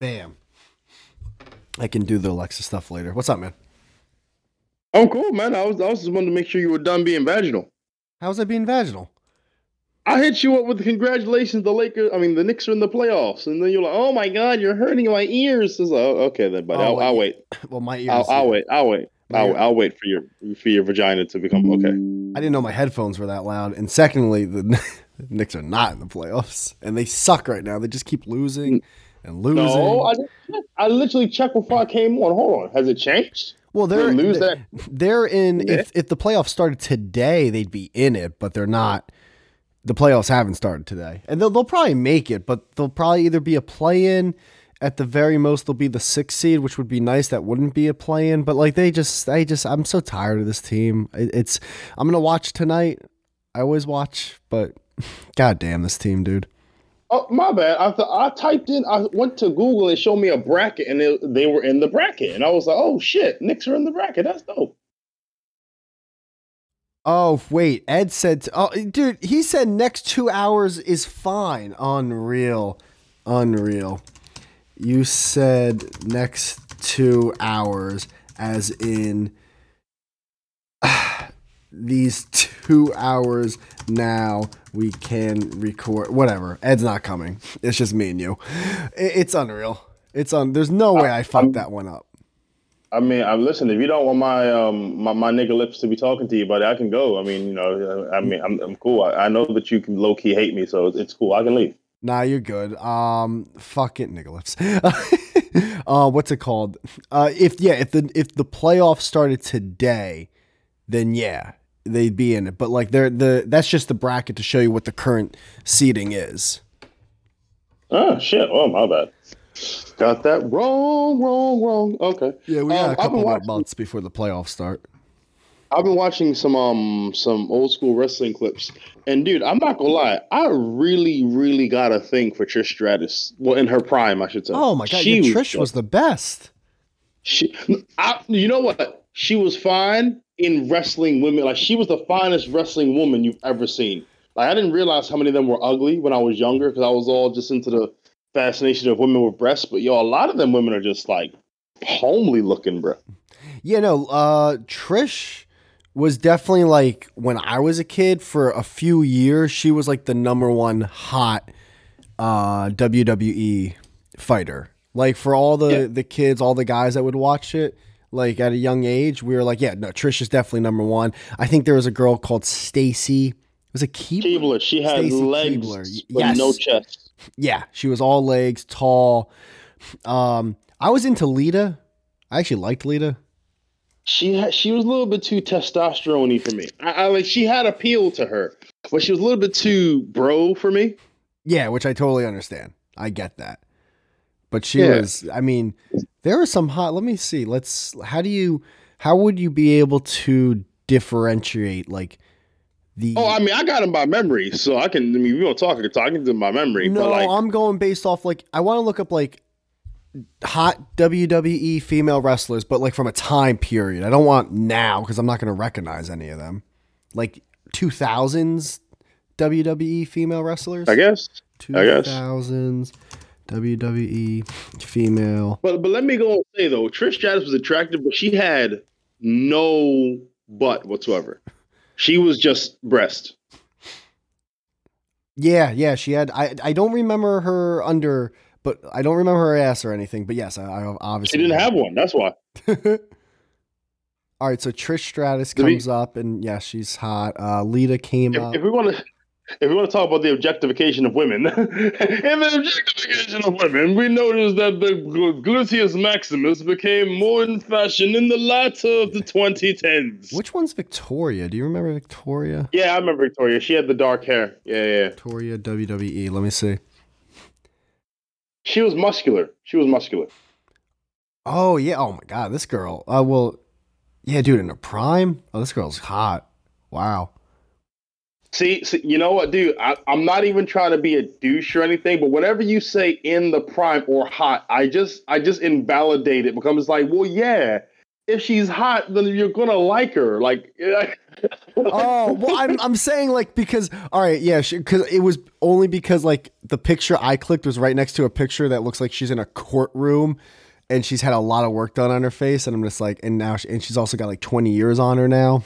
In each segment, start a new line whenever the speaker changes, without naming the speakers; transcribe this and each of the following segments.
Bam. I can do the Alexa stuff later. What's up, man?
Oh, cool, man. I was I was just wanted to make sure you were done being vaginal.
How's that being vaginal?
I hit you up with congratulations, the Lakers. I mean, the Knicks are in the playoffs, and then you're like, "Oh my God, you're hurting my ears." It's like, oh, okay, then, buddy,
Oh,
I'll, I'll
wait.
wait.
Well, my ears.
I'll, I'll wait. I'll wait.
My
I'll,
ear-
I'll wait for your for your vagina to become okay.
I didn't know my headphones were that loud. And secondly, the the Knicks are not in the playoffs, and they suck right now. They just keep losing and losing.
No, I, didn't check. I literally checked before I came on. Hold on, has it changed?
well, they're
They lose
they-
that.
They're in. If if the playoffs started today, they'd be in it, but they're not. The playoffs haven't started today, and they'll they'll probably make it, but they'll probably either be a play in. At the very most, they'll be the sixth seed, which would be nice. That wouldn't be a play in, but like they just, I just, I'm so tired of this team. It, it's, I'm gonna watch tonight. I always watch, but goddamn this team, dude.
Oh, my bad. I th- I typed in. I went to Google and showed me a bracket, and they, they were in the bracket, and I was like, "Oh shit, Knicks are in the bracket. That's dope."
Oh wait, Ed said, t- "Oh, dude, he said next two hours is fine." Unreal, unreal. You said next two hours, as in these two hours. Now we can record. Whatever. Ed's not coming. It's just me and you. I- It's unreal. It's on. There's no way I fucked that one up.
I mean, I'm listen. If you don't want my um my, my nigga lips to be talking to you, buddy, I can go. I mean, you know, I mean, I'm I'm cool. I, I know that you can low key hate me, so it's, it's cool. I can leave.
Nah, you're good. Um, fuck it, Nicholas. uh, what's it called? Uh, if yeah, if the if the playoffs started today, then yeah, they'd be in it. But like, they're the that's just the bracket to show you what the current seating is.
Oh shit! Oh my bad. Got that wrong, wrong, wrong. Okay. Um, I've been watching-
months before the playoffs start.
I've been watching some um some old school wrestling clips, and dude, I'm not gonna lie, I really, really got a thing for Trish Stratus. Well, in her prime, I should say.
Oh my god,
She
your Trish was the best.
She, I, you know what? She was fine in wrestling women. Like she was the finest wrestling woman you've ever seen. Like I didn't realize how many of them were ugly when I was younger because I was all just into the fascination of women with breasts. But yo, a lot of them women are just like homely looking, bro.
Yeah, no, uh, Trish was definitely like when I was a kid for a few years, she was like the number one hot uh, WWE fighter. Like for all the
Yeah.
the kids, all the guys that would watch it, like at a young age, we were like, yeah, no, Trish is definitely number one. I think there was a girl called Stacy. Was it Keebler?
Keebler, she had
Stacy
legs
Keebler,
but
yes.
no chest.
Yeah, she was all legs, tall. Um, I was into Lita. I actually liked Lita.
she had, she was a little bit too testosterone for me. I, I like she had appeal to her, but she was a little bit too bro for me.
Yeah, which I totally understand. I get that. But she
Yeah.
was I mean, there are some hot let me see. Let's how do you how would you be able to differentiate like the
Oh, I mean, I got him by memory, so I can. I mean, we don't talk. I can talk into my memory,
No,
but like,
I'm going based off like I want to look up like hot WWE female wrestlers, but like from a time period. I don't want now because I'm not going to recognize any of them. Like 2000s WWE E female wrestlers.
I guess. I guess.
2000s WWE E, female.
But but let me go and say though, Trish Stratus was attractive, but she had no butt whatsoever. She was just breast.
Yeah, yeah, she had. I I don't remember her under, but I don't remember her ass or anything. But yes, I, I
She
obviously
didn't have one. That's why.
All right, so Trish Stratus
Let me-
comes up, and yeah, she's hot. Uh, Lita came up.
If, if we want to. If we want to talk about the objectification of women, in the objectification of women, we notice that the gl- gluteus maximus became more in fashion in the latter of the 2010s.
Which one's Victoria? Do you remember Victoria?
Yeah, I remember Victoria. She had the dark hair. Yeah, yeah. yeah.
Victoria WWE. Let me see.
She was muscular. She was muscular.
Oh yeah. Oh my God, this girl. Uh, well, yeah, dude, in her prime. Oh, this girl's hot. Wow.
See, see you know what, dude? I, I'm not even trying to be a douche or anything, but whenever you say in the prime or hot, I just I just invalidate it because it's like, well, yeah, if she's hot, then you're gonna like her. Like,
oh well, I'm I'm saying like because all right, yeah, because it was only because like the picture I clicked was right next to a picture that looks like she's in a courtroom, and she's had a lot of work done on her face, and I'm just like, and now she, and she's also got like 20 years on her now.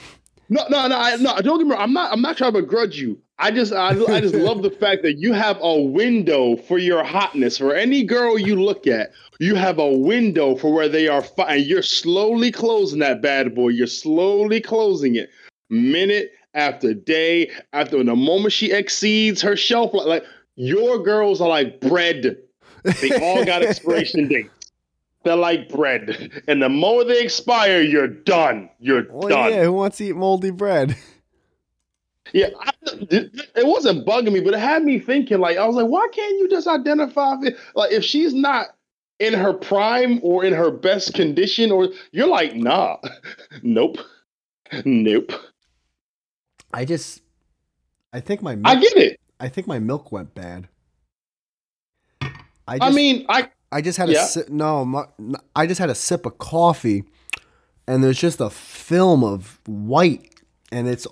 No, no, no, I, no. Don't get me wrong. I'm not. I'm not trying to begrudge you. I just, I, I just love the fact that you have a window for your hotness. For any girl you look at, you have a window for where they are. Fi- and you're slowly closing that bad boy. You're slowly closing it, minute after day after. And the moment she exceeds her shelf life, like your girls are like bread. They all got expiration dates. They're like bread, and the moment they expire, you're done. You're well, done.
Yeah, who wants to eat moldy bread?
Yeah, I, it wasn't bugging me, but it had me thinking. Like I was like, why can't you just identify? If, like if she's not in her prime or in her best condition, or you're like, nah, nope, nope.
I just, I think my
milk, I get it.
I think my milk went bad.
I, just, I mean, I
I just had yeah. a si- no, my, I just had a sip of coffee, and there's just a film of white, and it's,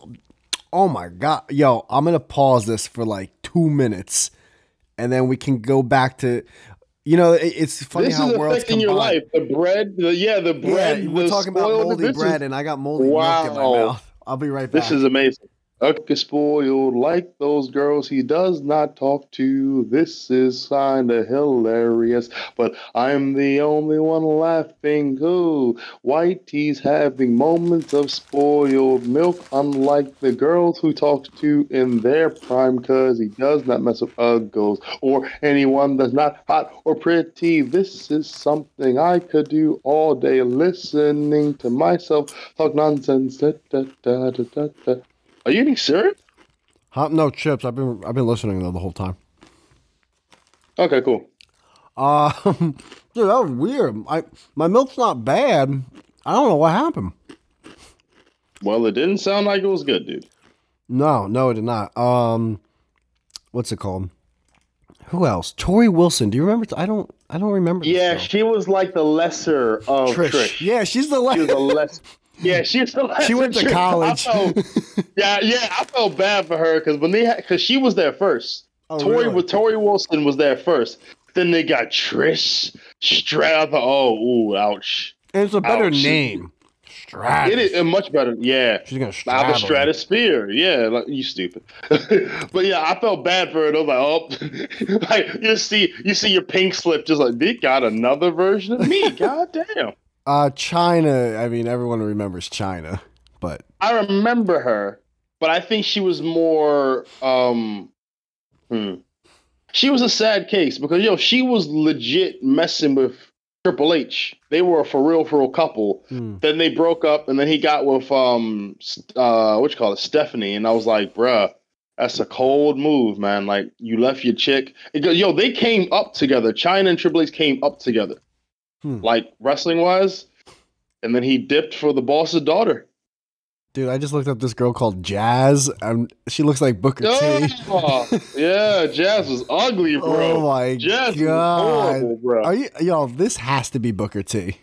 oh my god, yo, I'm gonna pause this for like two minutes, and then we can go back to, you know, it, it's funny
this
how
is
worlds
affecting your life. The bread, the, yeah, the bread.
Yeah, we're
the
talking about moldy bread, and I got moldy wow. milk in my mouth. I'll be right back.
This is amazing. Okay, spoiled like those girls he does not talk to. This is kinda hilarious, but I'm the only one laughing. Ooh, Whitey's having moments of spoiled milk, unlike the girls who talks to in their prime, cause he does not mess with uggles or anyone that's not hot or pretty. This is something I could do all day, listening to myself talk nonsense. Da, da, da, da, da, are you eating cereal?
Hop no chips. I've been I've been listening though the whole time.
Okay, cool.
Um, dude, that was weird. I my milk's not bad. I don't know what happened.
Well, it didn't sound like it was good, dude.
No, no, it did not. Um, what's it called? Who else? Tori Wilson. Do you remember? I don't. I don't remember.
Yeah, she was like the lesser of Trish. Trish.
Yeah, she's the, le-
she the lesser. Yeah, she
she went to college.
Felt, yeah, yeah, I felt bad for her because when they because she was there first. Oh, Tori really? with Tori Wilson was there first. Then they got Trish Strath. Oh, ooh, ouch!
And it's a better ouch. name. Strath.
Oh, It is much better. Yeah,
she's gonna straddle. Out
of stratosphere. Yeah, like you stupid. but yeah, I felt bad for her. I was like, oh, like you see, you see your pink slip, just like they got another version of me. God damn.
Uh, China. I mean, everyone remembers China, but
I remember her, but I think she was more. Um, hmm. She was a sad case because yo, she was legit messing with Triple H. They were a for real, for real couple.
hmm.
Mm. Then they broke up, and then he got with um, uh, what you call it, Stephanie, and I was like, bruh. That's a cold move, man. Like you left your chick. Goes, yo, they came up together. China and Triple H came up together. Hmm. like wrestling wise. And then he dipped for the boss's daughter.
Dude, I just looked up this girl called Jazz. Um, she looks like Booker
oh, T. yeah, Jazz was ugly, bro.
Oh my
Jazz
god,
horrible, bro.
Are you y'all? This has to be Booker T.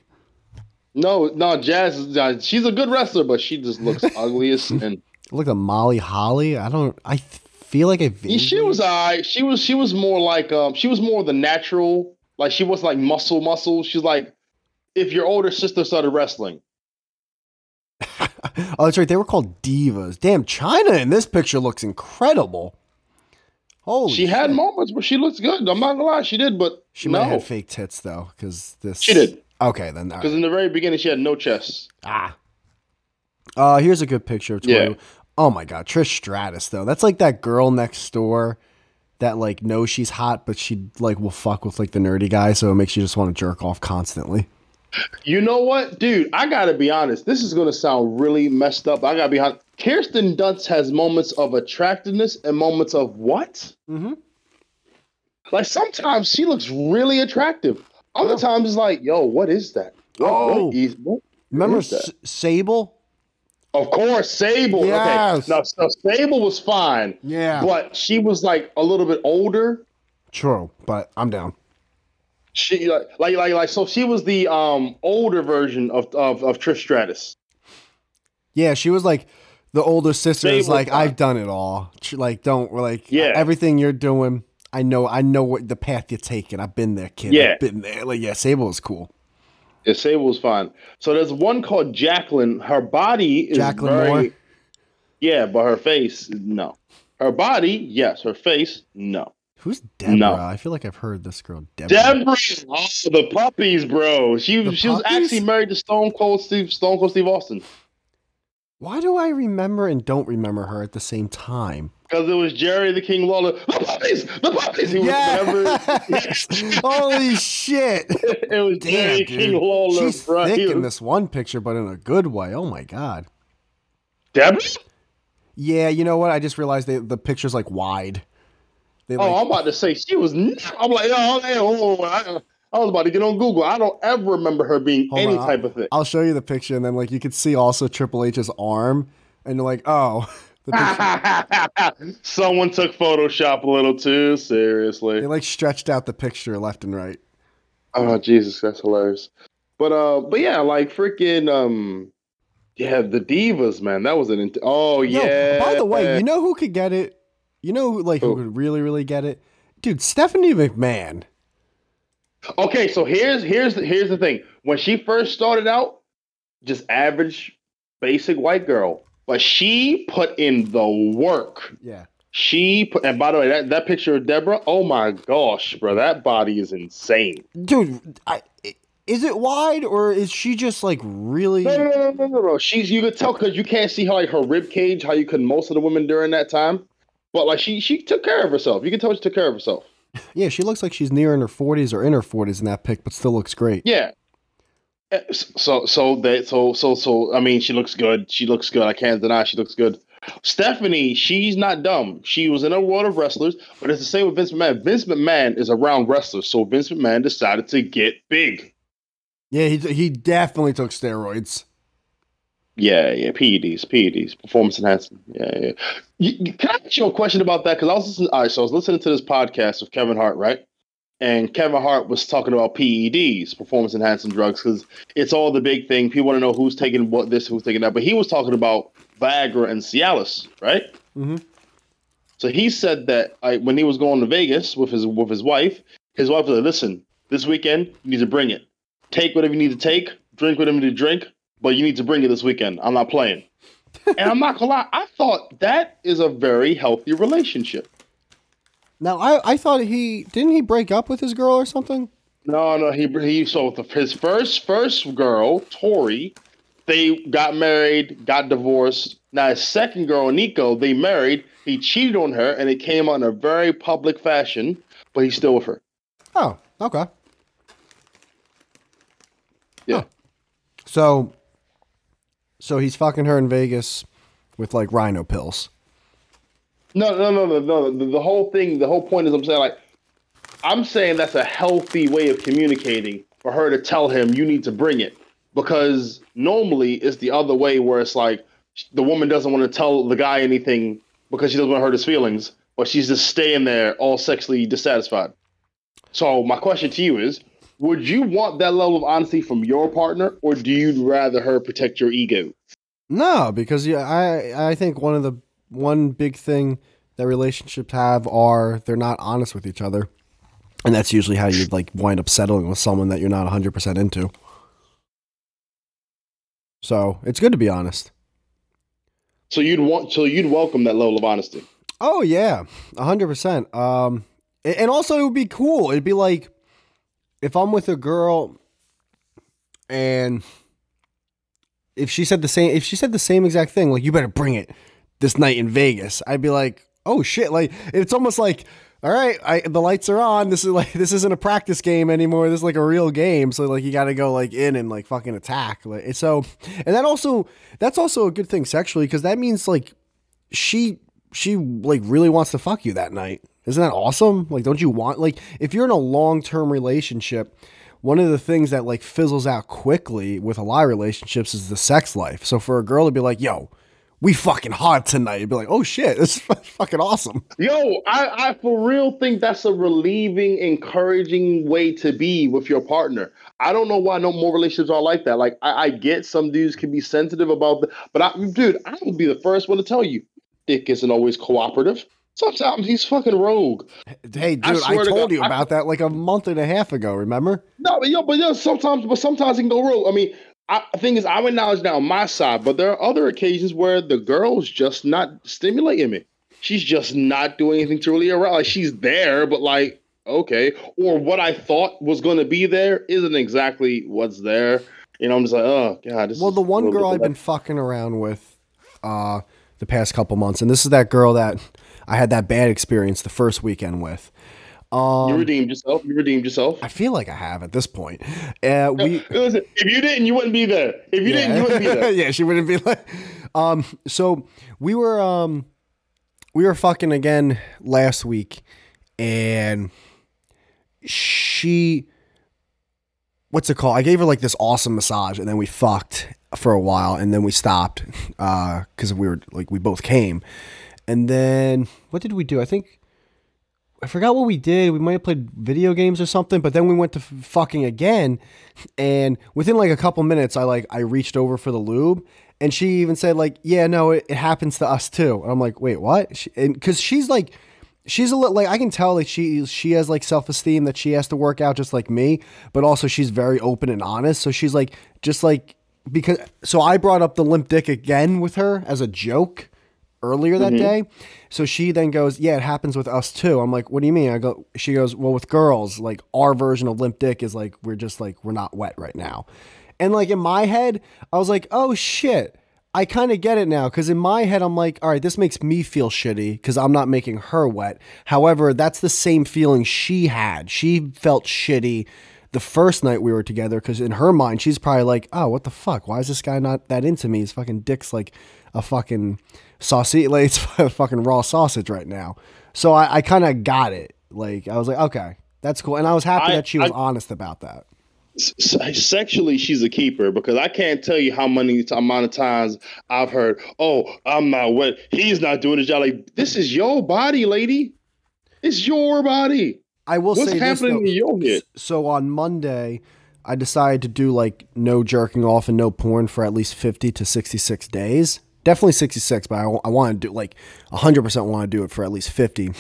No, no, Jazz. uh, She's a good wrestler, but she just looks ugly as sin.
Look at Molly Holly. I don't. I feel like I.
Vaguely... She was I. She was. She was more like. Um. She was more the natural like she was like muscle muscle. She's like, if your older sister started wrestling.
oh, that's right. They were called divas. Damn, China in this picture looks incredible. Holy
she shit. had moments where she looks good. I'm not gonna lie, she did, but
she
no.
might have fake tits though, because this
she did.
Okay, then because
right. in the very beginning she had no chest.
Ah. Uh, here's a good picture of Tori. Yeah. Oh my god, Trish Stratus though. That's like that girl next door that like knows she's hot, but she like will fuck with like the nerdy guy, so it makes you just want to jerk off constantly.
You know what, dude? I gotta be honest. This is gonna sound really messed up. I gotta be honest. Kirsten Dunst has moments of attractiveness and moments of what?
Mm-hmm.
Like sometimes she looks really attractive. Other oh. times it's like, yo, what is that? What, oh, what is, what
remember is that? S- Sable?
Of course, Sable. Yes. Okay. Now, so Sable was fine.
Yeah.
But she was like a little bit older.
True, but I'm down.
She like like like, like so she was the um older version of of, of Trish Stratus.
Yeah, she was like the older sister
They
is
were
like,
fine.
I've done it all. She, like, don't we're like
Yeah.
everything you're doing. I know, I know what the path you're taking. I've been there, kid.
Yeah.
I've been there. Like, yeah, Sable was cool.
Yeah, Sable was fine. So there's one called Jacqueline. Her body is
Jacqueline
very,
Moore.
Yeah, but her face, no. Her body, yes. Her face, no.
Who's Deborah?
No.
I feel like I've heard this girl Deborah.
Deborah, oh, the puppies, bro. She
The
she was
puppies?
actually married to Stone Cold Steve Stone Cold Steve Austin
Why do I remember and don't remember her at the same time?
because it was Jerry the King Lawler. The puppies, the puppies. He was
Yes! Holy shit!
whatever. It was
Damn,
Jerry King
dude.
Lawler,
She's
bro. He
thick in
was-
this one picture, but in a good way. Oh my god.
Deborah?
Yeah, you know what? I just realized they, the picture's like wide. They
Oh,
like,
I'm about to say she was. not- I'm like, oh, hey, oh, I, I was about to get on Google. I don't ever remember her being
Hold
any
on,
type of thing.
I'll show you the picture, and then like you could see also Triple H's arm, and you're like, oh, the picture,
Someone took Photoshop a little too seriously.
they like stretched out the picture left and right.
Oh Jesus, that's hilarious. But uh, but yeah, like freaking um, yeah, the divas, man. That was an int- oh
Yo,
yeah.
by the way, you know who could get it? You know, who, like who
Who?
could really, really get it? Dude, Stephanie McMahon.
okay, so here's here's the, here's the thing. When she first started out, just average, basic white girl, but she put in the work.
Yeah.
She put, and by the way, that, that picture of Deborah, oh my gosh, bro, that body is insane.
Dude, I, is it wide or is she just like really?
No, no, no, no, no, no. She's you could tell because you can't see how like her rib cage, how you could most of the women during that time. But like she she took care of herself. You can tell she took care of herself.
Yeah, she looks like she's near in her 40s or in her 40s in that pic, but still looks great.
Yeah. Eh, So so that so so so I mean she looks good. She looks good. I can't deny she looks good. Stephanie, she's not dumb. She was in a world of wrestlers, but it's the same with Vince McMahon. Vince McMahon is around wrestlers, so Vince McMahon decided to get big.
Yeah, he, he definitely took steroids.
Yeah, yeah, E PEDs, PEDs, performance enhancement. Yeah, yeah. You, you- can I ask you a question about that? Because I was listening. All right, so I was listening to this podcast of Kevin Hart, right? And Kevin Hart was talking about PEDs, performance enhancing drugs, because it's all the big thing. People want to know who's taking what this, who's taking that. But he was talking about Viagra and Cialis, right?
Mhm.
So he said that like, when he was going to Vegas with his with his wife, his wife was like, "Listen, this weekend you need to bring it. Take whatever you need to take, drink whatever you need to drink, but you need to bring it this weekend. I'm not playing." and I'm not gonna lie, I thought that is a very healthy relationship.
Now, I, I thought he didn't he break up with his girl or something?
No, no, he he. So the, his first first girl, Tori, they got married, got divorced. Now his second girl, Nico, they married. He cheated on her, and it came out in a very public fashion. But he's still with her.
Oh, okay.
Yeah.
So, so he's fucking her in Vegas with like rhino pills.
No, no, no, no, no. The, the whole thing, the whole point is, I'm saying like, I'm saying that's a healthy way of communicating for her to tell him you need to bring it because normally it's the other way where it's like the woman doesn't want to tell the guy anything because she doesn't want to hurt his feelings, but she's just staying there all sexually dissatisfied. So my question to you is. Would you want that level of honesty from your partner, or do you rather her protect your ego?
No, because yeah, I I think one of the one big thing that relationships have are they're not honest with each other, and that's usually how you like wind up settling with someone that you're not 100 percent into. So it's good to be honest.
So you'd want, so you'd welcome that level of honesty.
Oh yeah, 100 percent. Um, a- and also it would be cool. It'd be like if I'm with a girl, and if she said the same, if she said the same exact thing, like you better bring it this night in Vegas, I'd be like, oh shit! Like it's almost like, all right, I, the lights are on. This is like this isn't a practice game anymore. This is like a real game. So like you got to go like in and like fucking attack. Like and so, and that also that's also a good thing sexually because that means like she she like really wants to fuck you that night. Isn't that awesome? Like, don't you want like if you're in a long term relationship, one of the things that like fizzles out quickly with a lot of relationships is the sex life. So for a girl to be like, yo, we fucking hot tonight. You'd be like, oh shit, this is fucking awesome.
Yo, I, I for real think that's a relieving, encouraging way to be with your partner. I don't know why no more relationships are like that. Like I, I get some dudes can be sensitive about that, but I, dude, I will be the first one to tell you, Dick isn't always cooperative. Sometimes he's fucking rogue.
Hey, dude, I, I
swear to
told
God,
you
I-
about that like a month and a half ago. Remember?
No, but yo, but yo, sometimes, but sometimes it can go rogue. I mean, I, the thing is, I acknowledge that on my side, but there are other occasions where the girl's just not stimulating me. She's just not doing anything to really arouse. Like she's there, but like okay, or what I thought was going to be there isn't exactly what's there. You know, I'm just like, oh god. This
Well,
is
the one
really
girl I've been fucking around with uh, the past couple months, and this is that girl that I had that bad experience the first weekend with.
You
Um,
redeemed yourself. You redeemed yourself.
I feel like I have at this point. Uh, we,
Listen, if you didn't, you wouldn't be there. If you didn't, you wouldn't be there.
yeah, she wouldn't be like. Um, so we were um, we were fucking again last week, and she, what's it called? I gave her like this awesome massage, and then we fucked for a while, and then we stopped because we were like we both came, and then what did we do? I think. I forgot what we did. We might have played video games or something, but then we went to f- fucking again. And within like a couple minutes, I like I reached over for the lube, and she even said like, "Yeah, no, it, it happens to us too." And I'm like, "Wait, what?" She, and because she's like, she's a little like I can tell like she she has like self esteem that she has to work out just like me, but also she's very open and honest. So she's like, just like because so I brought up the limp dick again with her as a joke earlier that day. So she then goes, "Yeah, it happens with us too." I'm like, "What do you mean?" I go, she goes, "Well, with girls, like our version of limp dick is like we're just like we're not wet right now." And like in my head, I was like, "Oh shit." I kind of get it now because in my head, I'm like, all right, this makes me feel shitty because I'm not making her wet. However, that's the same feeling she had. She felt shitty the first night we were together because in her mind, she's probably like, oh, what the fuck? Why is this guy not that into me? His fucking dick's like a fucking sausage. Like, it's a fucking raw sausage right now. So I, I kind of got it. Like, I was like, okay, that's cool. And I was happy
I-
that she was
I-
honest about that.
se- sexually she's a keeper because I can't tell you how many t- amount of times I've heard, "Oh, I'm not wet. He's not doing his job." Like this is your body, lady. It's your body.
I will
What's
say this,
happening
though.
to your head?
So on Monday, I decided to do like no jerking off and no porn for at least 50 to 66 days. Definitely 66, but I, want to do like 100% want to do it for at least 50.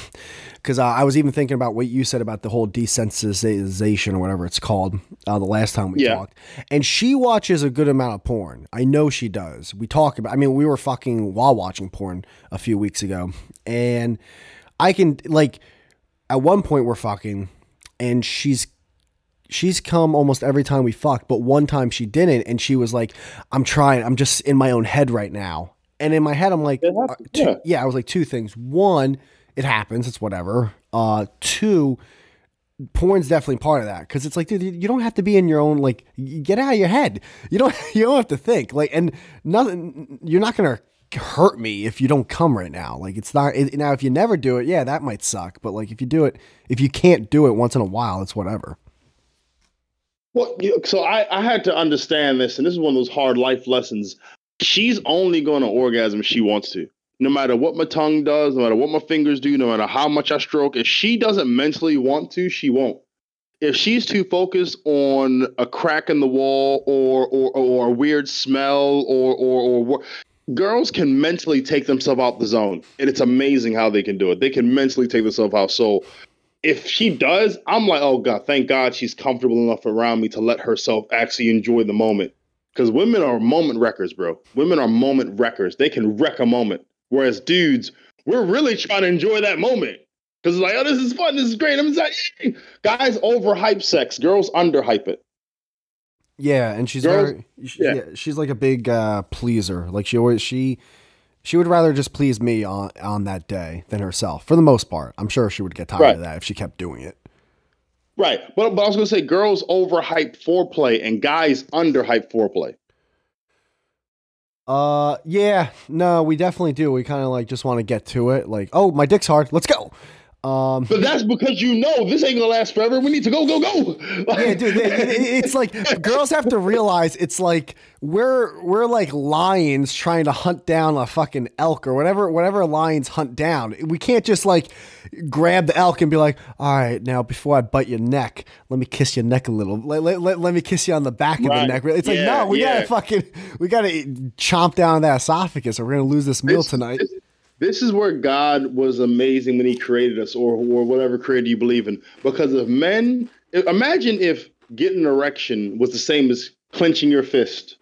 Because I, I was even thinking about what you said about the whole desensitization or whatever it's called uh, the last time we
Yeah.
talked. And she watches a good amount of porn. I know she does. We talk about, I mean, we were fucking while watching porn a few weeks ago. And I can, like, at one point we're fucking and she's she's come almost every time we fucked but one time she didn't and she was like i'm trying i'm just in my own head right now and in my head i'm like
It happens,
uh, two-
yeah.
i was like two things one it happens it's whatever uh two porn's definitely part of that because it's like dude you you don't have to be in your own like y- get out of your head you don't you don't have to think like and nothing you're not gonna hurt me if you don't come right now like it's not it, now if you never do it yeah that might suck but like if you do it if you can't do it once in a while it's whatever
Well, you- so I, I had to understand this, and this is one of those hard life lessons. She's only going to orgasm if she wants to. No matter what my tongue does, no matter what my fingers do, no matter how much I stroke, if she doesn't mentally want to, she won't. If she's too focused on a crack in the wall or or, or a weird smell or or or wor- girls can mentally take themselves out the zone, and it's amazing how they can do it. They can mentally take themselves out. So if she does, I'm like, oh god, thank God she's comfortable enough around me to let herself actually enjoy the moment. Because women are moment wreckers, bro. Women are moment wreckers. They can wreck a moment. Whereas dudes, we're really trying to enjoy that moment. Because it's like, oh, this is fun. This is great. I'm like, "Yay." guys overhype sex. Girls underhype it.
Yeah, and she's
Girls-
very she- yeah.
yeah.
she's like a big uh, pleaser. Like she always she she would rather just please me on on that day than herself for the most part. I'm sure she would get tired
Right.
of that if she kept doing it.
Right. But, but I was going to say, girls overhype foreplay and guys underhype foreplay.
Uh yeah, no, we definitely do. We kind of like just want to get to it. Like, oh, my dick's hard. Let's go. Um,
But that's because you know this ain't gonna last forever. We need to go, go, go.
yeah, dude. it- it- It's like girls have to realize it's like we're we're like lions trying to hunt down a fucking elk or whatever whatever lions hunt down. We can't just like grab the elk and be like, all right, now before I bite your neck, let me kiss your neck a little. Let, let, let, let me kiss you on the back of the
Right.
neck. It's like
Yeah,
no, we
yeah.
gotta fucking we gotta chomp down that esophagus or we're gonna lose this meal tonight.
This, this is where God was amazing when He created us, or or whatever creator you believe in. Because if men, i- imagine if getting an erection was the same as clenching your fist.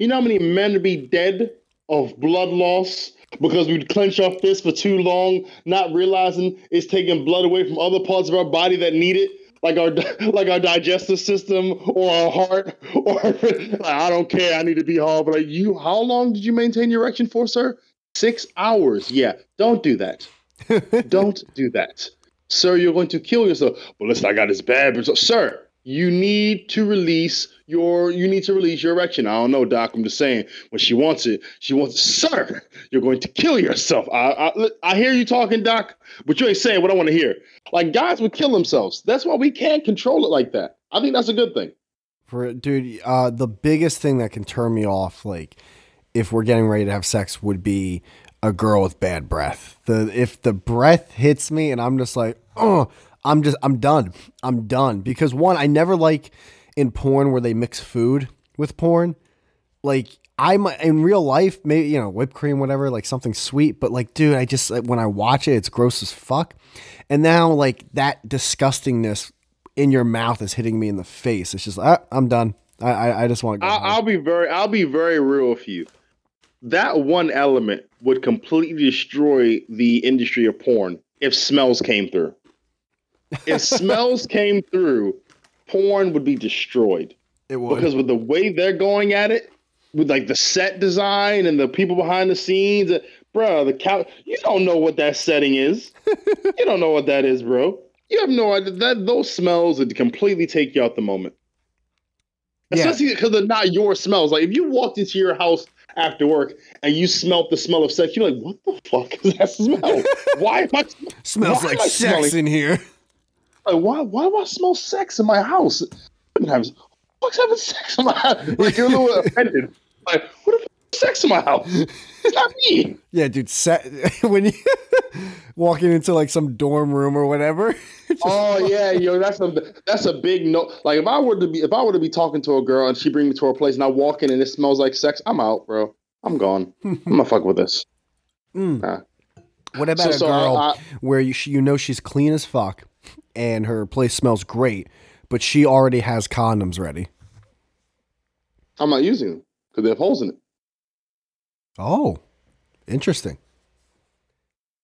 You know how many men would be dead of blood loss because we'd clench our fist for too long, not realizing it's taking blood away from other parts of our body that need it. Like our like our digestive system or our heart or I don't care I need to be hard but like you how long did you maintain your erection for sir Six hours. Yeah, don't do that. don't do that. Sir, you're going to kill yourself. Well, listen, I got this bad result. Sir, you need to release your you need to release your erection. I don't know, Doc. I'm just saying. When she wants it, she wants it. Sir, you're going to kill yourself. I I, look, I hear you talking, Doc, but you ain't saying what I want to hear. Like guys would kill themselves. That's why we can't control it like that. I think that's a good thing.
For, dude, uh, the biggest thing that can turn me off, like if we're getting ready to have sex, would be a girl with bad breath. The if the breath hits me and I'm just like, oh, I'm just I'm done. I'm done because one, I never like in porn where they mix food with porn. Like I'm in real life, maybe you know whipped cream, whatever, like something sweet. But like, dude, I just like, when I watch it, it's gross as fuck. And now like that disgustingness in your mouth is hitting me in the face. It's just ah, I'm done. I I, I just want to go.
I,
home.
I'll be very I'll be very real with you. That one element would completely destroy the industry of porn if smells came through. If smells came through, porn would be destroyed
it
because with the way they're going at it, with like the set design and the people behind the scenes, uh, bro, the couch. You don't know what that setting is. you don't know what that is, bro. You have no idea. That those smells would completely take you out the moment.
Yeah.
Especially because they're not your smells. Like if you walked into your house after work and you smelt the smell of sex, you're like, "What the fuck is that smell? Why am I
Smells
Why
like
am I
sex in
smelling-
here.
like, why why do I smell sex in my house? Who the fuck's having sex in my house? Like you're a little offended. Like, what the fuck is sex in my house? It's not me.
Yeah, dude. Se- when you walking into like some dorm room or whatever,
Oh yeah, yo, that's a that's a big no. Like if I were to be if I were to be talking to a girl and she bring me to her place and I walk in and it smells like sex, I'm out, bro. I'm gone. I'm gonna fuck with this. Nah.
What about a
so uh,
girl
I-
where you she, you know she's clean as fuck and her place smells great, but she already has condoms ready?
I'm not using them because they have holes in it.
Oh, interesting.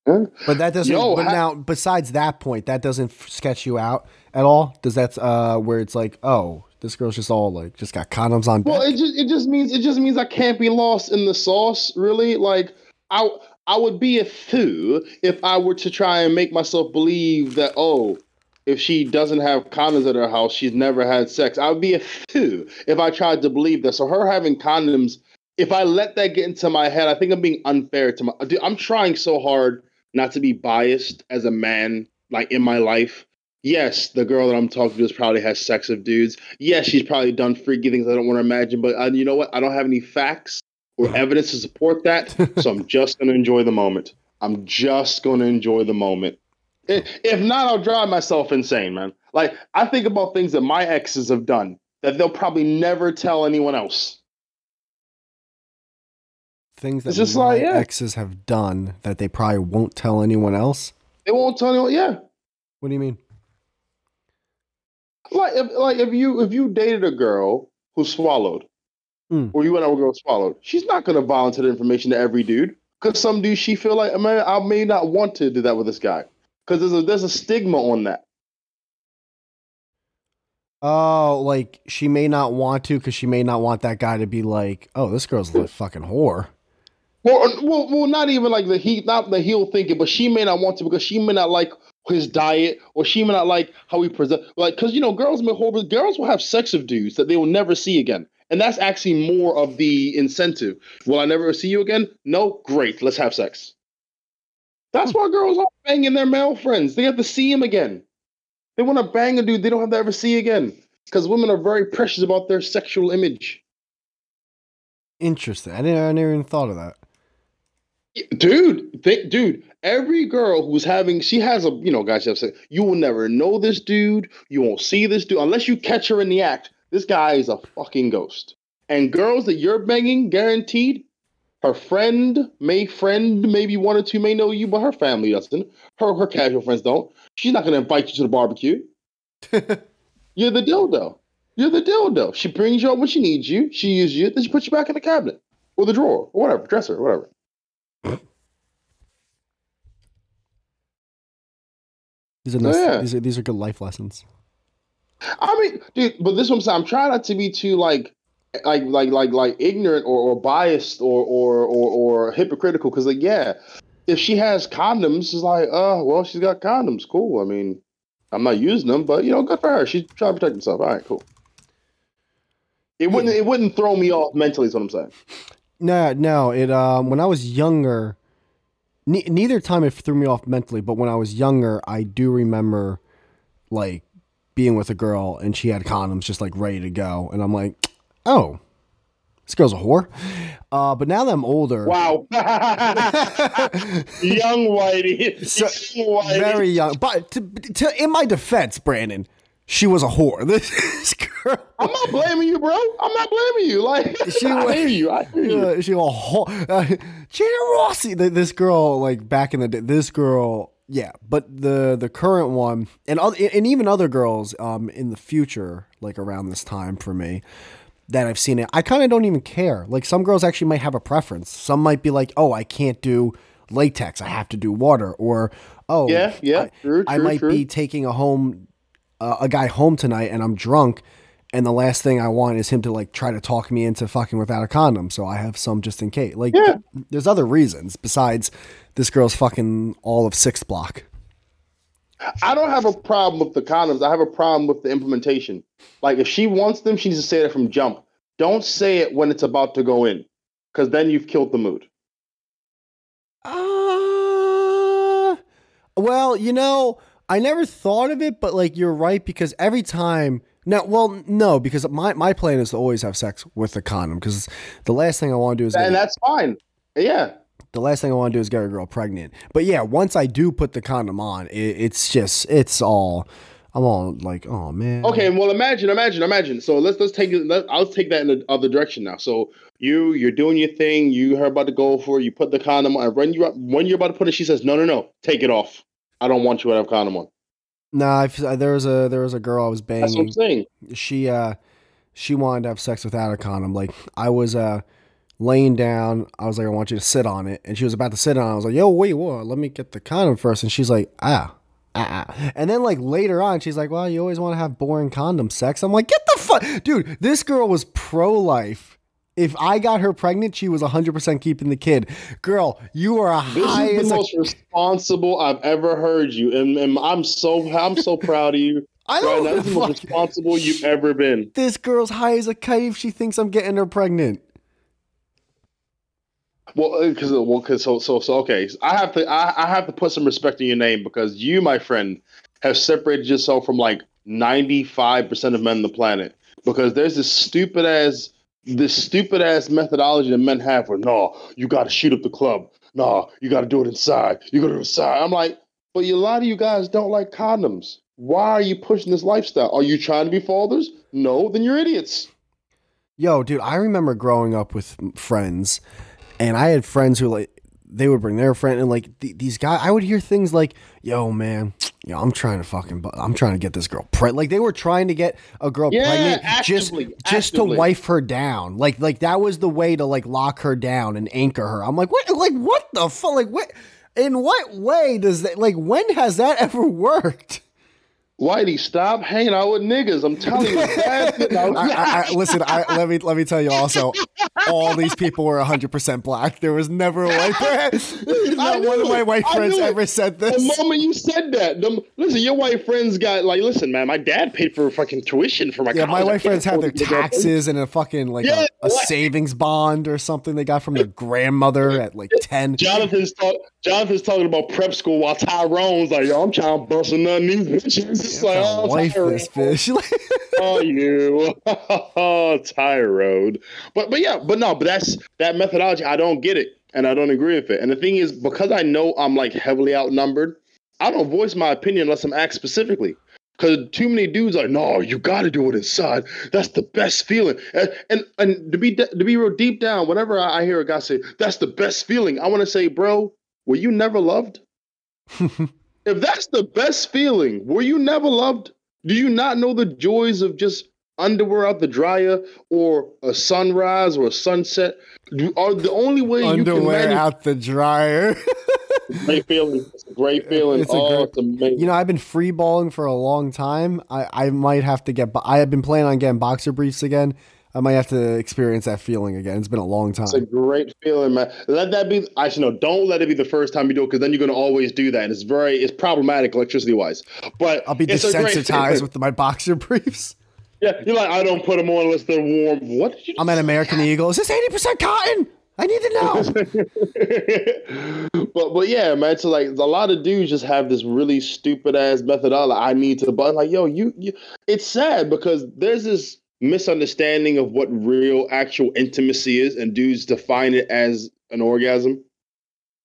Yeah.
But that doesn't.
Yo,
but
ha-
now, besides that point, that doesn't f- sketch you out at all. Does that uh where it's like, oh, this girl's just all like just got condoms on.
Well,
deck?
it just it just means it just means I can't be lost in the sauce, really. Like I I would be a fool if I were to try and make myself believe that oh, if she doesn't have condoms at her house, she's never had sex. I would be a fool if I tried to believe that. So her having condoms, if I let that get into my head, I think I'm being unfair to my. Dude, I'm trying so hard not to be biased as a man, like in my life. Yes, the girl that I'm talking to has probably has sex with dudes. Yes, she's probably done freaky things I don't want to imagine, but uh, you know what? I don't have any facts or evidence to support that, so I'm just going to enjoy the moment. I'm just going to enjoy the moment. I- If not, I'll drive myself insane, man. Like, I think about things that my exes have done that they'll probably never tell anyone else.
Things that
it's just
my
like, yeah.
exes have done that they probably won't tell anyone else.
They won't tell anyone, yeah.
What do you mean?
like if like if you if you dated a girl who swallowed,
Mm.
or you went out with a girl who swallowed, she's not gonna volunteer the information to every dude because some dude she feel like man I may not want to do that with this guy because there's a there's a stigma on that.
Oh, like she may not want to because she may not want that guy to be like, oh, this girl's
Hmm.
a fucking whore.
Well, well, well, not even like the he, not the he'll think it, but she may not want to because she may not like his diet or she may not like how he present. Like, because you know, girls may whore, but girls will have sex with dudes that they will never see again, and that's actually more of the incentive. Will I never see you again? No, great, let's have sex. That's why girls aren't banging their male friends. They have to see him again. They want to bang a dude they don't have to ever see again. Because women are very precious about their sexual image.
Interesting. I didn't. I never even thought of that.
Dude, they, dude, every girl who's having, she has a, you know, guys have said, you will never know this dude. You won't see this dude unless you catch her in the act. This guy is a fucking ghost. And girls that you're banging, guaranteed, her friend may friend, maybe one or two may know you, but her family doesn't. Her her casual friends don't. She's not gonna invite you to the barbecue. You're the dildo. You're the dildo. She brings you up when she needs you. She uses you. Then she puts you back in the cabinet or the drawer or whatever, dresser, or whatever.
These are nice, oh, yeah. these are these are good life lessons.
I mean, dude, but this one I'm trying not to be too like like like like like ignorant or, or biased or or or, or hypocritical because like yeah, if she has condoms, it's like oh uh, well she's got condoms, cool. I mean, I'm not using them, but you know, good for her. She's trying to protect herself. All right, cool. It wouldn't it wouldn't throw me off mentally. Is what I'm saying.
No, no. It um when I was younger, ne- neither time it threw me off mentally. But when I was younger, I do remember like being with a girl and she had condoms just like ready to go, and I'm like, oh, this girl's a whore. Uh, but now that I'm older,
wow, young whitey,
so, very young. But to, to, in my defense, Brandon, she was a whore. This, this girl,
I'm not blaming you, bro. I'm not blaming you. Like she, I hear you. I hear you.
Uh, she a whore. Uh, generosity. This girl, like back in the day, this girl. Yeah, but the the current one and other, and even other girls um in the future like around this time for me that I've seen it, I kind of don't even care. Like some girls actually might have a preference. Some might be like, "Oh, I can't do latex. I have to do water." Or, "Oh,
yeah, yeah,
I, true, I true, might true. be taking a home uh, a guy home tonight, and I'm drunk, and the last thing I want is him to like try to talk me into fucking without a condom. So I have some just in case. Like,
yeah.
there's other reasons besides this girl's fucking all of sixth block.
I don't have a problem with the condoms. I have a problem with the implementation. Like if she wants them, she needs to say it from jump. Don't say it when it's about to go in, because then you've killed the mood.
Uh, well, you know, I never thought of it, but like you're right because every time. Now, well, no, because my, my plan is to always have sex with a condom because the last thing I want to do is.
And that's fine. Yeah
the last thing I want to do is get a girl pregnant. But yeah, once I do put the condom on, it, it's just it's all I'm all like, oh man.
Okay, well imagine, imagine, imagine. So let's let's take it. Let, I'll take that in the other direction now. So you you're doing your thing. You are about to go for it. You put the condom on. When you when you're about to put it, she says, no, no, no, take it off. I don't want you to have condom on.
Nah, I've, there was a there was a girl I was banging.
That's what I'm saying.
She uh she wanted to have sex without a condom. Like I was uh laying down. I was like, I want you to sit on it. And she was about to sit on it. I was like, yo, wait, whoa, let me get the condom first. And she's like, ah, ah, ah. And then like later on, she's like, well, you always want to have boring condom sex. I'm like, get the fuck. Dude, this girl was pro-life. If I got her pregnant, she was 100% keeping the kid. Girl, you are a
this
high
is the most
a-
responsible I've ever heard you. And, and I'm so I'm so proud of you. I don't right now, this is the most responsible you've ever been.
This girl's high as a kite if she thinks I'm getting her pregnant.
Well, because well, cause so so so okay, so I have to I, I have to put some respect in your name because you, my friend, have separated yourself from like ninety five percent of men on the planet because there's this stupid ass this stupid ass methodology that men have where no, you got to shoot up the club, no, you got to do it inside, you got to inside. I'm like, but a lot of you guys don't like condoms. Why are you pushing this lifestyle? Are you trying to be fathers? No, then you're idiots.
Yo, dude, I remember growing up with friends and I had friends who like they would bring their friend and like th- these guys I would hear things like yo man yo I'm trying to fucking bu- I'm trying to get this girl pregnant like they were trying to get a girl
yeah,
pregnant
actively,
just just
actively.
to wife her down like like that was the way to like lock her down and anchor her I'm like what like what the fuck like what in what way does that like when has that ever worked
Whitey, stop hanging out with niggas. I'm telling you,
I, I, I, listen. let me let me tell you also. all these people were 100% black. There was never a white friend. Not one of my white
I
friends
knew it.
ever said
The
this.
moment you said that, the, listen, your white friends got like, listen, man, my dad paid for fucking tuition for my
Yeah,
college.
my
I
white
can't
friends had
afford
their
to go-
taxes and a fucking like
Yeah,
a, a
what?
savings bond or something they got from their grandmother at like 10.
Jonathan's talk, Jonathan's talking about prep school while Tyrone's like, yo, I'm trying to bust on none of these bitches. It's like,
Kinda
oh,
wife
Tyrone.
this fish.
oh you tyrone but but yeah but no but that's that methodology i don't get it and i don't agree with it and the thing is because i know i'm like heavily outnumbered i don't voice my opinion unless i'm asked specifically because too many dudes are no you gotta do it inside that's the best feeling and and, and to be de- to be real deep down whenever I, I hear a guy say that's the best feeling i want to say bro were you never loved if that's the best feeling, were you never loved? Do you not know the joys of just underwear out the dryer or a sunrise or a sunset? You are the only way you can
Underwear
manage
out the dryer.
great feeling. It's a great feeling.
It's a
oh,
great-
it's amazing.
You know, I've been free balling for a long time. I, I might have to get. bo- I have been planning on getting boxer briefs again. I might have to experience that feeling again. It's been a long time.
it's a great feeling, man. Let that be. Actually, no, don't let it be the first time you do it, because then you're going to always do that. And it's very, it's problematic electricity wise. But
I'll be
it's a great
desensitized
feeling.
with my boxer briefs.
Yeah, you're like, I don't put them on unless they're warm. What did you?
I'm at American Eagle. Is this eighty percent cotton? I need to know.
but but yeah, man. So like a lot of dudes just have this really stupid ass methodology. I need to but like yo, you, you. It's sad because there's this misunderstanding of what real actual intimacy is, and dudes define it as an orgasm.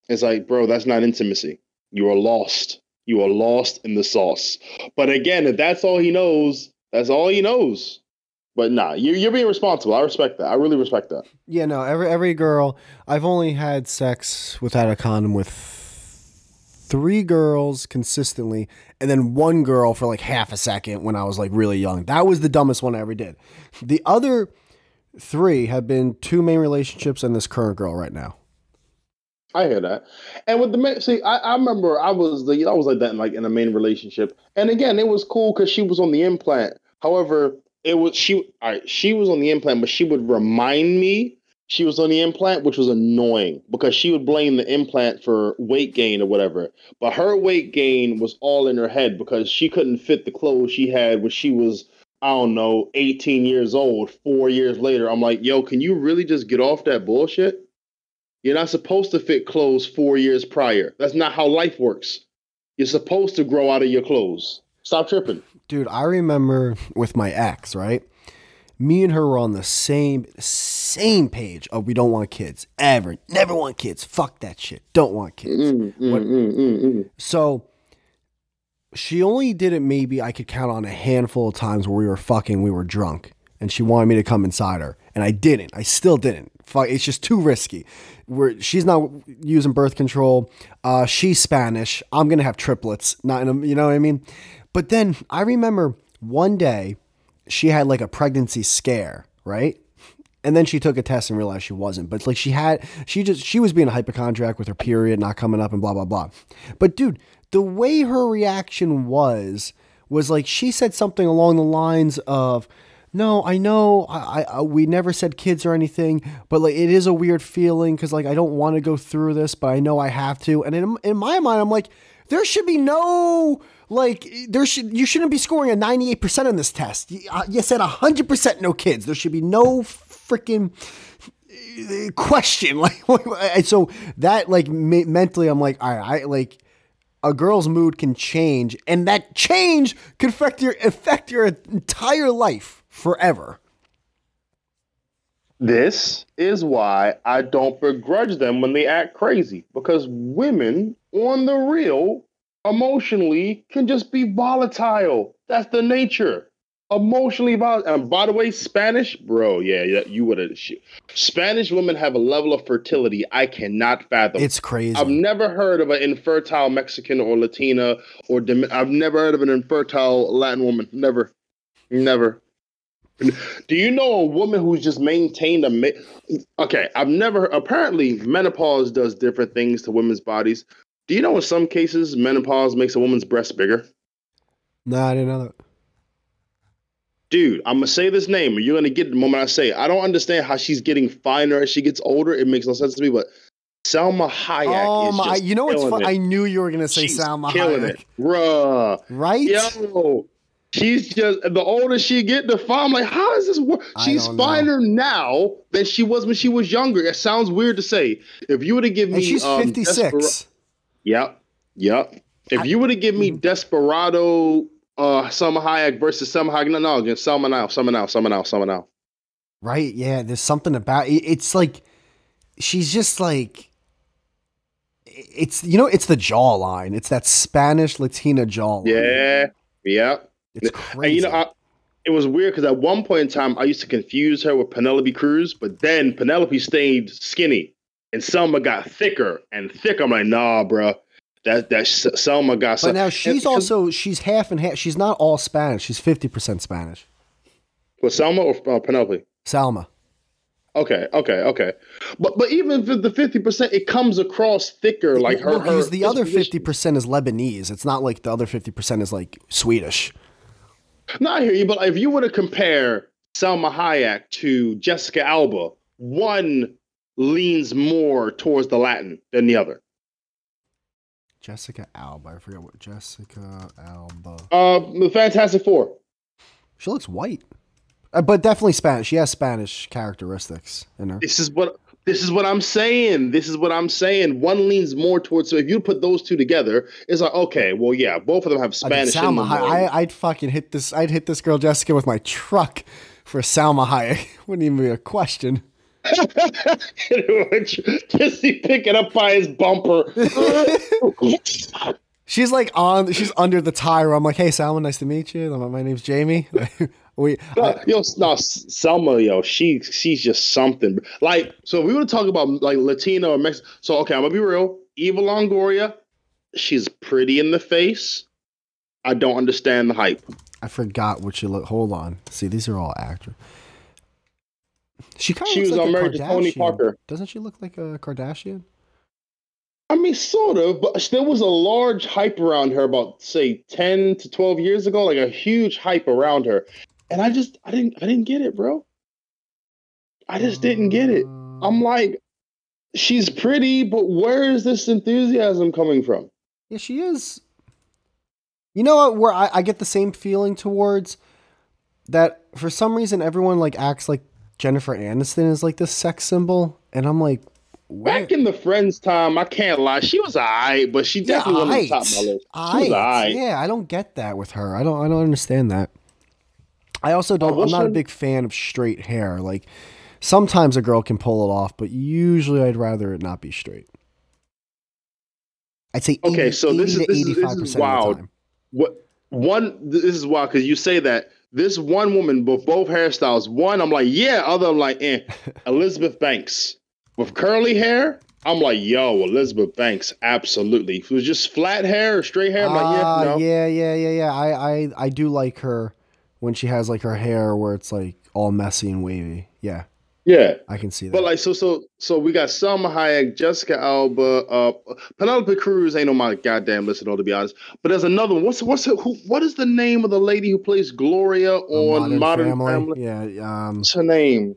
It's like, bro, that's not intimacy. You are lost. You are lost in the sauce. But again, if that's all he knows, that's all he knows. But nah, you, you're being responsible. I respect that. I really respect that.
yeah, no. Every every girl. I've only had sex without a condom with three girls consistently, and then one girl for like half a second when I was like really young. That was the dumbest one I ever did. The other three have been two main relationships and this current girl right now.
I hear that. And with the ma see, I, I remember I was the I was like that in like in a main relationship, and again it was cool because she was on the implant. However, it was she all right, she was on the implant, but she would remind me she was on the implant, which was annoying because she would blame the implant for weight gain or whatever. But her weight gain was all in her head because she couldn't fit the clothes she had when she was. I don't know, 18 years old, four years later. I'm like, yo, can you really just get off that bullshit? You're not supposed to fit clothes four years prior. That's not how life works. You're supposed to grow out of your clothes. Stop tripping.
Dude, I remember with my ex, right? Me and her were on the same same page of we don't want kids. Ever. Never want kids. Fuck that shit. Don't want kids.
Mm, mm, mm, mm, mm.
So she only did it maybe I could count on a handful of times where we were fucking, we were drunk, and she wanted me to come inside her, and I didn't. I still didn't. Fuck, it's just too risky. Where she's not using birth control. Uh, she's Spanish. I'm gonna have triplets. Not in a, you know what I mean. But then I remember one day she had like a pregnancy scare, right? and then she took a test and realized she wasn't. But it's like she had, she just, she was being a hypochondriac with her period not coming up and blah, blah, blah. But dude, the way her reaction was, was like she said something along the lines of, no, I know I, I, I we never said kids or anything, but like it is a weird feeling because like I don't want to go through this, but I know I have to. And in, in my mind, I'm like, there should be no like there should you shouldn't be scoring a 98% on this test you, uh, you said 100% no kids there should be no freaking uh, question like and so that like me- mentally i'm like all right I, like a girl's mood can change and that change could affect your affect your entire life forever
This is why I don't begrudge them when they act crazy because women, on the real, emotionally can just be volatile. That's the nature. Emotionally volatile. And by the way, Spanish, bro, yeah, yeah you would have. Spanish women have a level of fertility I cannot fathom.
it's crazy
I've never heard of an infertile Mexican or Latina or Dom- I've never heard of an infertile Latin woman. Never, never. Do you know a woman who's just maintained a? Ma- okay, I've never. Apparently, menopause does different things to women's bodies. Do you know in some cases menopause makes a woman's breasts bigger?
no i didn't know that
dude, I'm gonna say this name, and you're gonna get it the moment I say. It. I don't understand how she's getting finer as she gets older. It makes no sense to me, but Selma Hayek oh, is my,
you know what's
fun?
I knew you were gonna say
she's
Selma
killing
Hayek,
it, bruh.
right?
Yo, she's just the older she get, the fine. I'm like, how is this work?
I
She's
don't know.
finer now than she was when she was younger. It sounds weird to say. If you were to give me,
And she's
um,
fifty
Despera-
six.
Yep. Yep. If you were to give me
Mm-hmm.
Desperado, uh, Selma Hayek versus Selma Hayek, no, no, against Selma now, Selma now, Selma now, Selma now.
Right? Yeah. There's something about it. It's like she's just like it's you know it's the jawline. It's that Spanish Latina jawline.
Yeah. Yep.
It's
And
crazy.
you know, I, it was weird because at one point in time, I used to confuse her with Penelope Cruz, but then Penelope stayed skinny, and Selma got thicker and thicker. I'm like, nah, bruh. That that S- Selma got.
but now she's
and-
also she's half and half. She's not all Spanish. She's fifty percent Spanish.
was Selma or uh, Penelope.
Salma.
Okay, okay, okay. But but even for the fifty percent, it comes across thicker. Like her,
Well,
her
'cause the other
disposition.
fifty percent is Lebanese. It's not like the other fifty percent is like Swedish.
No, I hear you. But if you were to compare Selma Hayek to Jessica Alba, one leans more towards the Latin than the other.
Jessica Alba. I forget what Jessica Alba.
Uh, the Fantastic Four.
She looks white, Uh, but definitely Spanish. She has Spanish characteristics in her.
This is what this is what I'm saying. This is what I'm saying. One leans more towards. So if you put those two together, it's like okay, well, yeah, both of them have
I mean,
Spanish. in
Salma,
them
Hay-
more.
I, I'd fucking hit this. I'd hit this girl Jessica with my truck for Salma Hayek. Wouldn't even be a question.
Jesse pick it up by his bumper.
She's like on. She's under the tire. I'm like, hey, Salma, nice to meet you. My, my name's Jamie. we.
No, yo, no, Selma, yo, she she's just something. Like, so if we were to talk about like Latino or Mexican, so okay, I'm gonna be real. Eva Longoria, she's pretty in the face. I don't understand the hype.
I forgot what she looked. Hold on. See, these are all actors. She kind of
She
looks
was
like
on
a
Married to Tony
Kardashian.
Parker.
Doesn't she look like a Kardashian?
I mean, sort of, but there was a large hype around her about say 10 to 12 years ago, like a huge hype around her. And I just I didn't I didn't get it, bro. I just didn't get it. I'm like, she's pretty, but where is this enthusiasm coming from?
Yeah, she is. You know what? Where I, I get the same feeling towards that for some reason everyone like acts like Jennifer Aniston is like this sex symbol, and I'm like, where?
Back in the Friends time, I can't lie, she was alright, but she definitely wasn't on the top
aight.
of my list. She was
Aight.
alright.
Yeah, I don't get that with her. I don't. I don't understand that. I also don't. I'm
what's
not a
her-
big fan of straight hair. Like sometimes a girl can pull it off, but usually I'd rather it not be straight. I'd say
Okay,
80
so this
80
is- this is-
to
this is
85% of the
wild.
time.
What one this is why because you say that this one woman with both hairstyles, one I'm like, yeah, other I'm like, eh, Elizabeth Banks. With curly hair, I'm like, yo, Elizabeth Banks, absolutely. If it was just flat hair or straight hair, I'm like, yeah,
Ah,
no.
yeah, yeah, yeah, yeah. I, I, I do like her when she has like her hair where it's like all messy and wavy. Yeah,
yeah.
I can see that.
But like so so so we got Selma Hayek, Jessica Alba, uh Penelope Cruz ain't on my goddamn list at all to be honest. But there's another one. What's what's her, who what is the name of the lady who plays Gloria
A
on Modern, Family?
Yeah. Um,
What's her name?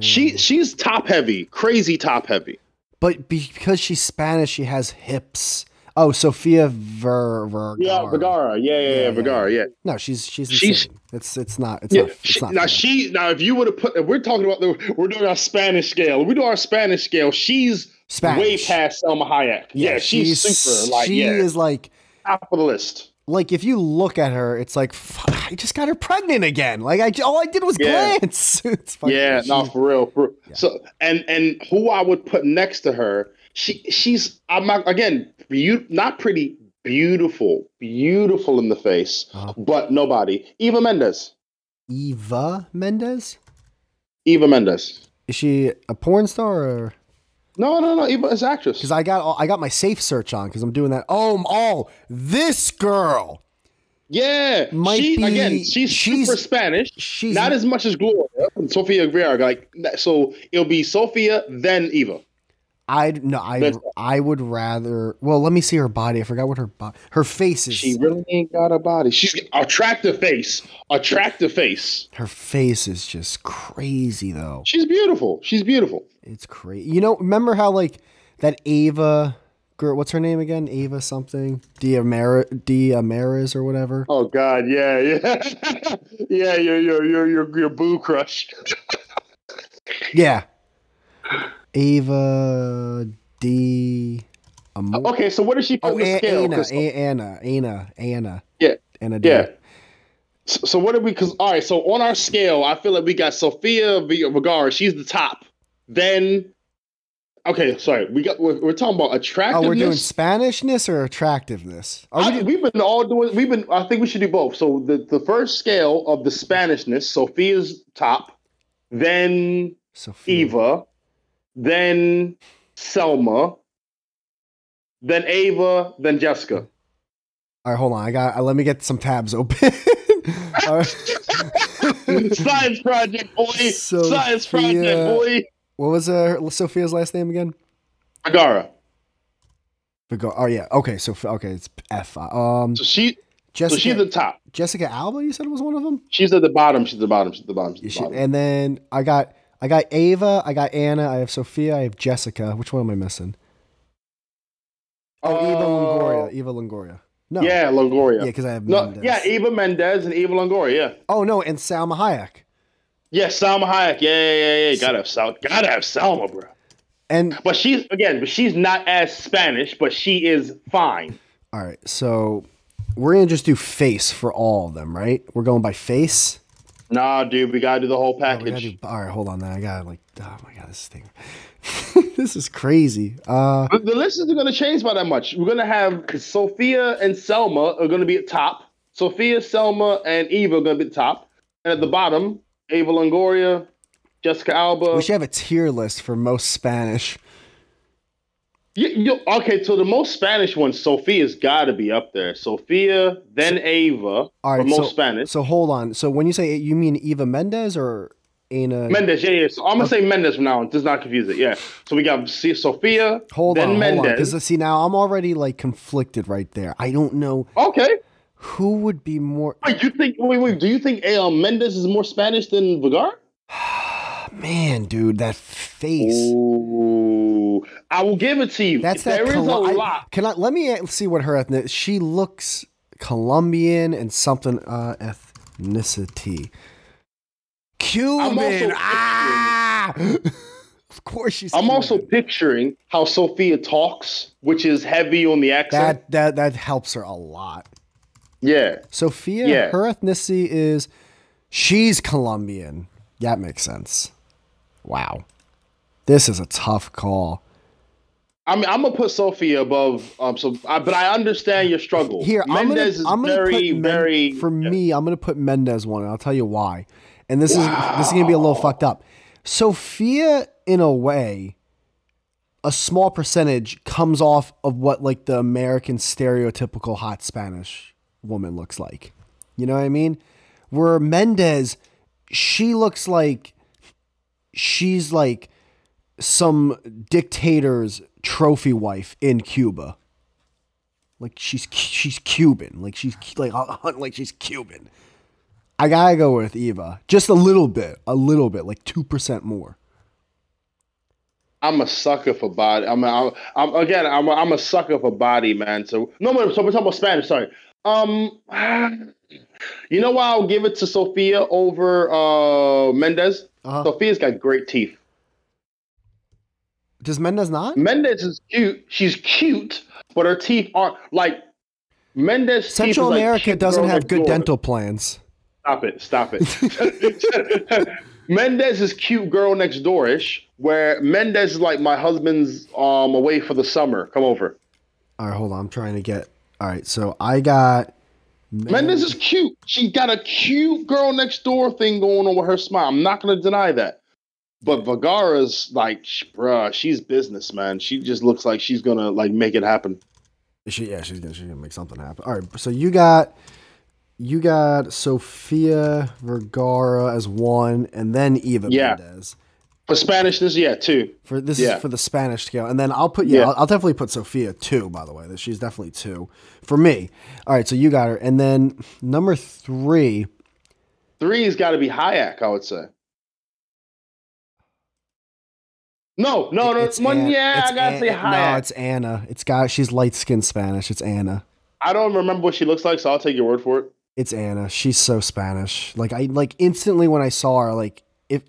She
Family.
she's top heavy, crazy top heavy.
but be- because she's Spanish, she has hips. Oh, Sofia Ver, Vergara.
Yeah, Vergara. Yeah, yeah, yeah,
Yeah, yeah.
Vergara. Yeah.
No, she's she's insane.
She's-
it's it's not it's
Yeah,
not it's
she,
not.
now
fair.
she now if you would have put if we're talking about the we're doing our Spanish scale. If we do our Spanish scale. She's way
Spanish.
past Selma Hayek. Yeah, she's, super like
she
yeah,
is like
top of the list.
like if you look at her, it's like fuck, I just got her pregnant again. Like I j- all I did was
Yeah.
glance. it's fucking,
Yeah,
she's-
no, for real. For,
Yeah.
So and and who I would put next to her, she she's I'm not again be- not pretty, beautiful, beautiful in the face,
Uh-huh.
but nobody. Eva Mendes.
Eva Mendes.
Eva Mendes.
Is she a porn star? or
No, no, no. Eva is actress.
Because I got all, I got my safe search on because I'm doing that. Oh, oh, this girl.
Yeah,
Might
she
be-
again. She's,
she's-
super Spanish.
she's-
not as much as Gloria and Sofia Vergara. Like that- so, it'll be Sofia then Eva.
I no, I I would rather. Well, let me see her body. I forgot what her body. Her face is.
She really ain't got a body. She's attractive face. Attractive face.
her face is just crazy though.
She's beautiful. She's beautiful.
It's crazy. You know, remember how like that Ava girl? What's her name again? Ava something. Diamara, Diamaris or whatever.
Oh God, yeah, yeah, yeah. Your your your your your boo crush.
Yeah. Ava D. Amor-
Okay, so what does she put
Oh,
in the
A-
scale?
Anna,
'Cause-
A- Anna, Anna, Anna,
yeah,
Anna. D.
yeah. So, so what did we? Because all right, so on our scale, I feel like we got Sophia V- Vergara. She's the top. Then, okay, sorry, we got we're, we're talking about
Oh,
attractiveness.
we're doing Spanishness or attractiveness? Are we
I,
doing-
we've been all doing. We've been. I think we should do both. So the the first scale of the Spanishness, Sophia's top, then
Sophia.
Eva, then Selma, then Ava, then Jessica.
All right, hold on. I got. uh, Let me get some tabs open. All right.
Science project boy. Science project
Sophia-
boy.
What was uh, Sophia's last name again?
Vergara.
Vigo- Oh yeah. Okay. So okay, it's F. Um,
So she. So
Jessica.
she's the top.
Jessica Alba. You said was one of them.
She's at the bottom. She's at the bottom. She's at the bottom.
You
She's
should-
at the bottom.
and then I got I got Ava. I got Anna. I have Sophia. I have Jessica. Which one am I missing? Oh, Eva
Uh,
Longoria. Eva Longoria. No.
Yeah, Longoria.
Yeah, because I have
no,
Mendes.
yeah, Eva Mendez and Eva Longoria. Yeah.
oh no, and Salma Hayek.
Yeah, Salma Hayek. Yeah, yeah, yeah, yeah. Gotta have Sal. Gotta have Salma, bro.
And
But she's again, but she's not as Spanish, but she is fine.
all right, so we're gonna just do face for all of them, right? We're going by face.
Nah, dude, we gotta do the whole
We gotta
package.
do, all right, hold on. Then I got to like, oh my god, this thing, this is crazy. Uh,
The- the list isn't gonna change by that much. We're gonna have Sophia and Selma are gonna be at top. Sophia, Selma, and Eva are gonna be at top, and at the bottom, Ava Longoria, Jessica Alba.
we should have a tier list for most Spanish.
You, you, okay, so the most Spanish one, Sophia's got to be up there. Sophia, then Ava,
All
for
right,
most
so,
Spanish.
So hold on. So when you say you mean Eva Mendes or Ana?
Mendes, yeah, yeah. So I'm gonna say Mendes from now on. Does not confuse it. Yeah. So we got C- Sophia,
hold
then
on, hold on.
Mendes.
Because see, now I'm already like conflicted right there. I don't know
okay.
who would be more. ah,
Wait, you think? Wait, wait. Do you think uh, Mendes is more Spanish than Vergara?
Man, dude, that face.
Ooh, I will give it to you.
That's that.
There is
Col-
a
I-
lot.
Can I? Let me a- see what her ethnic. She looks Colombian and something uh, ethnicity.
I'm also
Cuban. Ah! of course she's.
I'm
Cuban.
also picturing how Sophia talks, which is heavy on the accent.
that that that helps her a lot.
yeah.
Sophia,
Yeah.
her ethnicity is she's Colombian. That makes sense. Wow, this is a tough call.
I mean, I'm gonna put Sophia above. Um, so, I, but I understand your struggle.
Here,
Mendes
I'm gonna,
is
I'm gonna
very,
put Men-
very.
For me, I'm gonna put Mendez one, and I'll tell you why. And this is this is gonna be a little fucked up. Sophia, in a way, a small percentage comes off of what like the American stereotypical hot Spanish woman looks like. You know what I mean? Where Mendez, she looks like she's like some dictator's trophy wife in Cuba. Like she's she's Cuban. Like she's like like she's Cuban. I gotta go with Eva. Just a little bit, a little bit, like two percent more.
I'm a sucker for body. I'm, a, I'm again. I'm, a, I'm a sucker for body, man. So no, no. So we're talking about Spanish. Sorry. Um, you know why I'll give it to Sophia over uh Mendez.
Uh-huh.
Sophia's got great teeth.
Does Mendez not?
Mendez is cute. She's cute, but her teeth aren't like Mendez.
Central America doesn't have good dental
dental.
plans.
Stop it. Stop it. Mendez is cute girl next door ish, where Mendez is like my husband's um away for the summer. Come over.
All right, hold on. I'm trying to get. All right, so I got
Mendez is cute. She got a cute girl next door thing going on with her smile. I'm not gonna deny that. But Vergara's like, sh- bruh, she's business, man. She just looks like she's gonna like make it happen.
She, yeah, she's gonna she's gonna make something happen. All right, so you got you got Sophia Vergara as one, and then Eva
Yeah.
Mendez.
For Spanish, this yeah two.
For this
Yeah.
is for the Spanish scale, and then I'll put yeah,
Yeah.
I'll, I'll definitely put Sophia two. By the way, that she's definitely two for me. All right, so you got her, and then number three.
Three has got to be Hayek, I would say. No, no, no,
it's
one.
An-
yeah,
it's
I gotta
An-
say Hayek.
No, it's Anna. It's got she's light skinned Spanish. It's Anna.
I don't remember what she looks like, so I'll take your word for it.
It's Anna. She's so Spanish. Like I like instantly when I saw her, like if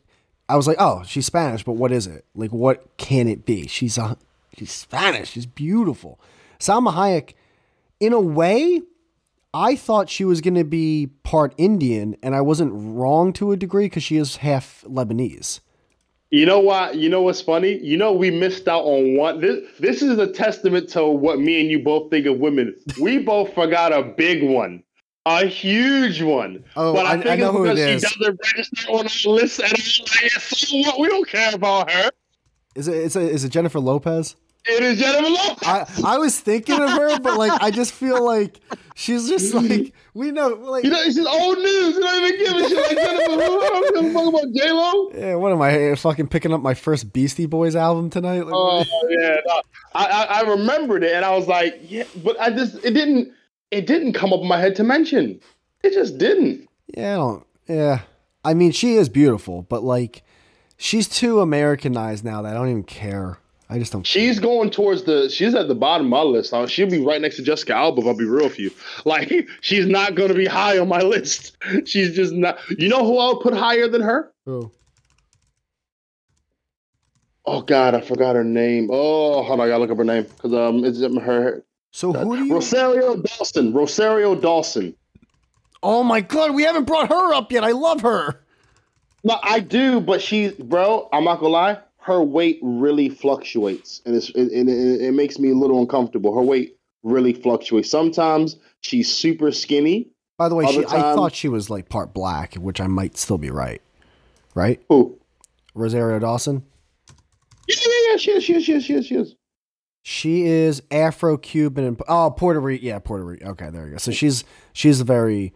I was like, oh, she's Spanish, but what is it? Like what can it be? She's a she's Spanish. She's beautiful. Salma Hayek, in a way, I thought she was going to be part Indian, and I wasn't wrong to a degree because she is half Lebanese.
You know why? You know what's funny? You know we missed out on one. This this is a testament to what me and you both think of women. We both forgot a big one, a huge one.
Oh, I- I know who it
because
is.
she doesn't register on our list at all. Like, so what? We don't care about her.
Is it is it, is it Jennifer Lopez?
It is Jennifer Lopez.
I, I was thinking of her, but like I just feel like she's just like we know like
You know, it's just old news. You don't even give a shit. Like Jennifer, who- I don't give a fuck about J Lo.
Yeah, what am I uh, fucking picking up my first Beastie Boys album tonight? Like,
Oh yeah, no. I, I I remembered it, and I was like, yeah, but I just it didn't it didn't come up in my head to mention. It just didn't.
yeah, I don't, yeah. I mean, she is beautiful, but like, she's too Americanized now that I don't even care. I just don't.
She's going towards the. She's at the bottom of my list. Now. She'll be right next to Jessica Alba. If I'll be real with you. Like she's not going to be high on my list. She's just not. You know who I would put higher than her?
Oh.
Oh God, I forgot her name. Oh, hold on, I gotta look up her name because um, it's um, her
So who do you?
Rosario Dawson. Rosario Dawson.
Oh my god, we haven't brought her up yet. I love her.
No, I do, but she, bro, I'm not gonna lie. Her weight really fluctuates, and it's and, and it, it makes me a little uncomfortable. Her weight really fluctuates. Sometimes she's super skinny.
By the way,
All
she,
the
I
time.
thought she was like part black, which I might still be right. Right,
Who?
Rosario Dawson.
Yeah, yeah, yeah. She is. She is. She is. She is. She is.
She is Afro-Cuban and oh Puerto Rican. Yeah, Puerto Rican. Okay, there you go. So she's she's very.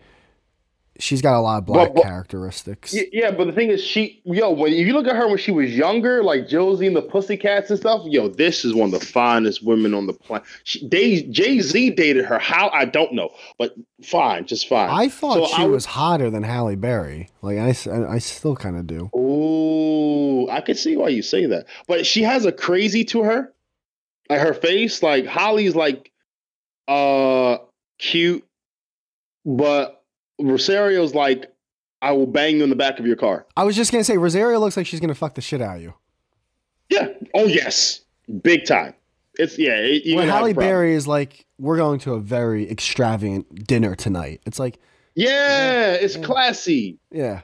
She's got a lot of black
But- but-
characteristics.
Y- Yeah, but the thing is, she yo. When if you look at her when she was younger, like Josie and the Pussycats and stuff, yo, this is one of the finest women on the planet. She, they Jay Z dated her. How I don't know, but fine, just fine.
I thought
So
she
I would-
was hotter than Halle Berry. Like I, s- I- I still kind of do.
Ooh, I could see why you say that. But she has a crazy to her. Like her face, like Holly's like uh cute, but Rosario's like, I will bang you in the back of your car.
I was just gonna say Rosario looks like she's gonna fuck the shit out of you.
Yeah. Oh yes. Big time. It's yeah, it, you
Where
can have
Halle
a problem.
Berry is like, we're going to a very extravagant dinner tonight. It's like,
Yeah, it's classy.
yeah,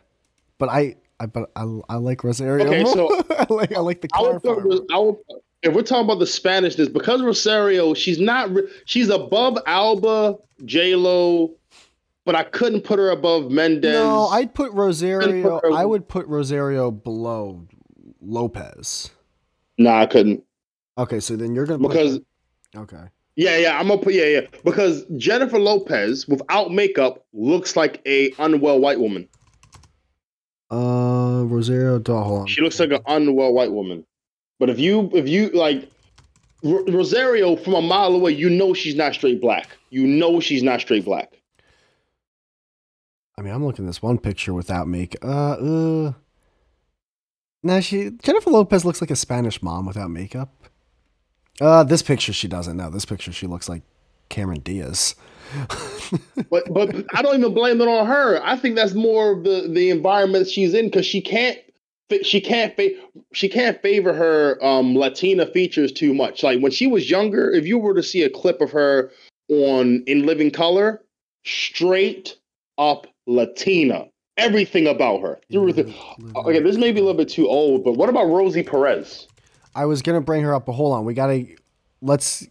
but I, I but I, I like Rosario.
Okay,
more.
so-
I like I like the
I
car.
would, put
farmer.
Ros- I would, if we're talking about the Spanishness, because Rosario, she's not, re- she's above Alba, J Lo, but I couldn't put her above Mendez.
No, I'd put Rosario.
her-
I would put Rosario below Lopez.
nah, I couldn't
Okay, so then you're gonna put-
because
okay,
yeah, yeah, I'm gonna put yeah, yeah because Jennifer Lopez without makeup looks like a unwell white woman.
uh, Rosario. Dahl, Hold on.
She looks like an unwell white woman. But if you if you like Ro- Rosario from a mile away, you know she's not straight black. You know she's not straight black.
I mean, I'm looking at this one picture without make. Uh, uh. Now she Jennifer Lopez looks like a Spanish mom without makeup. Uh, this picture she doesn't. No, this picture she looks like Cameron Diaz.
But but I don't even blame it on her. I think that's more of the the environment she's in because she can't fa- she can't fa- she can't favor her um, Latina features too much. Like when she was younger, if you were to see a clip of her on In Living Color, straight up Latina, everything about her. Through the- Okay, this may be a little bit too old, but what about Rosie Perez?
I was gonna bring her up, but hold on, we gotta let's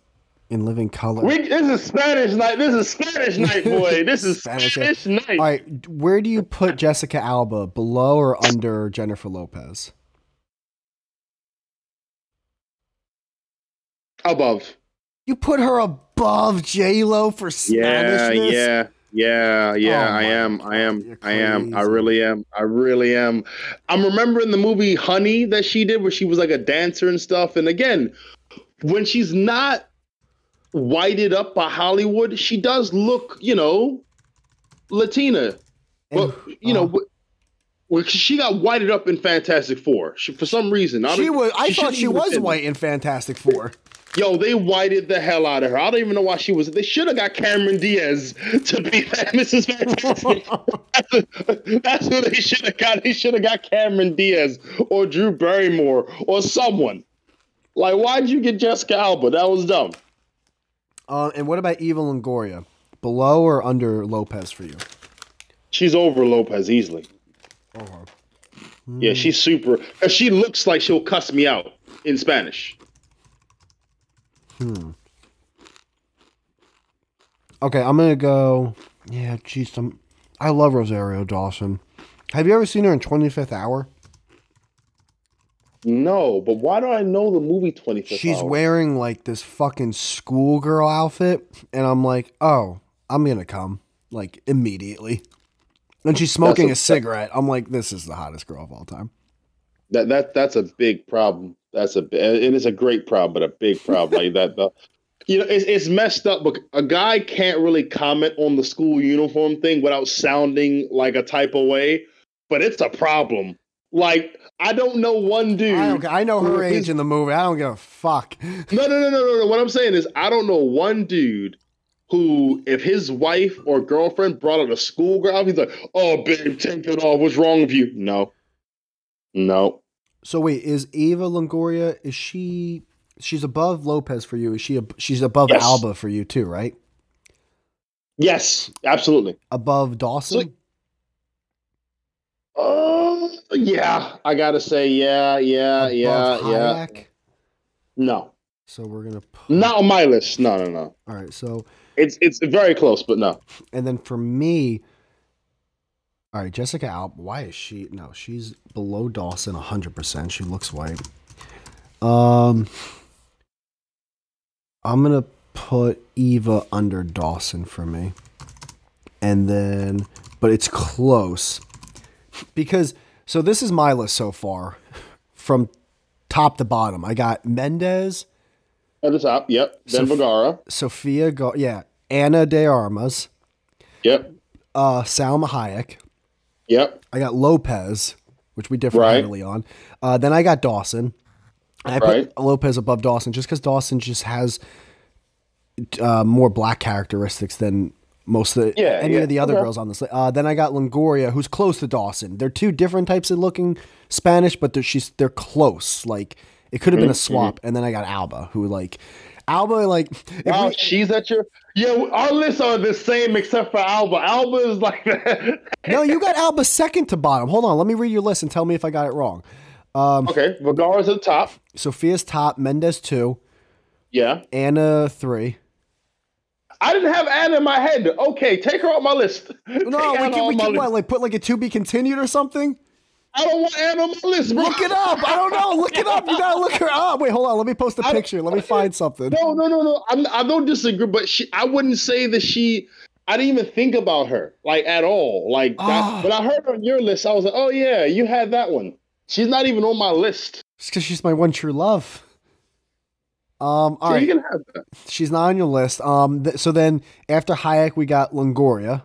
in living color.
We, this is Spanish night. This is Spanish night, boy. This is
Spanish
Spanish,
night.
night.
All right, where do you put Jessica Alba below or under Jennifer Lopez?
Above.
You put her above J Lo for Spanishness.
Yeah, yeah. Yeah, yeah,
Oh my
I am. I am.
you're
I am. I
crazy.
really am. I really am. I'm remembering the movie Honey that she did where she was like a dancer and stuff. And again, when she's not whited up by Hollywood, she does look, you know, Latina. Well, you
uh-huh.
know, wh- well, she got whited up in Fantastic Four. She, for some reason, I
she
don't-
was. I thought
shouldn't
she
even
was
been-
white in Fantastic Four.
Yo, they whited the hell out of her. I don't even know why she was. They should have got Cameron Diaz to be that Mrs. Fantastic. That's who they should have got. They should have got Cameron Diaz or Drew Barrymore or someone. Like, why'd you get Jessica Alba? That was dumb.
Uh, and what about Eva Longoria? Below or under Lopez for you?
She's over Lopez easily. Uh-huh.
Oh,
Yeah, she's super. and She looks like she'll cuss me out in Spanish.
Okay, I'm gonna go. Yeah, geez, I'm, I love Rosario Dawson. Have you ever seen her in Twenty Fifth Hour?
No, but why do I know the movie Twenty Fifth?
She's wearing like this fucking schoolgirl outfit, and I'm like, oh, I'm gonna come like immediately. And she's smoking a
That's
cigarette. I'm like, this is the hottest girl of all time.
that that that's a big problem. That's a it is a great problem, but a big problem like that. The, you know, it's it's messed up. But a guy can't really comment on the school uniform thing without sounding like a type of way. But it's a problem. Like I don't know one dude.
I, don't, I know her
Dude,
age in the movie. I don't give a fuck.
No, no, no, no, no, no. What I'm saying is, I don't know one dude who, if his wife or girlfriend brought out a schoolgirl, he's like, "Oh, babe, take it off. What's wrong with you?" No, no.
So wait, is Eva Longoria? Is she? She's above Lopez for you. Is she? ab- She's above
Yes.
Alba for you too, right?
Yes, absolutely.
Above Dawson.
Uh, yeah, I gotta say, yeah, yeah, yeah,
above
yeah.
Hayek?
No,
So we're gonna. Put,
not on my list. No, no, no.
All right. So
It's it's very close, but no.
and then for me, all right, Jessica Alba. Why is she? No, she's below Dawson hundred percent. She looks white. Um, I'm gonna put Eva under Dawson for me, and then but it's close because so this is my list so far from top to bottom. I got Mendez.
At the top, yep. Then
So-
Vergara,
Sophia, Go- yeah, Anna de Armas,
yep,
uh, Salma Hayek.
yep.
I got Lopez, which we differ
Right.
heavily on. Uh, then I got Dawson. And I put
Right.
Lopez above Dawson just because Dawson just has uh, more black characteristics than most of the,
Yeah,
any
yeah.
of the other
Okay.
girls on this. li- Uh, then I got Longoria, who's close to Dawson. They're two different types of looking Spanish, but they're, she's they're close. Like it could have
Mm-hmm.
been a swap. And then I got Alba, who like Alba, like if
Wow,
we-
she's at your. Yeah, our lists are the same except for Alba. Alba is like
no, you got Alba second to bottom. Hold on, let me read your list and tell me if I got it wrong. Um,
okay, Vergara's at the top.
Sophia's top, Mendez two,
Yeah,
Anna three.
I didn't have Anna in my head. Okay, take her off my list. Take
No,
Anna
we can,
off
we
my
can
list.
what, like put like a to be continued or something.
I don't want Anna on my list. Bro.
Look it up. I don't know. Look it up. You gotta look her up. Wait, hold on. Let me post a picture. Let me find something.
No, no, no, no. I'm, I don't disagree, but she, I wouldn't say that she. I didn't even think about her like at all. Like
Ah.
that, when I heard on your list, I was like, oh yeah, you had that one. She's not even on my list.
It's because she's my one true love. Um. All
so you
right.
can have that.
She's not on your list. Um. Th- so then after Hayek, we got Longoria.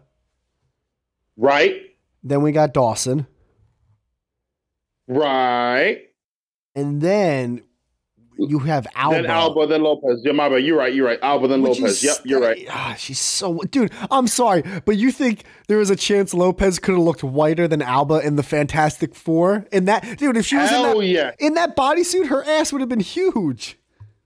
Right,
Then we got Dawson,
right.
and then you have
Then Alba, then Lopez. Yeah, my bad. You're right. You're right. Alba, then
Which
Lopez.
is-
Yep, you're right.
Ah, she's so dude. I'm sorry, but you think there was a chance Lopez could have looked whiter than Alba in the Fantastic Four? And that dude, if she was in
Hell
that,
yeah.
in that bodysuit, her ass would have been huge.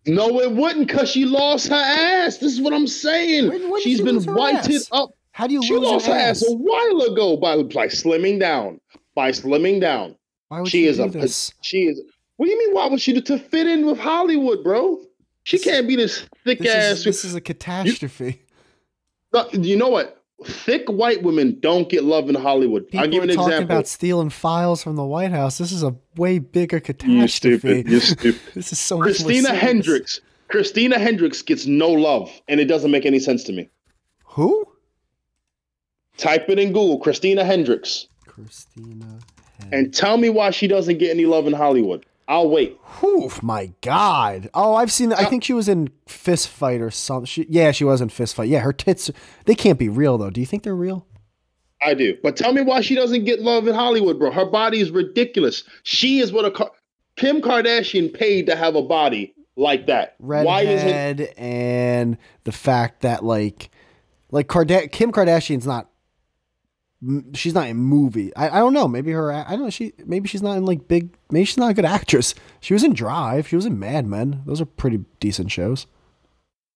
No, it wouldn't, cause she lost her ass. This is what I'm saying.
When- when did
She's
she
been
lose her
whited
ass?
up
How do you
She
lose
lost
her
her
ass?
ass a while ago by, by slimming down. By slimming down.
Why would
She
you
is
do
a
this?
she is. What do you mean? Why would she do to fit in with Hollywood, bro? She can't be this thick
This
ass.
is, this is a catastrophe.
No, you know what? Thick white women don't get love in Hollywood.
People
I'll give you
are
an
talking
example.
about stealing files from the White House. This is a way bigger catastrophe.
stupid.
this is so much more
Christina
serious.
Hendricks. Christina Hendricks gets no love, and it doesn't make any sense to me.
Who?
Type it in Google, Christina Hendricks,
Christina. Mm.
and tell me why she doesn't get any love in Hollywood. I'll wait.
Whew, my God. Oh, I've seen. I think she was in Fist Fight or something. She, yeah, she was in Fist Fight. Yeah, her tits. They can't be real though. Do you think they're real?
I do. But tell me why she doesn't get love in Hollywood, bro. Her body is ridiculous. She is what a Car- Kim Kardashian paid to have a body like that. why isn't
Redhead and the fact that like, like Karda- Kim Kardashian's not. m- She's not in movie. I, I don't know. Maybe her. I don't know. She maybe she's not in like big. Maybe she's not a good actress. She was in Drive. She was in Mad Men. Those are pretty decent shows.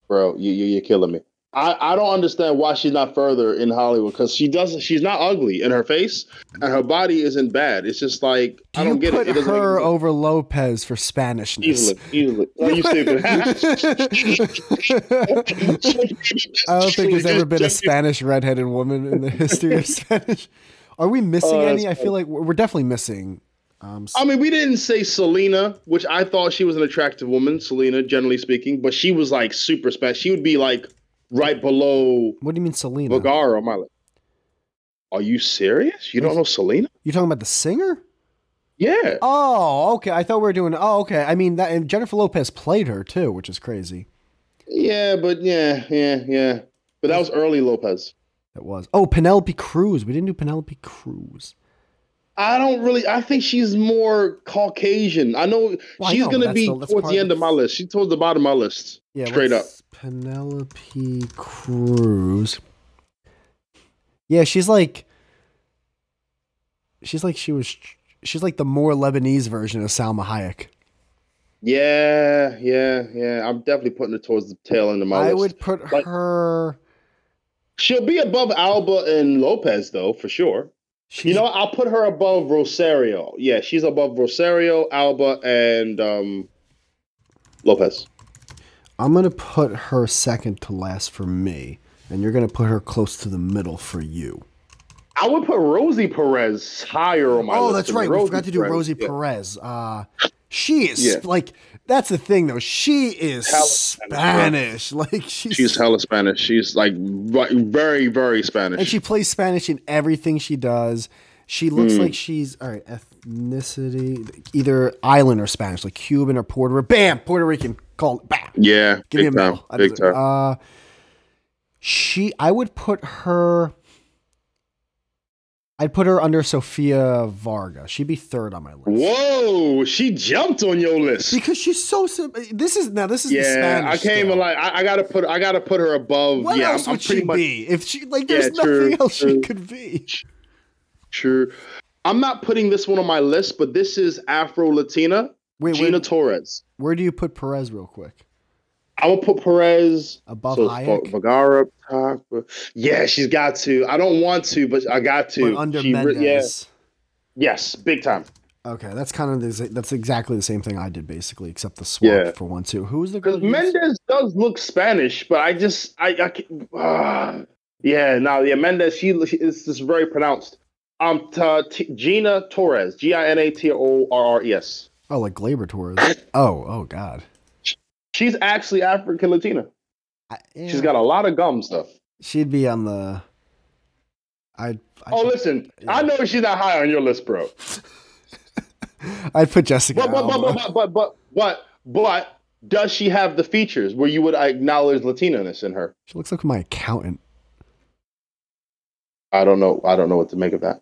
bro? You, you you're killing me. I, I don't understand why she's not further in Hollywood because she doesn't. She's not ugly in her face, and her body isn't bad. It's just like
Do
I don't
you
get
put
it. It doesn't make
her
sense.
over Lopez for Spanishness.
easily, easily. Oh, you stupid.
I don't think there's ever been a Spanish redheaded woman in the history of Spanish. Are we missing
Oh, that's
any? I feel like we're we're definitely missing. Um,
I mean, we didn't say Selena, which I thought she was an attractive woman, Selena, generally speaking, but she was like super special. She would be like right below
what do you mean, Selena?
Vergara on my list. Are you serious? You don't know Selena?
You talking about the singer?
Yeah.
Oh, okay. I thought we were doing. Oh, okay. I mean, that and Jennifer Lopez played her too, which is crazy.
Yeah, but yeah, yeah, yeah. But that was early Lopez.
That was. Oh, Penelope Cruz. We didn't do Penelope Cruz.
I don't really. I think she's more Caucasian. I know
Well, I
she's
know, but
gonna
that's
be
still- that's
towards
part
the
of
end of
the-
my list. She's towards the bottom of my list.
Yeah,
Straight
what's Penelope Cruz. Yeah, she's like she's like she was she's like the more Lebanese version of Salma Hayek.
Yeah, yeah, yeah. I'm definitely putting her towards the tail end of my
I
list.
would put
Like-
her
She'll be above Alba and Lopez, though, for sure.
she's,
You know, I'll put her above Rosario. Yeah, she's above Rosario, Alba, and um, Lopez.
I'm going to put her second to last for me and you're going to put her close to the middle for you.
I would put Rosie Perez higher on my list.
Oh, that's
than
right. we forgot to do
Perez.
Rosie
Yeah.
Perez. Uh, she is
Yeah.
like that's the thing though. She is
Hella
Spanish.
Spanish,
Like
She's hella Spanish. She's like vi- very, very Spanish.
And she plays Spanish in everything she does. She looks
Hmm.
like she's all right, ethnicity, either island or Spanish, like Cuban or Puerto Rican. Bam, Puerto Rican. Call it. Bam.
yeah,
Give me a
big time,
medal. I
big
deserve-
time.
Uh, she, I would put her. I'd put her under Sofia Varga. She'd be third on my list
Whoa, she jumped on your list.
because she's so. sim- This is now. This is the
Yeah,
Spanish
I can't
scale.
even lie. I, I gotta put I gotta put her above.
What
yeah, I'm-
else
I'm,
would
pretty
she
much
be? If she like,
Yeah,
there's
true,
nothing else she
true.
could be.
sure. I'm not putting this one on my list, but this is Afro Latina
Wait,
Gina
wait,
Torres.
where do you put Perez real quick?
I would put Perez
Above
so
Hayek?
Va- Vergara up top. Yeah, she's got to. I don't want to, but I got to.
but under
She re-
Mendez.
yeah, yes, big time.
Okay, that's kind of the, that's exactly the same thing I did basically, except the swap
Yeah.
for one two. Who was the girl?
Because
you-
Mendez does look Spanish, but I just I, I can't- ah. yeah no yeah Mendez she is just very pronounced. Um, t- t- Gina Torres, G I N A T O R R E S.
Oh, like Glaber Torres. oh, oh God.
She's actually African Latina.
I,
She's got a lot of gum stuff.
She'd be on the. I'd I'd,
Oh, listen, I know she's not high on your list, bro.
I'd put Jessica.
But but but
Alba.
but but but but, but does she have the features where you would acknowledge Latinaness in her?
She looks like my accountant.
I don't know. I don't know what to make of that.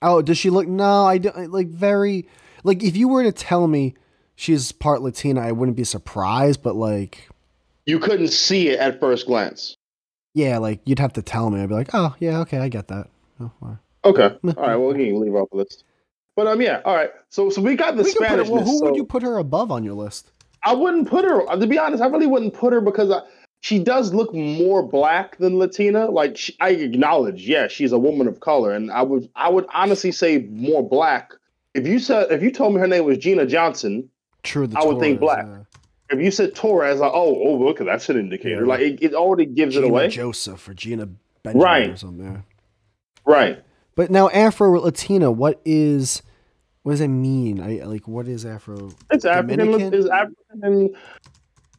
Oh, does she look? No, I don't. Like very. Like if you were to tell me she's part Latina, I wouldn't be surprised. But like,
You couldn't see it at first glance.
yeah, like you'd have to tell me. I'd be like, oh yeah, okay, I get that. Oh, all right.
Okay. All right. Well, you can leave off the list. But um, yeah. All right. So so we got the
We could put her-
Spanish.
well, who would you put her above on your list?
I wouldn't put her. To be honest, I really wouldn't put her because I, she does look more black than Latina. Like she, I acknowledge, yeah, she's a woman of color, and I would I would honestly say more black. If you said if you told me her name was Gina Johnson,
True, the
I would think
Torres,
black.
uh,
if you said Torres, like oh oh look, that's an indicator. Like it, it already gives
Gina
it away.
Joseph or Gina Benjamin
Right.
or something. yeah.
right.
But now Afro Latina, what is what does that mean? I like what is Afro
It's African.
Dominican?
It's African. And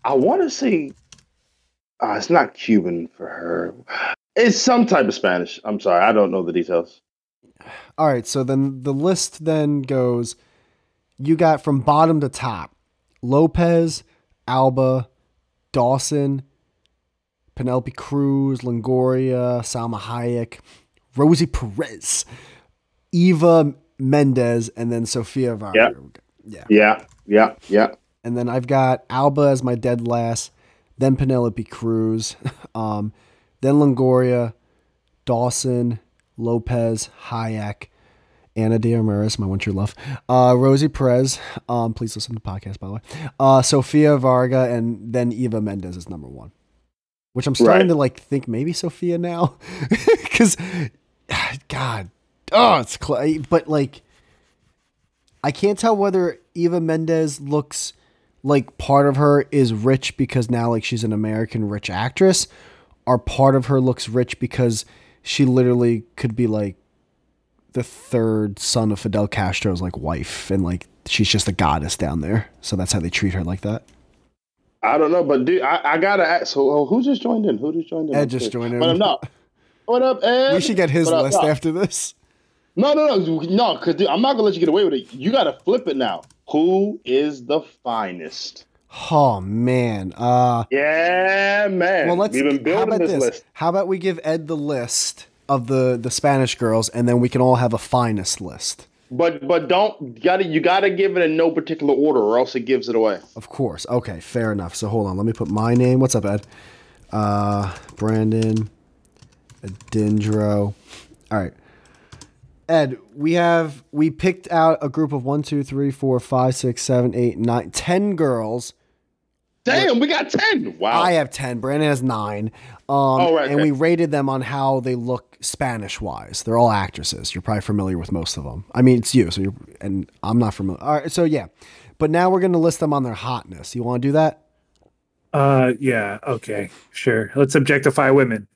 I want to say uh, it's not Cuban for her. It's some type of Spanish. I'm sorry, I don't know the details.
All right, so then the list then goes you got from bottom to top Lopez, Alba, Dawson, Penelope Cruz, Longoria, Salma Hayek, Rosie Perez, Eva Mendez, and then Sofia Vargas. Yeah.
Yeah, yeah, yeah.
And then I've got Alba as my dead last, then Penelope Cruz, um, then Longoria, Dawson, Lopez, Hayek, Anna de Armaris, my one true love, uh, Rosie Perez. Um, please listen to the podcast, by the way. Uh, Sofia Varga, and then Eva Mendez is number one, which I'm starting
Right.
to like think maybe Sofia now, because God, oh, it's cl- but like I can't tell whether Eva Mendez looks like part of her is rich because now like she's an American rich actress, or part of her looks rich because she literally could be like the third son of Fidel Castro's like wife and like she's just a goddess down there. So that's how they treat her like that.
I don't know, but dude, I, I gotta ask. So, who just joined in? Who just joined in?
Ed just joined in.
What up? No. What up, Ed?
We should get his
What up,
list
no.
after this.
No, no, no, no. Because I'm not gonna let you get away with it. You gotta flip it now. Who is the finest?
Oh man. Uh
Yeah, man.
well let's
We've been
how
building
about
this,
this?
list.
How about we give Ed the list of the the Spanish girls and then we can all have a finest list.
But but don't gotta you gotta give it in no particular order, or else it gives it away.
Of course. Okay, fair enough. So hold on, let me put my name. What's up, Ed? Uh Brandon Adindro. All right. Ed, we have we picked out a group of one, two, three, four, five, six, seven, eight, nine, ten girls.
Damn, we got ten. Wow.
I have ten. Brandon has nine. Um,
Oh, right,
and
okay.
we rated them on how they look Spanish wise. They're all actresses. You're probably familiar with most of them. I mean, it's you, so you're, and I'm not familiar. All right, so yeah, but now we're going to list them on their hotness. You want to do that?
Uh, yeah. Okay. Sure. Let's objectify women.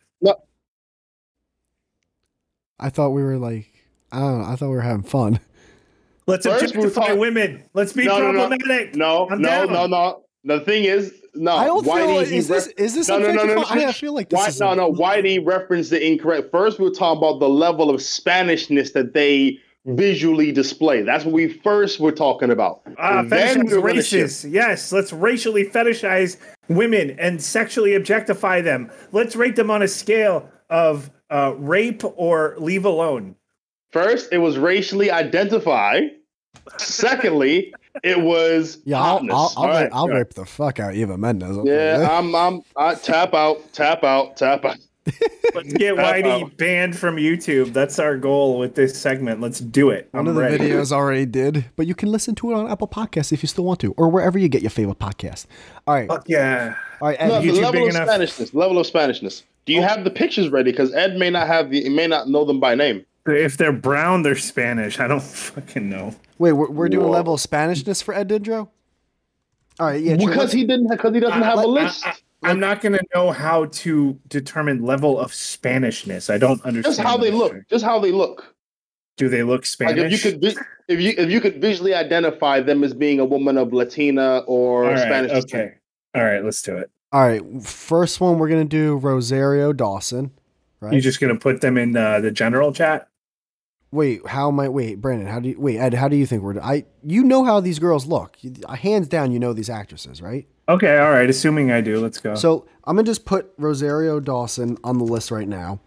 I thought we were like, I don't know. I thought we were having fun.
Let's
First, we're
objectify
talking-
women. Let's be
No, no, no.
problematic.
no,
I'm
no,
down.
no, no. The thing is, no.
I don't
Whitey,
feel like,
he
is this
ref-
is this
No, no, no, no,
objectifying?
no, no.
I feel like this
Why,
is
no, no. Whitey referenced the incorrect. First, we were talking about the level of Spanishness that they visually display. That's what we first were talking about.
Ah,
And then
fetishize
we were gonna shift.
races. Yes, let's racially fetishize women and sexually objectify them. Let's rate them on a scale of uh, rape or leave alone.
First, it was racially identify. Secondly, it was
yeah. I'll
hotness.
I'll, I'll,
All right,
I'll
all right.
rape the fuck out of Eva Mendes. Okay.
Yeah, I'm. I'm. I tap out. Tap out. Tap out.
Let's get Whitey banned from YouTube. That's our goal with this segment. Let's do it.
One
I'm
of the
ready.
videos already did, but you can listen to it on Apple Podcasts if you still want to, or wherever you get your favorite podcast. All right, all
Fuck yeah.
right, Ed,
Uh, No,
you-
the
YouTube
level
big
of
enough? Oh.
Spanishness. Level of Spanishness. Do you have the pictures ready? Because Ed may not have the. May not know them by name.
If they're brown, they're Spanish. I don't fucking know.
wait, we're, we're doing
Whoa.
level of Spanishness for Ed Dindro. All right, yeah, sure,
because
let's-
he didn't. Because he doesn't have a
I-
list.
I, am not going to know how to determine level of Spanishness. I don't understand.
Just how they
that.
look. Just how they look.
Do they look
Like
Spanish?
if you could, vi- if you if you could visually identify them as being a woman of Latina or
All right,
Spanish.
Okay. All right, let's do it.
all right. First one we're gonna do Rosario Dawson. Right.
You're just going to put them in uh, the general chat?
Wait, how am I? Wait, Brandon, how do you? Wait, Ed, how do you think we're? I you know how these girls look. You, uh, hands down, you know these actresses, right?
Okay, all right. Assuming I do, let's go. So
So I'm gonna just put Rosario Dawson on the list right now.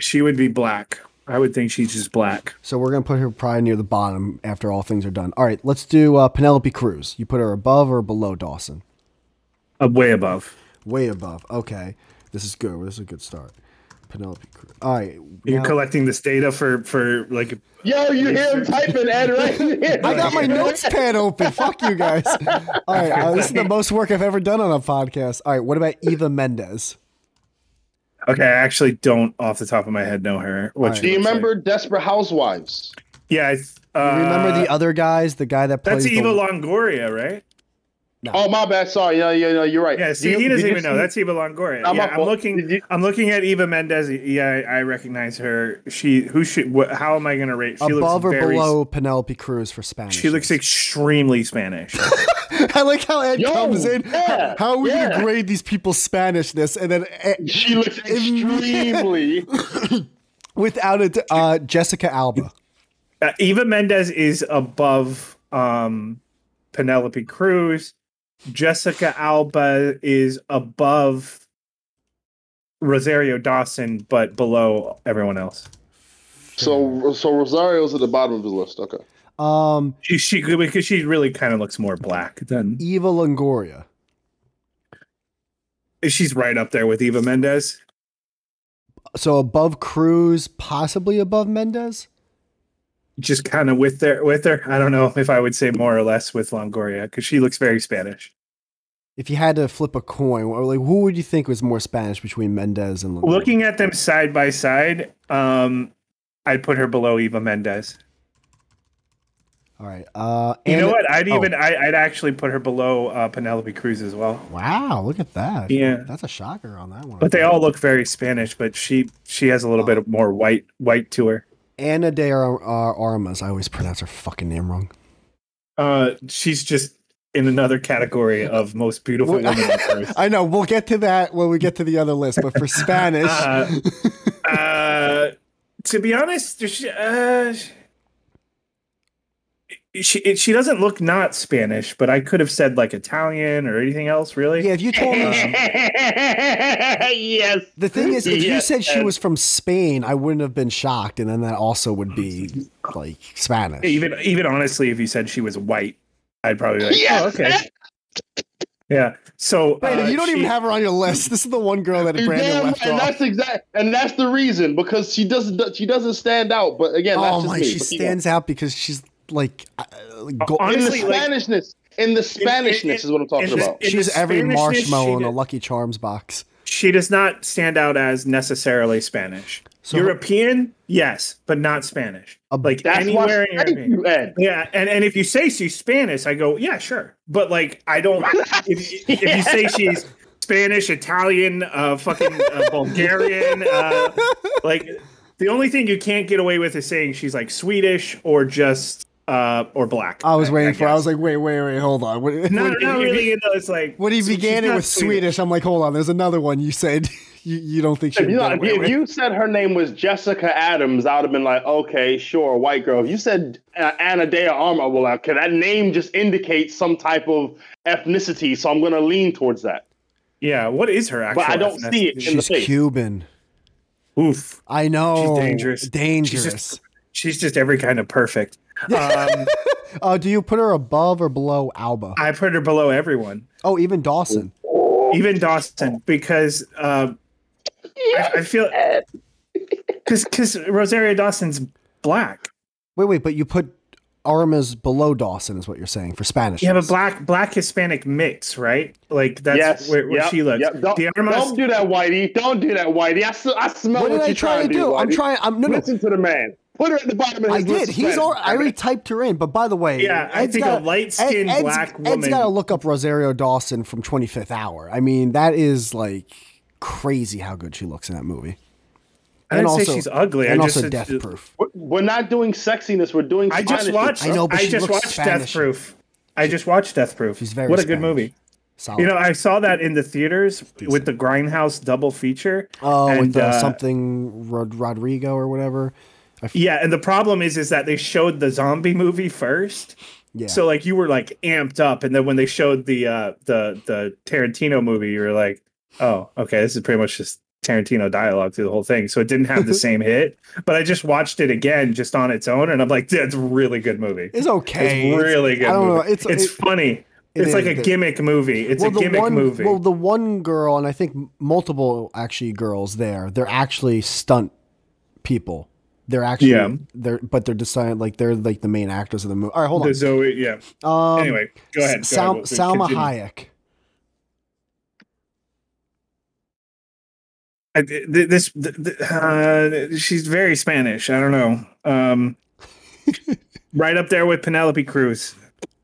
she would be black. I would think she's just black.
So we're gonna put her probably near the bottom after all things are done. All right, let's do uh, Penelope Cruz. You put her above or below Dawson?
Uh, way above.
Way above. Okay, this is good. This is a good start. Penelope Cruz. All right,
You're
now-
collecting this data for for like
Yo, you hear him typing, Ed? Right? You hear him
I got my
typing.
notes pad open. Fuck you guys. All right, uh, this is the most work I've ever done on a podcast. All right, what about Eva Mendes?
okay, I actually don't off the top of my head know her. What
right.
she
Do you
looks like.
remember Desperate Housewives?
Yeah, I, th- uh,
Remember the other guys, the guy that plays
That's
the-
Eva Longoria, right?
No.
Oh my bad. Sorry. Yeah, yeah, yeah. You're right.
Yeah, see,
Did you-
he
did
doesn't
you
even know.
see-
That's Eva Longoria.
Not my
yeah, I'm
fault.
looking.
Did you-
I'm looking at Eva Mendes. Yeah, I, I recognize her. She who she? What, how am I going to rate? She
Above or
looks very,
below Penelope Cruz for Spanish?
She looks extremely Spanish.
I like how Ed
Yo,
comes in.
yeah,
how are we
yeah.
gonna grade these people's Spanishness? And then eh, Ed,
She looks extremely.
without it, uh, Jessica Alba.
uh, Eva Mendes is above um, Penelope Cruz. Jessica Alba is above Rosario Dawson, but below everyone else.
so so Rosario's at the bottom of the list. Okay.
Um,
She, she because she really kind of looks more black than
Eva Longoria.
she's right up there with Eva Mendes.
So above Cruz, possibly above Mendez.
Just kind of with their with her. I don't know if I would say more or less with Longoria because she looks very Spanish.
If you had to flip a coin, or like who would you think was more Spanish between Mendez and Longoria?
Looking at them side by side, um, I'd put her below Eva Mendes.
All right. Uh,
You
and-
know what? I'd
oh,
even I, I'd actually put her below uh, Penelope Cruz as well.
Wow, look at that.
Yeah.
that's a shocker on that one.
But they all look very Spanish. But she she has a little bit more white white to her.
Anna de Ar- Ar- Armas. I always pronounce her fucking name wrong.
Uh, she's just in another category of most beautiful women. on earth.
I know. We'll get to that when we get to the other list. But for Spanish,
Uh, uh, to be honest, she, uh, she it- she doesn't look not Spanish, but I could have said like Italian or anything else. Really,
yeah. If you told me
yes.
the thing is, if you
Yeah,
said she
uh,
was from Spain, I wouldn't have been shocked, and then that also would be like Spanish.
Um, even even honestly, if you said she was white, I'd probably be like, oh,
Yes.
okay, yeah. So
Wait,
uh,
you don't even
she-
have her on your list. This is the one girl that Brandon
Damn,
left
and
off.
that's exact, and that's the reason because she doesn't she doesn't stand out. But again, that's
Oh
just
my,
me.
she
But, you
stands out because she's like, uh, like go-
know,
on-
in the
Honestly, like-
Spanishness, in the Spanishness
in- in-
is what I'm talking
in the-
about.
in
she's every
Spanishness,
marshmallow
she
in a
did-
Lucky Charms box.
she does not stand out as necessarily Spanish.
So-
European, yes, but not Spanish. like
That's
anywhere
why.
in
Thank
Europe.
you, Ed.
Yeah, and, and if you say she's Spanish, I go, yeah, sure. But like, I don't. If, if you say she's Spanish, Italian, uh, fucking uh, Bulgarian, uh, like the only thing you can't get away with is saying she's like Swedish or just uh, or black.
I was waiting for. I
guess.
was like, wait, wait, wait, hold on. What,
no,
when,
no, not really. You know, it's like
when he
so she's
began it
not
with Swedish, I'm like, hold on. There's another one you said you, you don't think she.
If you,
got away
if
with.
you said her name was Jessica Adams, I would have been like, okay, sure, white girl. If you said uh, Anna Dea Arma, well, okay, that name just indicates some type of ethnicity, so I'm going to lean towards that.
Yeah, what is her actual?
But I don't see it in the
She's
face.
Cuban.
ethnicity? Oof.
I know.
dangerous. She's just-
Dangerous.
She's just every kind of perfect. Um,
Uh, do you put her above or below Alba?
I put her below everyone,
Oh, even Dawson.
even Dawson, because uh, I, I feel because because Rosario Dawson's black.
Wait, wait, but you put Armas below Dawson is what you're saying for Spanish.
You have a black black Hispanic mix, right? Like that's
yes.
where, where
yep,
she looks.
yep. Don't,
The Armas-
don't do that, Whitey. Don't do that, Whitey. I, s- I smell
What
what,
did I
you're
try to do? I'm
Whitey.
trying. I'm no, no.
Listen to the man. Put her at the bottom of his
I
list
did.
of
He's
friends.
all. I already typed her in. But by the way,
Yeah, I think a
gotta-
light-skinned
Ed's-
black
Ed's
woman-
got to look up Rosario Dawson from 25th Hour. I mean, that is like crazy how good she looks in that movie.
I didn't say she's ugly.
And
I
also
just
death
said-
proof.
We're- We're not doing sexiness. We're doing.
I just
Spanishness.
watched.
I know, but
I
she
just
looks
watched
Spanish.
Death Proof. I just watched Death Proof.
She's very
what a good
Spanish.
movie.
Solid.
You know, I saw that in the theaters with the Grindhouse double feature.
Oh,
and,
with uh,
uh,
something Rod- Rodrigo or whatever. I f-
Yeah, and the problem is, is that they showed the zombie movie first.
yeah.
So like you were like amped up, and then when they showed the uh the the Tarantino movie, you were like, oh, okay, this is pretty much just Tarantino dialogue through the whole thing. So it didn't have the same hit. But I just watched it again, just on its own, and I'm like, that's a really good movie.
it's okay.
It's really good.
I don't know.
movie.
It's-
It's
it-
funny.
it
it's like
is
a
good.
gimmick movie. It's a gimmick
one,
movie.
Well, the one girl, and I think m- multiple actually girls there, they're actually stunt people. They're actually,
Yeah.
they're, but they're decided like they're like the main actors of the movie. All right, hold on.
the Zoe, yeah.
Um,
anyway, go ahead.
S-
go
Sal-
ahead, we'll
Salma
continue.
Hayek.
I, th- th- this th- th- uh, she's very Spanish. I don't know. Um, right up there with Penelope Cruz.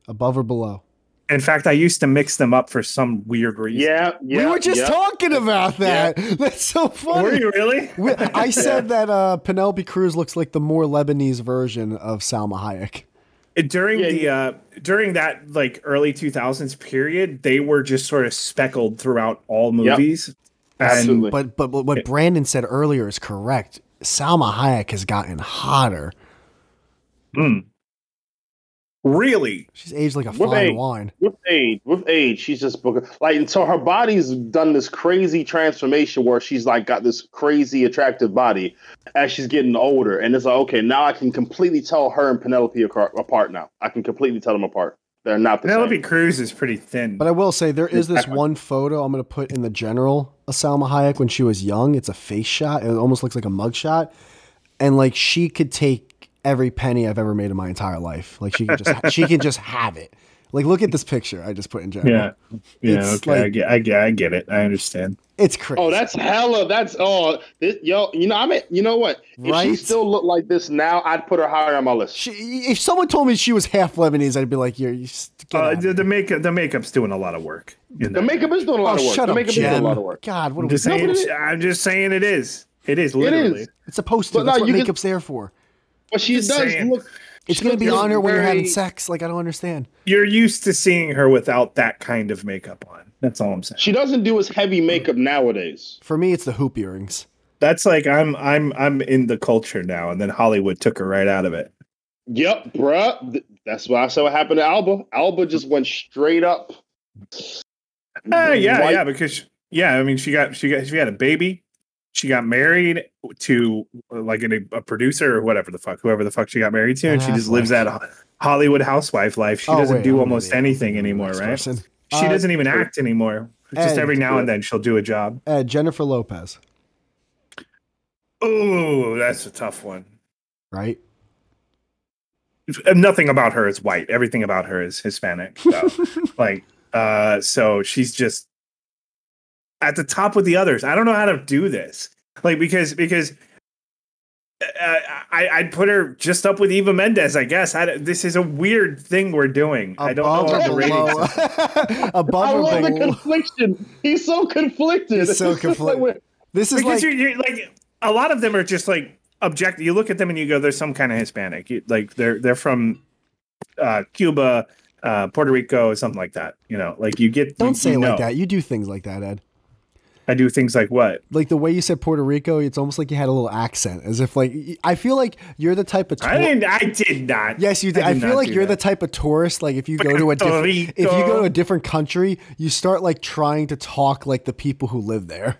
Above or below?
In fact, I used to mix them up for some weird reason.
Yeah, yeah.
we were just
yeah.
talking about that. That's so
Were
funny.
you really?
We- I said that uh, Penelope Cruz looks like the more Lebanese version of Salma Hayek.
during
Yeah,
the
you-
uh during that like early 2000s period they were just sort of speckled throughout all
Yep.
movies And
Absolutely.
But but what- what Brandon said earlier is correct. Salma Hayek has gotten hotter.
hmm. really
She's aged like a
What
fine
age?
wine.
with age, with age, she's just book like and so her body's done this crazy transformation where she's like got this crazy attractive body as she's getting older, and it's like okay, now I can completely tell her and Penelope acar- apart. Now I can completely tell them apart. They're not the
penelope
same.
cruz is pretty thin
But I will say there is this
Exactly.
one photo I'm going to put in the general of Salma Hayek when she was young. It's a face shot. It almost looks like a mug shot, and like she could take every penny I've ever made in my entire life. Like she can just she can just have it. Like look at this picture I just put in general.
yeah yeah
It's
okay I,
like-
get, I get i get it i understand
It's crazy.
Oh, that's hella. That's oh, this, yo. You know, I mean, you know what? If she
Right?
still looked like this now, I'd put her higher on my list.
She, if someone told me she was half Lebanese, I'd be like, "You're you s- get
uh,
out of
the,
here."
the makeup the makeup's doing a lot of work in
the
that.
makeup is doing a lot of
oh,
work.
shut
the
up,
makeup is doing
Jen.
a lot of work.
God, what
I'm
are we
just saying,
doing?
it is.
i'm just saying it is it is
It
literally
is,
It's supposed to.
But
That's
no,
what
you can-
makeup's there for.
but she
Just
does
saying.
look.
It's
she
gonna be
looks
on her when you're having
very-
sex. Like I don't understand.
you're used to seeing her without that kind of makeup on that's all i'm saying
She doesn't do as heavy makeup nowadays.
For me, it's the hoop earrings.
that's like i'm i'm i'm in the culture now and then hollywood took her right out of it
Yep, bruh. Th- That's why I said what happened to Alba. Alba just went straight up.
Uh, Eh, yeah,
White-
yeah, because she- yeah, I mean, she got she got she had a baby. She got married to uh, like an, a producer or whatever the fuck, whoever the fuck she got married to, and she just lives that ho- Hollywood housewife life. She
Oh,
doesn't
wait, I'm
do
an
almost
idiot.
anything anymore,
Next
right?
person.
She
Uh,
doesn't even act anymore. Just
Ed.
every now and then she'll do a job.
Uh, Jennifer Lopez,
Oh, that's a tough one.
right?
Uh, Nothing about her is white. Everything about her is Hispanic. So, like, uh, so she's just at the top with the others. I don't know how to do this. Like because because uh, I I'd put her just up with Eva Mendes. I guess I, this is a weird thing we're doing. I don't know
Above
what the
or
ratings.
below.
I
is.
Above
love
or
the
below.
confliction. He's so conflicted.
He's so
It's just like
conflicted.
when-
This is like
Because you're, you're like a lot of them are just like objective. You look at them and you go, "There's some kind of Hispanic." You, like they're they're from uh, Cuba, uh, Puerto Rico, something like that. You know, like you get. you-
don't say
you
it like
know.
that. You do things like that, Ed.
I do things like what?
Like the way you said Puerto Rico, it's almost like you had a little accent, as if like y- I feel like you're the type of.
I
tour-
didn't. I did not.
Yes, you did. I,
did
feel
not
like
do
you're
that.
the type of tourist. Like if you go to a
Puerto
different, if you go to
Rico.
a different country, you start like trying to talk like the people who live there.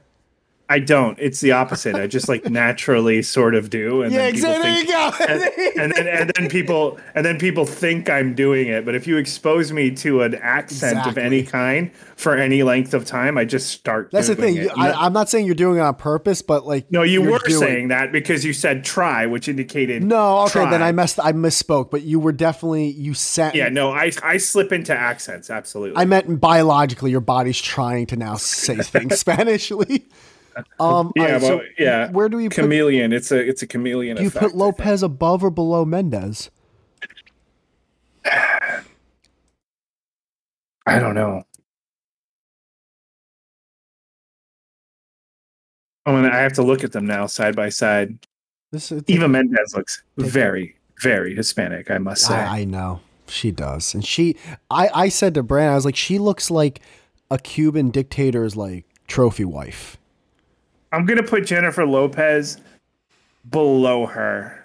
I don't. It's the opposite. I just like naturally sort of do, and
Yeah,
then people
exactly. There
think-
you go.
and, and then and then people and then people think I'm doing it. But if you expose me to an accent of
Exactly.
any kind for any length of time, I just start.
That's the
doing
thing.
it.
You- I, I'm not saying you're doing it on purpose, but like
no, you
you're
were
doing-
saying that because you said try, which indicated
No, okay, then
try.
I messed. I misspoke, but you were definitely you sent.
Yeah, no, I I slip into accents absolutely.
I meant biologically, your body's trying to now say things Spanishly. Um,
yeah,
all right,
but,
so
yeah.
where do we put?
chameleon? It's a it's a chameleon.
Do you
effect, I
put
think.
Lopez above or below Mendez?
I don't know. I'm gonna. Oh, I have to look at them now, side by side.
This is,
Eva Mendes looks very, very Hispanic. I must say.
I, I know she does, and she. I I said to Brand, I was like, she looks like a Cuban dictator's like trophy wife.
I'm gonna put Jennifer Lopez below her.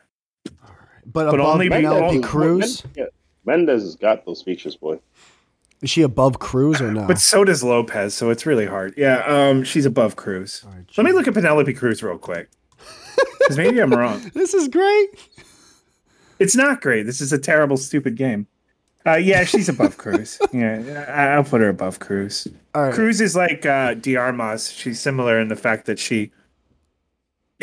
But,
But
above
only because-
Penelope
Mendes-
Cruz,
Mendes- Mendes has got those features, boy.
is she above Cruz or no?
But so does Lopez, so it's really hard. Yeah, um, she's above Cruz. Let me look at Penelope Cruz real quick. Because maybe I'm wrong.
This is great.
It's not great. This is a terrible, stupid game. Uh, yeah, she's above Cruz. Yeah, I- I'll put her above Cruz.
All right,
Cruz is like uh, Diarmas. She's similar in the fact that she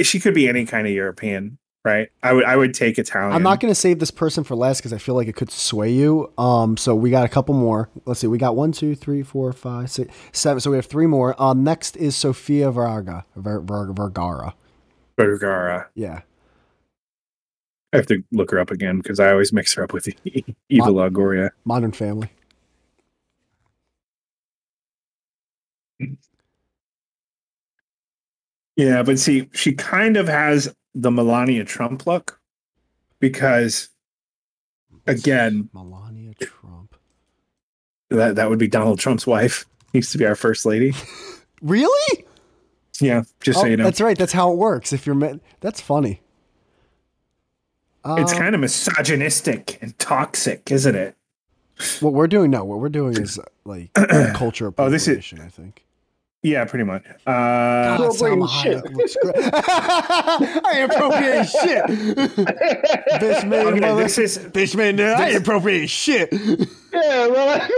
she could be any kind of European, right? I would I would take Italian.
I'm not going to save this person for last because I feel like it could sway you. Um, so we got a couple more. Let's see. We got one, two, three, four, five, six, seven. So we have three more. Um, next is Sofia Vergara. Ver, Ver, Vergara.
Vergara.
Yeah.
I have to look her up again because I always mix her up with Eva Longoria.
Modern Family.
Yeah, but see, she kind of has the Melania Trump look because Again.
Melania Trump.
that, that would be Donald Trump's wife. Used to be our first lady.
Really?
Yeah, just
Oh,
so you know.
That's right. That's how it works. If you're met, that's funny.
It's
Um,
kind of misogynistic and toxic, isn't it?
what we're doing now. What we're doing is uh, like culture
Oh, this is-
appropriation. I think.
Yeah, pretty much. Uh,
God,
appropriating
Salma Hayek looks great. I appropriate shit. Bitch made
okay,
mother.
this is
Bitch made nigga, I appropriate shit.
Yeah, well,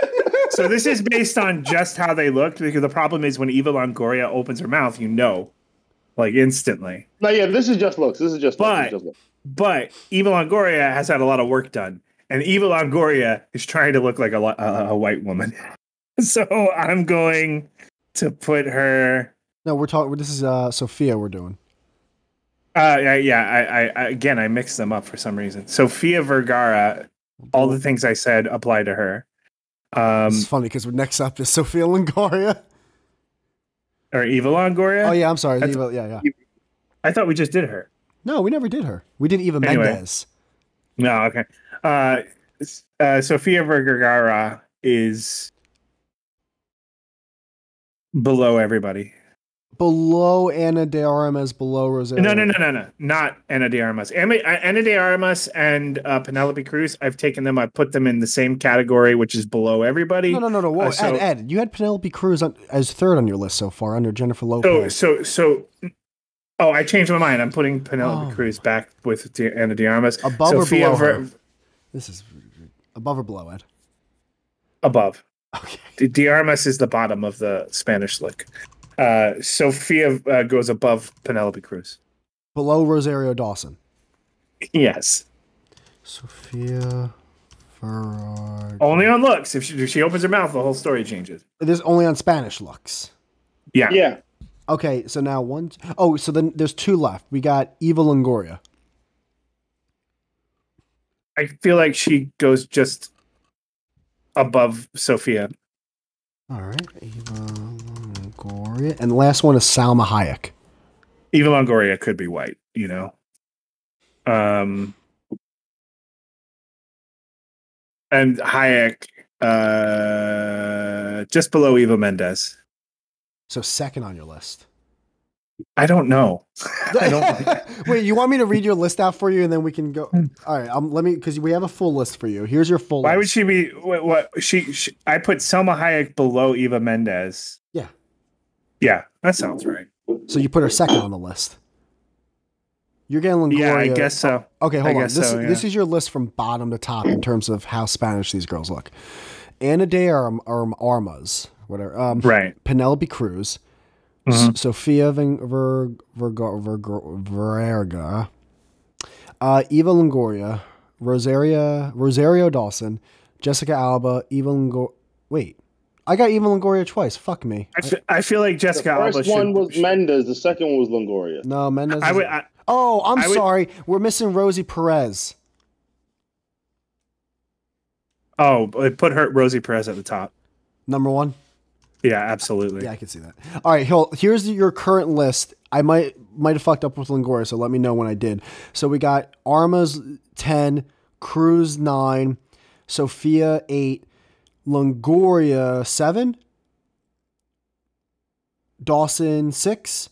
so. This is based on just how they looked. Because the problem is when Eva Longoria opens her mouth, you know, like instantly.
no, yeah, this is just looks. This is just looks. This
But
is just looks.
but Eva Longoria has had a lot of work done, and Eva Longoria is trying to look like a, lo- a, a white woman. So I'm going to put her.
No, we're talking. This is uh, Sophia. We're doing.
Uh, yeah, yeah. I, I, I again, I mixed them up for some reason. Sophia Vergara. All the things I said apply to her. Um,
It's funny because next up is Sophia Longoria.
or Eva Longoria.
Oh yeah, I'm sorry.
That's-
Eva- yeah, yeah.
I thought we just did her.
No, we never did her. We did Eva
Anyway.
Mendes.
No, okay. Uh, s- uh, Sofia Vergara is below everybody.
Below Anna de Armas, below Rosario.
No, no, no, no, no. Not Ana de Armas. Ama- uh, Ana de Armas and uh, Penelope Cruz. I've taken them. I put them in the same category, which is below everybody.
No, no, no, no. Whoa,
Uh, so-
Ed, Ed, you had Penelope Cruz on, as third on your list so far under Jennifer
So,
Lopez.
so, so. Oh, I changed my mind. I'm putting Penelope
Oh.
Cruz back with De- Ana de Armas.
Above or below
Ver-
her? this is above or below Ed.
above.
Okay.
D- Diarmas is the bottom of the Spanish lick. Uh, Sophia uh, goes above Penelope Cruz.
Below Rosario Dawson.
Yes,
Sophia Ferrari.
only on looks. If she, if she opens her mouth, the whole story changes.
Oh, This only on Spanish looks.
Yeah,
Yeah,
Okay, so now one oh so then there's two left. We got Eva Longoria.
I feel like she goes just above Sophia.
All right, Eva Longoria, and the last one is Salma Hayek.
Eva Longoria could be white, you know. Um, and Hayek uh, just below Eva Mendes.
So second on your list.
I don't know. I don't. Like
Wait, you want me to read your list out for you, and then we can go. All right, um, let me because we have a full list for you. Here's your full.
Why would
list.
she be? What, what she, she? I put Selma Hayek below Eva Mendes.
Yeah.
Yeah, that sounds right.
So you put her second on the list. You're getting Longoria.
Yeah, I guess so.
Okay, hold
I
on.
guess
This,
so,
this
yeah.
is your list from bottom to top in terms of how Spanish these girls look. Ana de Arm, Arm, Armas, whatever. Um,
Right.
Penelope Cruz,
Mhm.
S- Sofia Ving- Ver- Verga, Verga, Verga, uh, Eva Longoria, Rosaria, Rosario Dawson, Jessica Alba, Eva Longoria. Wait, I got Eva Longoria twice. Fuck me.
I fe- I feel like
the
Jessica Alba
first
should.
one was Mendes. The second one was Longoria.
No, Mendez.
I
is-
would. I,
oh, I'm
I would-
sorry. We're missing Rosie Perez.
oh, it put her Rosie Perez at the top.
Number one.
Yeah, absolutely.
Yeah, I can see that. All right, Hill, here's your current list. I might might have fucked up with Longoria, so let me know when I did. So we got Armas 10, Cruz 9, Sophia 8, Longoria 7, Dawson 6,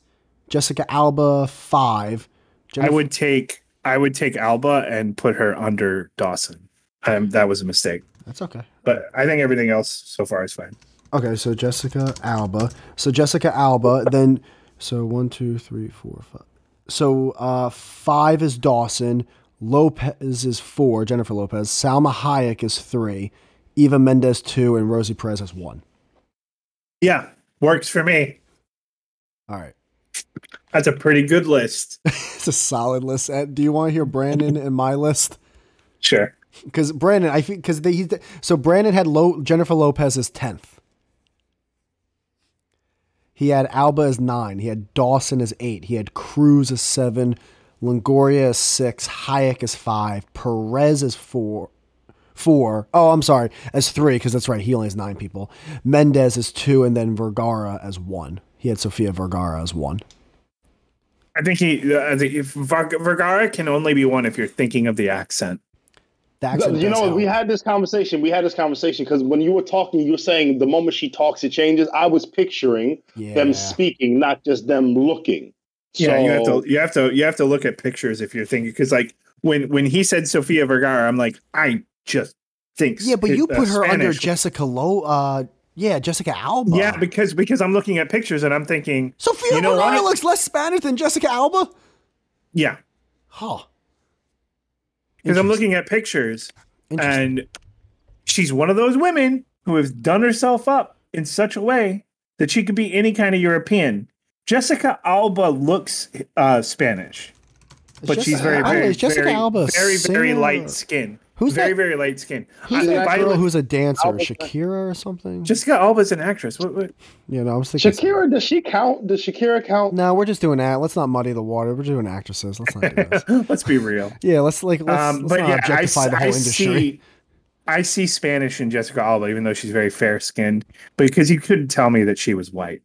Jessica Alba 5.
I
Jennifer-
would take. I would take Alba and put her under Dawson. Um, that was a mistake,
That's okay.
but I think everything else so far is fine.
Okay, so Jessica Alba. So Jessica Alba. Then so one, two, three, four, five. So uh, five is Dawson. Lopez is four. Jennifer Lopez. Salma Hayek is three. Eva Mendes two, and Rosie Perez is one.
Yeah, works for me.
All right,
That's a pretty good list.
it's a solid list. Ed, do you want to hear Brandon and my list?
Sure.
Because Brandon, I think because they he's the- so Brandon had low Jennifer Lopez as tenth. He had Alba as nine. He had Dawson as eight. He had Cruz as seven, Longoria as six, Hayek as five, Perez as four, four. Oh, I'm sorry, as three because that's right. He only has nine people. Mendez is two, and then Vergara as one. He had Sofia Vergara as one.
I think he. I think if Var- Vergara can only be one if you're thinking of the accent.
The accent
you
does
know,
help.
we had this conversation. We had this conversation because when you were talking, you were saying the moment she talks, it changes. I was picturing
yeah.
them speaking, not just them looking.
Yeah, you have
So-
to you have to you have to look at pictures if you're thinking because like when when he said Sofia Vergara, I'm like I just think
yeah, but
sp-
you
uh,
put her under
Spanish.
Jessica Low. Uh, yeah, Jessica Alba.
yeah because because I'm looking at pictures and I'm thinking
Sofia
You know
Vergara
what?
looks less Spanish than Jessica Alba.
yeah Eh,
Huh.
because I'm looking at pictures
Interesting.
and she's one of those women who has done herself up in such a way that she could be any kind of European. Jessica Alba looks uh, Spanish,
Is
but she's
Jessica-
very
I don't know,
very
is Jessica
very,
Alba a
very, very
singer?
light skin.
Who's
very
that-
very light skin. Uh,
Who's
I-
that
if I
girl
look-
who's a dancer?
Alba's not-
Shakira or something?
Jessica Alba's an actress. What, what?
yeah, no, I was thinking.
Shakira, does she count? Does Shakira count?
No, we're just doing that. Let's not muddy the water. We're doing actresses. Let's not do this.
Let's be real.
Yeah, let's like let's,
Um,
let's
but
not
yeah, I,
objectify
s-
the whole
I
industry.
see. I see Spanish in Jessica Alba, even though she's very fair skinned, because you couldn't tell me that she was white.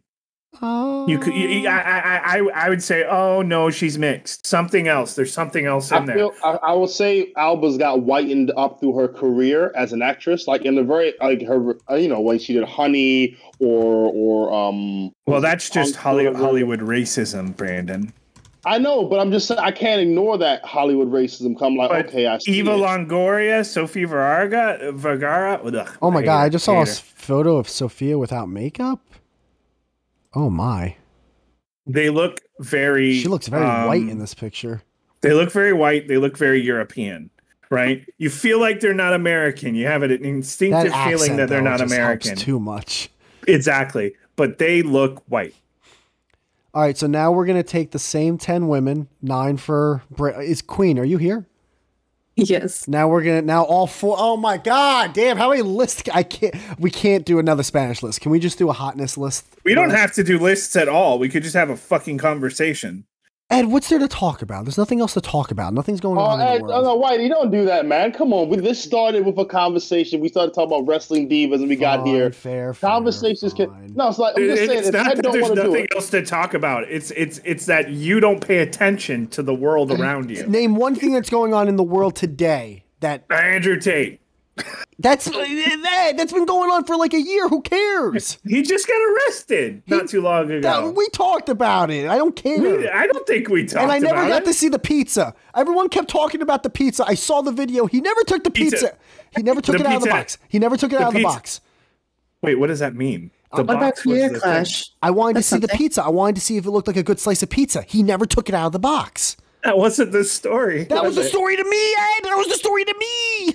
Ah.
You could. You, you- I, I, I, I would say, oh no, she's mixed. Something else. There's something else in
I
there.
feel I, I will say Alba's got whitened up through her career as an actress, like in the very like her uh, you know when she did Honey or or um.
well, that's just
Uncle-
Hollywood, Hollywood racism, Brandon.
I know, but I'm just saying I can't ignore that Hollywood racism. Come like
But
okay, I see
Eva
it.
Longoria, Sophie Vergara, Vergara. ugh,
oh my
hate
god,
her,
I just saw a
hate her.
s- photo of Sophia without makeup. Oh my,
They look very.
she looks very
um,
white in this picture.
They look very white. They look very European, right? You feel like they're not American. You have an
That
instinctive
accent
feeling that they're
though,
not
just helps
American.
too much.
Exactly. But they look white.
All right, so now we're gonna take the same ten women, nine for Bra- is Queen. Are you here?
Yes.
Now we're gonna now all four oh my god, damn! How many lists? I can't. We can't do another Spanish list. Can we just do a hotness list?
We don't have to do lists at all. We could just have a fucking conversation.
Ed, what's there to talk about? There's nothing else to talk about. Nothing's going
Oh,
on in
Ed,
the
oh
world.
no, Whitey, don't do that, man. Come on. We, this started with a conversation. We started talking about wrestling divas, and we got
Fine,
here.
Fair, fair,
Conversations
fine.
can. No, it's like I'm just
It-
saying.
it's
if
not
Ed
that
don't
there's
want to do
nothing
it,
else to talk about. It's it's it's that you don't pay attention to the world
Mm-hmm.
around you.
Name one thing that's going on in the world today that
Andrew Tate.
that's that, that's been going on for like a year. Who cares?
He just got arrested not too long
That-
ago.
we talked about it. I don't care.
We- I don't think we talked
and I never
about
got
it.
to see the pizza. Everyone kept talking about the pizza. I saw the video. He never took the pizza.
Pizza.
He never took
The
it out of the
pizza.
box. He never took it out of the
pizza.
box.
Wait, what does that mean? The
What about
box was the
Career
thing.
Clash?
I wanted to see the
something.
pizza. I wanted to see if it looked like a good slice of pizza. He never took it out of the box.
That wasn't the story.
That was the story to me, Ed. That was the story to me.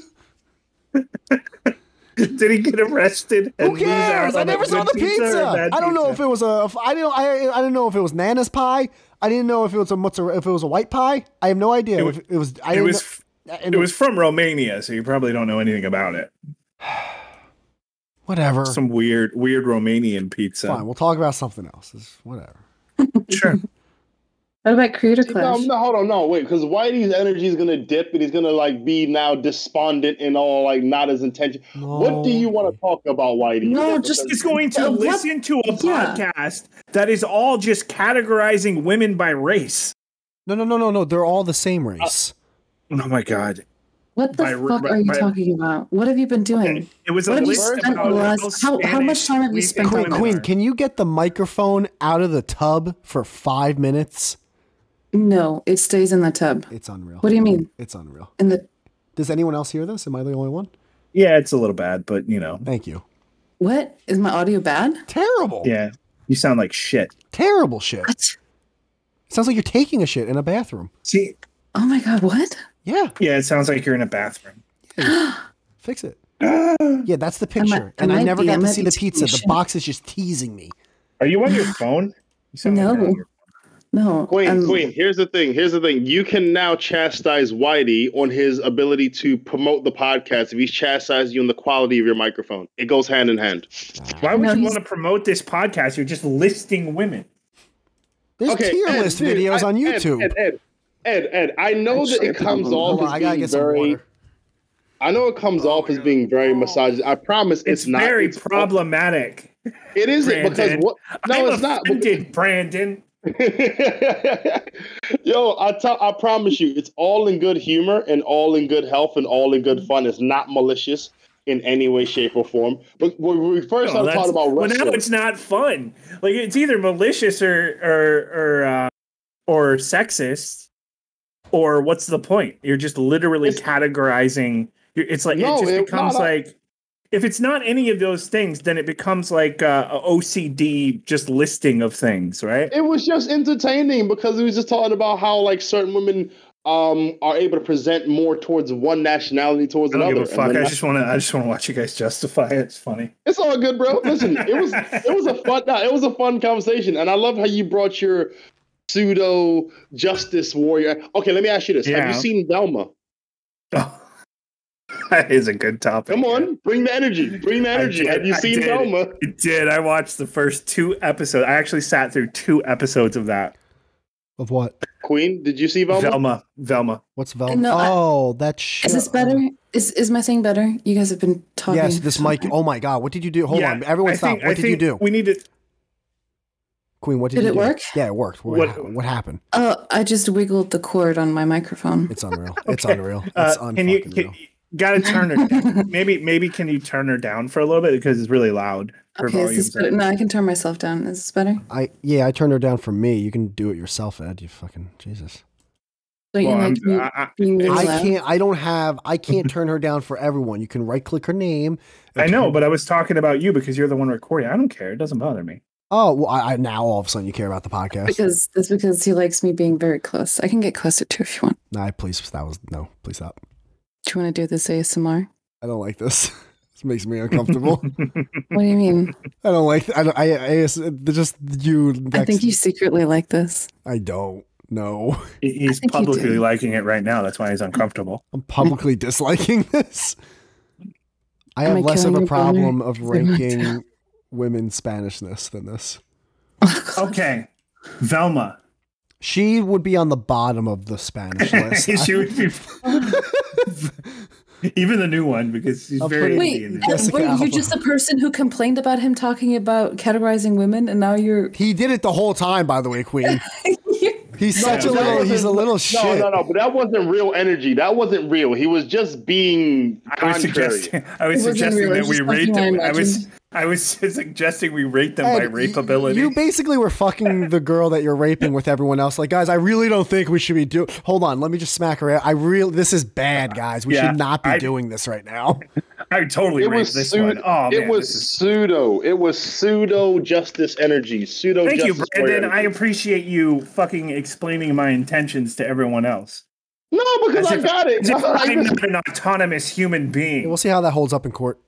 Did he get arrested? and
Who
lose out
cares? I
on a
never saw
good
the pizza.
or a bad
I don't know
pizza?
if it was a. if- I didn't. I, I didn't know if it was Nana's pie. I didn't know if it was a mozzarella. If it was a white pie, I have no idea. It
was-
was. It was. I
it
didn't
was
know-
f-
and
It was from Romania, so you probably don't know anything about it.
whatever.
Some weird, weird Romanian pizza.
Fine, we'll talk about something else. It's whatever.
Sure.
What about Creator
No,
Clash?
no, hold on, no, wait, because Whitey's energy is gonna dip, and he's gonna like be now despondent and all like not as intention. What do you want to talk about, Whitey?
No,
What
just-
the-
Is going to
Uh, what-
listen to a
Yeah.
podcast that is all just categorizing women by race.
No, no, no, no, no. They're all the
Uh,
same race.
Oh my god!
What the
By re-
fuck are you
by-
talking about? What have you been doing?
It was a
What have you
list
spent
about
the
last-
how
how- how much
Spanish
time have you
we
spent
think
on
Queen,
Women
women
Queen,
are.
can you get the microphone out of the tub for five minutes?
No, it stays in the tub.
It's unreal.
What do you mean?
It's unreal.
In the
Does anyone else hear this? Am I the only one?
yeah, it's a little bad, but you know,
Thank you.
what? Is my audio bad?
Terrible.
yeah, you sound like shit.
Terrible shit.
What?
Sounds like you're taking a shit in a bathroom.
See,
Oh my god, what?
Yeah.
yeah, it sounds like you're in a bathroom.
Fix it. yeah, that's the
might-
picture.
I
and I
might
never
be- I
got to
might
see
be
the
taking a
pizza. The
shit.
box is just teasing me.
Are you on your phone? You sound like you're on
No.
your
No.
Queen,
um,
Queen, here's the thing. Here's the thing. You can now chastise Whitey on his ability to promote the podcast if he's chastised you on the quality of your microphone. It goes hand in hand.
Why would
No,
you
he's-
want to promote this podcast? You're just listing women.
There's tier
Ed,
list
dude,
videos
I-
on
Ed,
YouTube.
Ed, Ed, Ed, Ed, I know
That's
that
so
it comes
dumb.
Hold
off
on,
as
I gotta
being
get some
very.
water.
I know it comes off as being very misogynist. I promise it's,
Oh It's,
not.
very
It's-
problematic.
It isn't because
Brandon.
what? No,
I'm
it's not.
offended, Brandon.
Yo, I tell, I promise you, it's all in good humor and all in good health and all in good fun. It's not malicious in any way, shape, or form. But when we first
No,
started
that's-
talking about
well,
wrestling,
now it's not fun. Like it's either malicious or or or uh, or sexist, or what's the point? You're just literally
It's-
categorizing. you're- It's like
No,
it just
it-
becomes
not uh, a-
like if it's not any of those things, then it becomes like uh, a OCD just listing of things, right?
it was just entertaining because we was just talking about how like certain women um are able to present more towards one nationality towards
I don't
another.
give a
And
fuck.
then
I
that-
just want to. I just want to watch you guys justify it. It's funny.
It's all good, bro. Listen, it was it was a fun no, it was a fun conversation, and I love how you brought your pseudo justice warrior. Okay, let me ask you this: Have
Yeah.
you seen Delma?
that is a good topic.
Come on, bring the energy, bring the
I
energy.
did,
Have you
I
seen
did.
Delma?
It did. I watched the first two episodes. I actually sat through two episodes of that.
Of what?
Queen, did you see Velma?
Velma. Velma.
What's Velma?
No, I-
oh, that shit.
Is this better? Is is my thing better? You guys have been talking.
Yes, this
so
mic.
much.
Oh my god, what did you do? Hold
Yeah,
on, everyone,
I
stop.
think- I
what did you
think
do,
We need to.
Queen? What did,
Did
you
it
do?
work?
Yeah, it worked. What,
What-
what happened?
Oh, I just wiggled the cord on my microphone.
It's unreal. It's
Okay,
unreal. It's
Uh,
un
can you?
fucking
Can,
real.
gotta turn her. down. Maybe. Maybe can you turn her down for a little bit because it's really loud. Her
Okay, is
volume's
this better?
up.
No, I can turn myself down. Is this better?
I yeah, I turned her down for me. You can do it yourself, Ed. You fucking Jesus.
Don't
Well,
you
I'm-
like me
I- I-
being really
I
loud?
can't. I don't have. I can't turn her down for everyone. You can right click her name. and
I know,
turn-
but I was talking about you because you're the one recording. I don't care. It doesn't bother me.
oh well, I, I now all of a sudden you care about the podcast.
Because that's because he likes me being very close. I can get closer to if you want.
Nah, please. That was no. Please stop.
Do you want to do this ASMR?
I don't like this. this makes me uncomfortable.
What do you mean?
I don't like. I don't. I, I it's just you.
I
next-
think you secretly like this.
I don't. No.
He- He's
think you
publicly
do.
liking it right now. That's why he's uncomfortable.
I'm publicly disliking this. I have
Am I
less of
killing
a
your brother?
problem of
it my
ranking women's Spanishness than this.
Okay, Velma.
She would be on the bottom of the Spanish list.
she would be. Even the new one because she's
I'll put
very
it-
Wait,
Indian.
uh,
Jessica
wait,
Alba.
you're just the person who complained about him talking about categorizing women, and now you're.
he did it the whole time, by the way, Queen. He's
No,
such a
that
little. He's a
wasn't-
little
No,
shit.
no, no. But that wasn't real energy. That wasn't real. He was just being
I was
contrary.
suggesting, I was
It wasn't
suggesting
real, it
that
was
we
just
rate
something
them.
I
I was I was suggesting we rate them by
Ed, y-
rapeability.
You basically were fucking the girl that you're raping with everyone else. Like, guys, I really don't think we should be doing. Hold on, let me just smack her. out. I really, this is bad, guys. We
Yeah,
should not be
I-
doing this right now.
I totally
It
raped
was
this
pseudo.
one. Oh
it
man,
was
this is-
pseudo. It was pseudo justice energy. Pseudo.
Thank you,
justice warrior
Brandon. I
energy.
appreciate you fucking explaining my intentions to everyone else.
No, because
As
I
if-
got it.
as if
I
I'm
just-
not an autonomous human being.
We'll see how that holds up in court.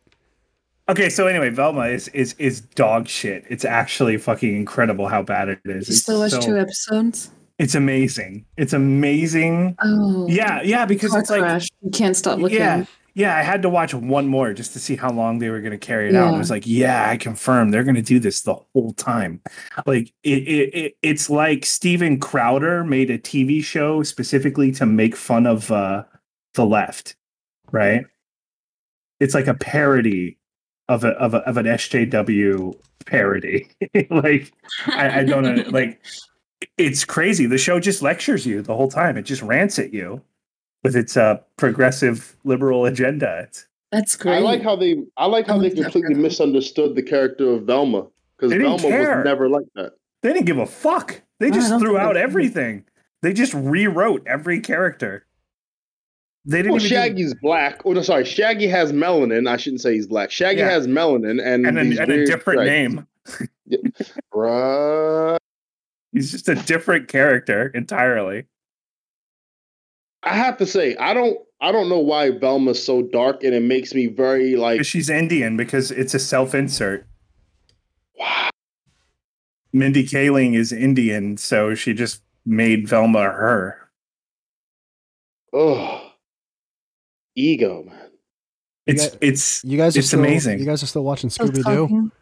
Okay, so anyway, Velma is is is dog shit. It's actually fucking incredible how bad it is.
You
It's
still watch
so-
two episodes?
It's amazing. It's amazing.
Oh.
Yeah, yeah, because
Car
it's like
crash. you can't stop looking.
Yeah. Yeah, I had to watch one more just to see how long they were going to carry it out. I
Yeah.
was like, yeah, I confirm they're going to do this the whole time. Like it, it, it it's like Steven Crowder made a TV show specifically to make fun of uh the left, right? It's like a parody of a of a, of an SJW parody. like I, I don't know, like it's crazy. The show just lectures you the whole time. It just rants at you with its uh, progressive liberal agenda. It's,
That's great.
I like how they I like how
I
they
like that
completely
Velma.
misunderstood the character of Velma because
They didn't
Velma
care.
was never like that.
they didn't give a fuck. They
No, I
just
don't
threw
think
out
they-
everything. They just rewrote every character. They didn't
Well,
even do-
Shaggy's black. Oh no, sorry, Shaggy has melanin. I shouldn't say he's black. Shaggy
Yeah.
has melanin and
and,
these
a, and a
weird
different
stripes.
name.
Bruh.
He's just a different character entirely.
I have to say, I don't I don't know why Velma's so dark, and it makes me very like
'Cause She's Indian because it's a self-insert.
wow.
Mindy Kaling is Indian, so she just made Velma her.
Ugh. Ego, man.
It's
got-
it's
You guys are
It's
still,
amazing.
You guys are still watching
Still
Scooby Doo.
talking.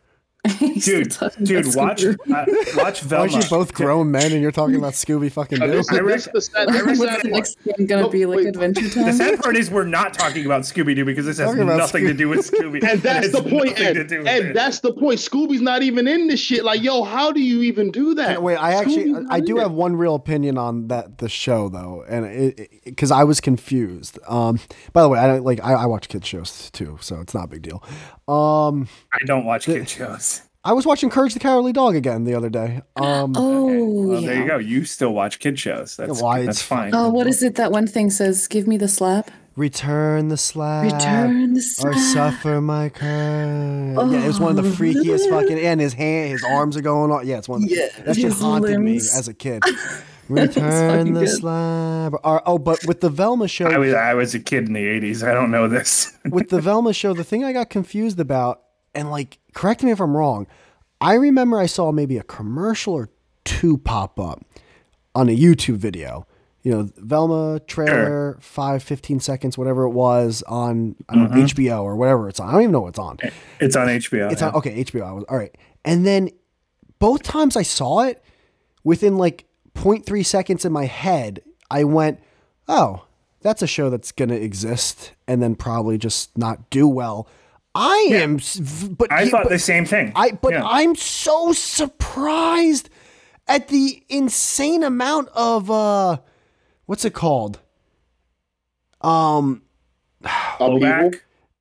He's still
dude,
talking about
dude, watch
Scooby.
uh, watch
Aren't
Velma.
you both grown men and you're talking about Scooby fucking Doo?
This is-
read-
this is the sad- I read
What's
that
the
one.
next game gonna
No,
be like
Oh, wait.
Adventure
The
Time?
sad part is we're not talking about Scooby Doo because this has
Talking about
nothing to do with Scooby.
And that's
It has
the point,
nothing
Ed.
to do with
Ed,
it.
that's the point. Scooby's not even in this shit. Like, yo, how do you even do that?
Wait, I actually
Scooby's not
I
in
do
it.
have one real opinion on that the show though, and because I was confused. Um, by the way, I don't like I, I watch kids shows too, so it's not a big deal. Um,
I don't watch kid shows.
I was watching Courage the Cowardly Dog again the other day. Um,
Oh,
Well,
yeah.
there you go. You still watch kid shows. That's
why
that's
it's-
fine.
Oh, what is it that one thing says? Give me the slap.
Return the slab.
Return the
Uh, or
slap.
suffer my curse. Yeah, it was one of
Oh.
the freakiest fucking. And his hand, his arms are going on. Yeah, it's one. Of the,
Yeah,
that shit
his
haunted
limbs.
me as a kid.
fucking
Return the
good.
slab. Or, oh, but with the Velma show,
I was I was a kid in the eighties. I don't know this.
with the Velma show, the thing I got confused about, and like, correct me if I'm wrong, I remember I saw maybe a commercial or two pop up on a YouTube video. You know, Velma trailer, five, 15 seconds, whatever it was on I
Mm-hmm.
don't know, HBO or whatever it's on. I don't even know what it's on.
It's on HBO.
It's on, okay, HBO. I was, all right. And then both times I saw it, within like 0.3 seconds in my head, I went, oh, that's a show that's going to exist and then probably just not do well. I am, s- v- but
I
he-
thought
but,
the same thing.
I, but
Yeah.
I'm so surprised at the insane amount of, uh, what's it called? Um,
Upheaval?
Blowback,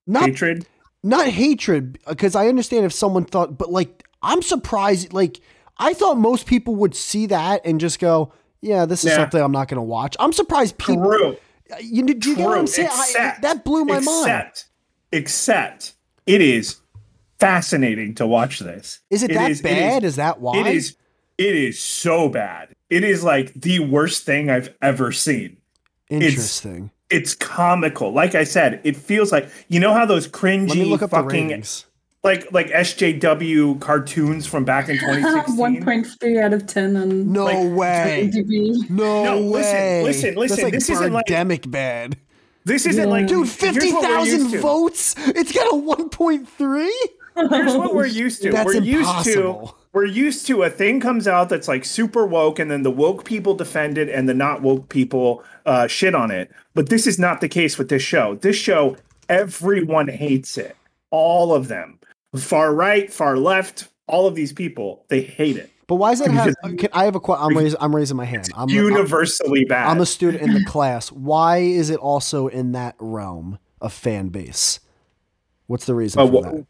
not
hatred.
not hatred because i understand if someone thought but like i'm surprised like i thought most people would see that and just go yeah this is
Yeah.
something i'm not going to watch i'm surprised people uh,
True.
you, do you get what i'm saying I-
Except-
that blew my mind
except, Except it is fascinating to watch this.
is it, that
is-
bad
It
is, that why
is, it is. It is so bad. It is like the worst thing I've ever seen.
interesting
It's comical. Like I said, it feels like you know how those cringy
let me look up the
fucking
ratings
like like SJW cartoons from back in 2016.
One point three out of ten on
no
like,
way
IMDb.
no,
No, listen,
way
listen,
That's
listen,
like
this isn't like-
Birdemic bad
This isn't like
dude
here's what we're
50000
used to.
votes it's got a 1.3
Here's what we're used to.
That's
we're used
impossible.
to we're used to a thing comes out that's like super woke, and then the woke people defend it, and the not woke people uh, shit on it. But this is not the case with this show. This show, everyone hates it. All of them, far right, far left, all of these people, they hate it.
but why does that have? uh,
Because-
Can, I have a question. I'm raising. I'm raising my hand. I'm, I'm-
Universally bad.
I'm a student in the class. Why is it also in that realm of fan base? What's the reason
Uh,
for
wha-
that?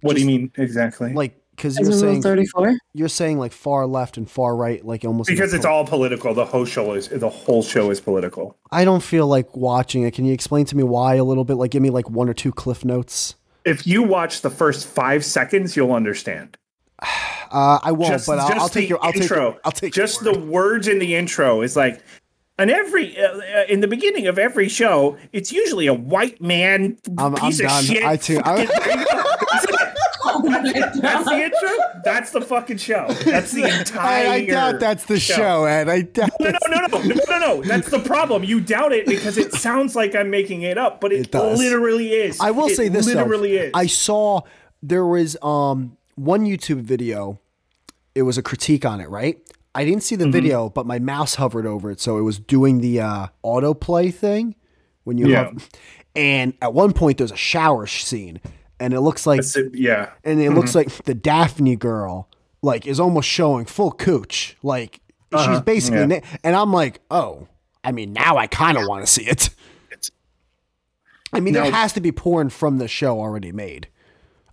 what do you mean exactly?
Like, because you're
As a rule,
saying
thirty-four.
you're saying like far left and far right, like almost
because it's
like-
all political. The whole show is the whole show is political.
I don't feel like watching it. Can you explain to me why a little bit? Like, give me like one or two cliff notes.
If you watch the first five seconds, you'll understand.
Uh, I won't,
just,
but I'll,
just
I'll take
the
your. I'll take.
intro.
Your, I'll take.
just
your
the words in the intro is like, and every uh, uh, in the beginning of every show, it's usually a white man
I'm- I'm
piece of
done.
shit.
I too- I-
that's the intro. That's the fucking show. That's the entire.
I, I doubt that's the show, Ed. I doubt.
No,
that's-
no, no, no, no, no, no. That's the problem. You doubt it because it sounds like I'm making it up, but
It
it,
does.
literally is.
I will
It
say this
literally
though.
is.
I saw there was um one YouTube video. It was a critique on it, right? I didn't see the
Mm-hmm.
video, but my mouse hovered over it, so it was doing the uh, autoplay thing when you
Yeah.
hover. And at one point, there's a shower sh- scene, and it looks like
It's- yeah.
and it
Mm-hmm.
looks like the Daphne girl like is almost showing full cooch, like she's basically.
Uh-huh. yeah.
na- and I'm like, oh, I mean, now I kind of want to see it. I mean, there
Now-
has to be porn from the show already made.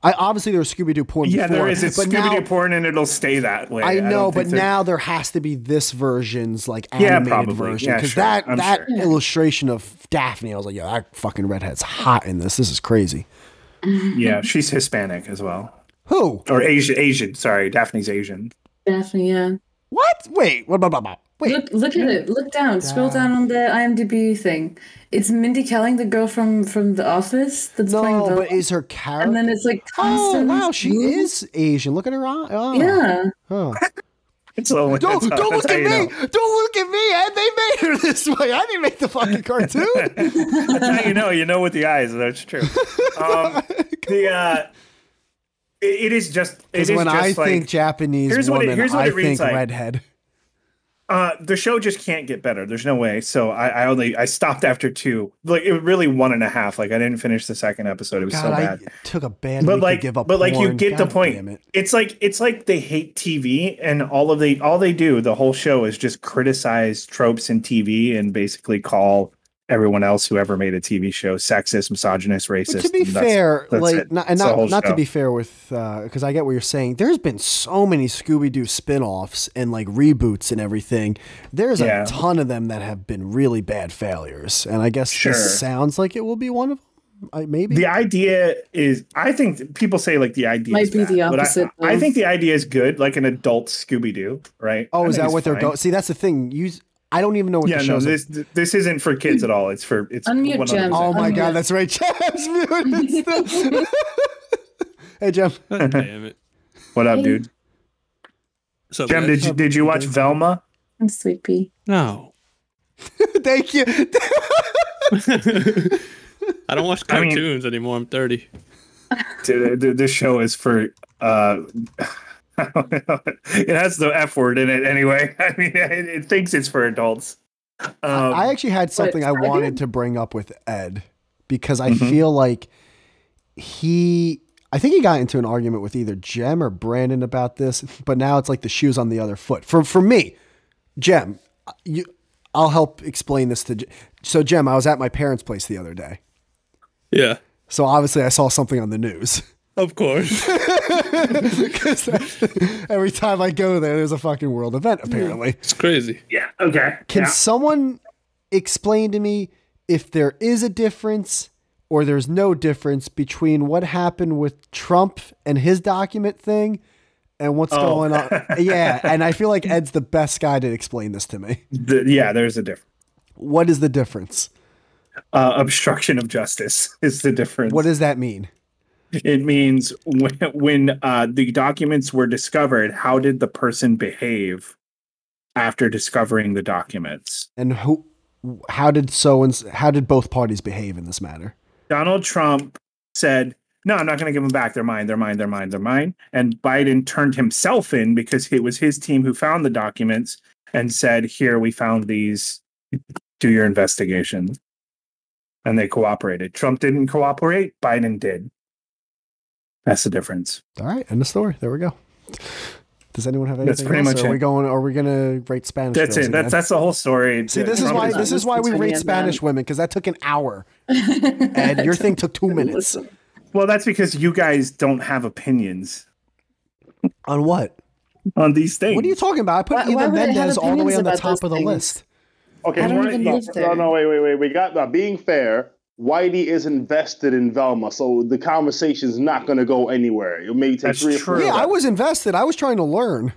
I obviously there was Scooby Doo porn.
Yeah,
before,
there is. It's
but now-
Scooby Doo porn, and it'll stay that way.
I
don't
know,
think
but
that-
now there has to be this version's like
Yeah,
animated
probably.
version
Yeah,
because
sure.
that
I'm
that
sure.
illustration of Daphne, I was like, yo, that fucking redhead's hot in this. This is crazy.
Yeah, she's Hispanic as well,
Who?
or Asian. Asian, sorry, Daphne's Asian.
Daphne, yeah.
What? Wait, what? Blah, blah, blah. Wait,
Look, look at it. Look down. Scroll down on the IMDb thing. It's Mindy Kaling, the girl from from The Office, that's playing
no,
Velma.
but is her character?
and then it's like
Oh
constant
wow, she
movement.
is Asian. Look at her eye. Oh,
Yeah.
huh.
It's a little,
Don't
that's how-
don't
that's
look
how
at
you
me.
know.
Don't look at me. Ed. They made her this way. I didn't make the fucking cartoon.
That's how you know. You know with the eyes. That's true. Um, the uh, it is just. It
Because
is
when
just
I
like,
think Japanese
here's what it-
woman,
here's what
I
it reads
think
like.
redhead.
uh the show just can't get better there's no way so i i only i stopped after two like it really one and a half like i didn't finish the second episode it was so
God,
bad
I took a bad
but
week
like
to give up.
but like you
porn.
get the
God damn
point
it.
it's like it's like they hate tv and all of the all they do the whole show is just criticize tropes in tv and basically call everyone else who ever made a tv show sexist misogynist racist
But to be
and that's-
fair,
that's
like
it.
not, and
It's the
not,
whole
not to
show.
be fair with because I get what you're saying. There's been so many Scooby Doo spin-offs and like reboots and everything. There's
Yeah.
a ton of them that have been really bad failures, and I guess
Sure.
this sounds like it will be one of them. I, maybe
the idea is i think th- people say like the idea
Might
is
be
bad,
the
but I-
opposite,
I,
though.
think the idea is good like an adult scooby-doo right
Oh,
I
is
think
that
it's
what they're
fine.
going? See, that's the thing. You, s- I don't even know what
yeah
the
no
show's.
this this isn't for kids at all it's for it's
Unmute
100%
Jem.
oh my
Um,
god,
yeah.
that's right, Jeff's muted still. hey, Jeff.
Damn it.
what up dude
So,
Jem, did you did you watch velma
I'm sleepy.
No.
Thank you.
I don't watch
I mean-
cartoons anymore. I'm 30.
Dude, th- this show is for uh I don't know. it has the f word in it anyway i mean it, it thinks it's for adults um,
I actually had something I
I
wanted
didn't-
to bring up with Ed because I
Mhm.
feel like he. I think he got into an argument with either Jem or Brandon about this, but now it's like the shoes on the other foot. For for me, Jem, you, I'll help explain this to. J- So, Jem, I was at my parents' place the other day,
Yeah.
so obviously I saw something on the news.
Of course.
Because every time I go there, there's a fucking world event, apparently.
It's crazy.
yeah okay
Can
yeah.
someone explain to me if there is a difference or there's no difference between what happened with Trump and his document thing and what's
Oh.
going on? Yeah. And I feel like Ed's the best guy to explain this to me.
The- yeah there's a difference
What is the difference?
uh, obstruction of justice is the difference
What does that mean?
It means when, when uh, the documents were discovered, how did the person behave after discovering the documents?
And who, how did so and how did both parties behave in this matter?
Donald Trump said, No, I'm not going to give them back. They're mine. They're mine. They're mine. They're mine. And Biden turned himself in because it was his team who found the documents and said, Here, we found these. Do your investigation. And they cooperated. Trump didn't cooperate. Biden did. That's the difference.
All right, end of story. There we go. Does anyone have anything?
That's pretty
else,
much
or Are
it.
we going? Are we gonna rate Spanish?
That's
girls
it. That's
again?
that's the whole story.
See, this is
Trump
why
is not
this is why we
listening
rate
to
Spanish
them.
women because that took an hour,
and
and your thing took two minutes.
Well, that's because you guys don't have opinions
On what?
on these things.
What are you talking about? I put
Why- why
Eva
would I have
Mendes all the way
opinions
on the
about
top
those
of the
things?
list.
Okay,
I don't
we're-
even
no,
live
no,
there.
no, wait, wait, wait. We got that. Being fair, Whitey is invested in Velma, so the conversation's not going to go anywhere. It may take
That's
three. Or
true.
four.
Yeah, I was invested. I was trying to learn.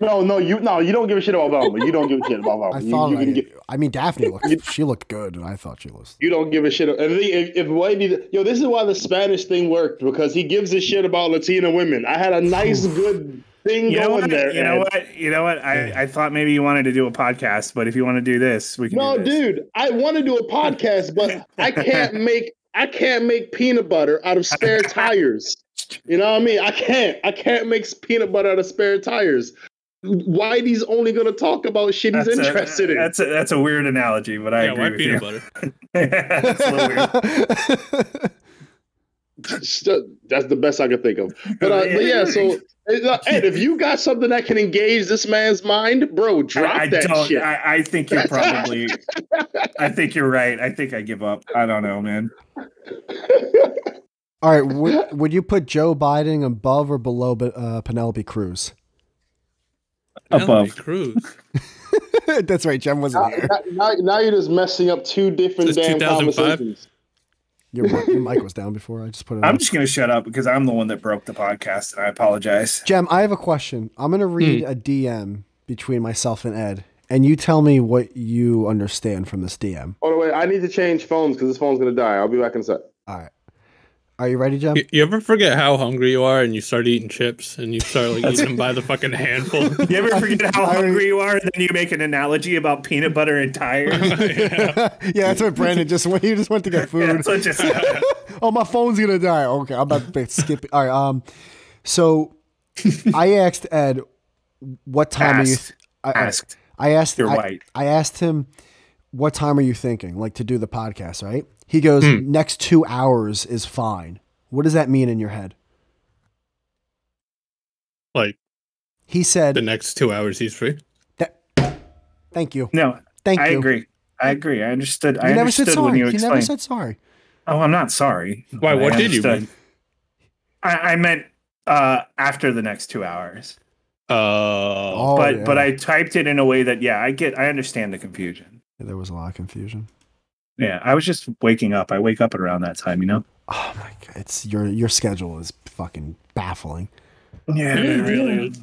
No, no, you, no, you don't give a shit about Velma. You don't give a shit about Velma.
I
you,
thought.
you
I,
can get-
I mean, Daphne looked. she looked good, and I thought she was.
You don't give a shit. And the- if, if Whitey, yo, this is why the Spanish thing worked because he gives a shit about Latina women. I had a nice, good thing
You know
going
what?
there.
you know
Ed.
what? You know what? I, I thought maybe you wanted to do a podcast, but if you want to do this, we can.
No,
do this.
dude, I want to do a podcast, but I can't make I can't make peanut butter out of spare tires. You know what I mean? I can't. I can't make peanut butter out of spare tires. Whitey's only gonna talk about shit he's
That's a-
interested in.
That's a, that's a weird analogy, but I
yeah,
agree
why
with
peanut
you.
butter?
That's a little weird.
Stu- that's the best I could think of. But, uh, but yeah, so uh, Ed, if you got something that can engage this man's mind, bro, drop
I, I
that
don't.
shit.
I, I think you're probably. I think you're right. I think I give up. I don't know, man.
all right, would, would you put Joe Biden above or below uh, Penelope Cruz?
Penelope
Above.
Cruz.
That's right. Jem wasn't here.
now, now- now you're just messing up two different
Since
damn
2005?
conversations.
Your, mi- your mic was down before. I just put it. on.
I'm just gonna shut up because I'm the one that broke the podcast, and I apologize.
Jem, I have a question. I'm going to read a DM between myself and Ed, and you tell me what you understand from this DM.
Oh wait, I need to change phones because this phone's gonna die. I'll be back in a sec.
All right. Are you ready, Jem?
You, you ever forget how hungry you are and you start eating chips and you start like eating them by the fucking handful?
You ever forget how
I-
hungry you are, and then you make an analogy about peanut butter and tires?
Yeah.
yeah, that's what Brandon just went. He just went to get food.
That's what just happened.
oh, my phone's going to die. Okay, I'm about to skip it. All right. Um, So I asked Ed, what time are you?
Asked.
I, I-
Asked.
I asked.
You're
I,
right.
I asked him, what time are you thinking, like to do the podcast? Right? He goes, next two hours is fine. What does that mean in your head?
Like
He said,
the next two hours he's free.
"Thank you,
No,
thank
I
you."
agree. I agree. I understood.
You
I
never said
understood when
sorry.
you
You, never
explained.
said sorry.
oh, I'm not sorry.
Why, what
I
did you
understood.
mean?
I, I meant uh, after the next two hours,
Uh,
Oh,
but but
yeah.
I typed it in a way that yeah, I get. I understand the confusion.
Yeah, there was a lot of confusion.
Yeah, I was just waking up. I wake up at around that time, you know.
Oh my god, it's your your schedule is fucking baffling.
Yeah,
it really is.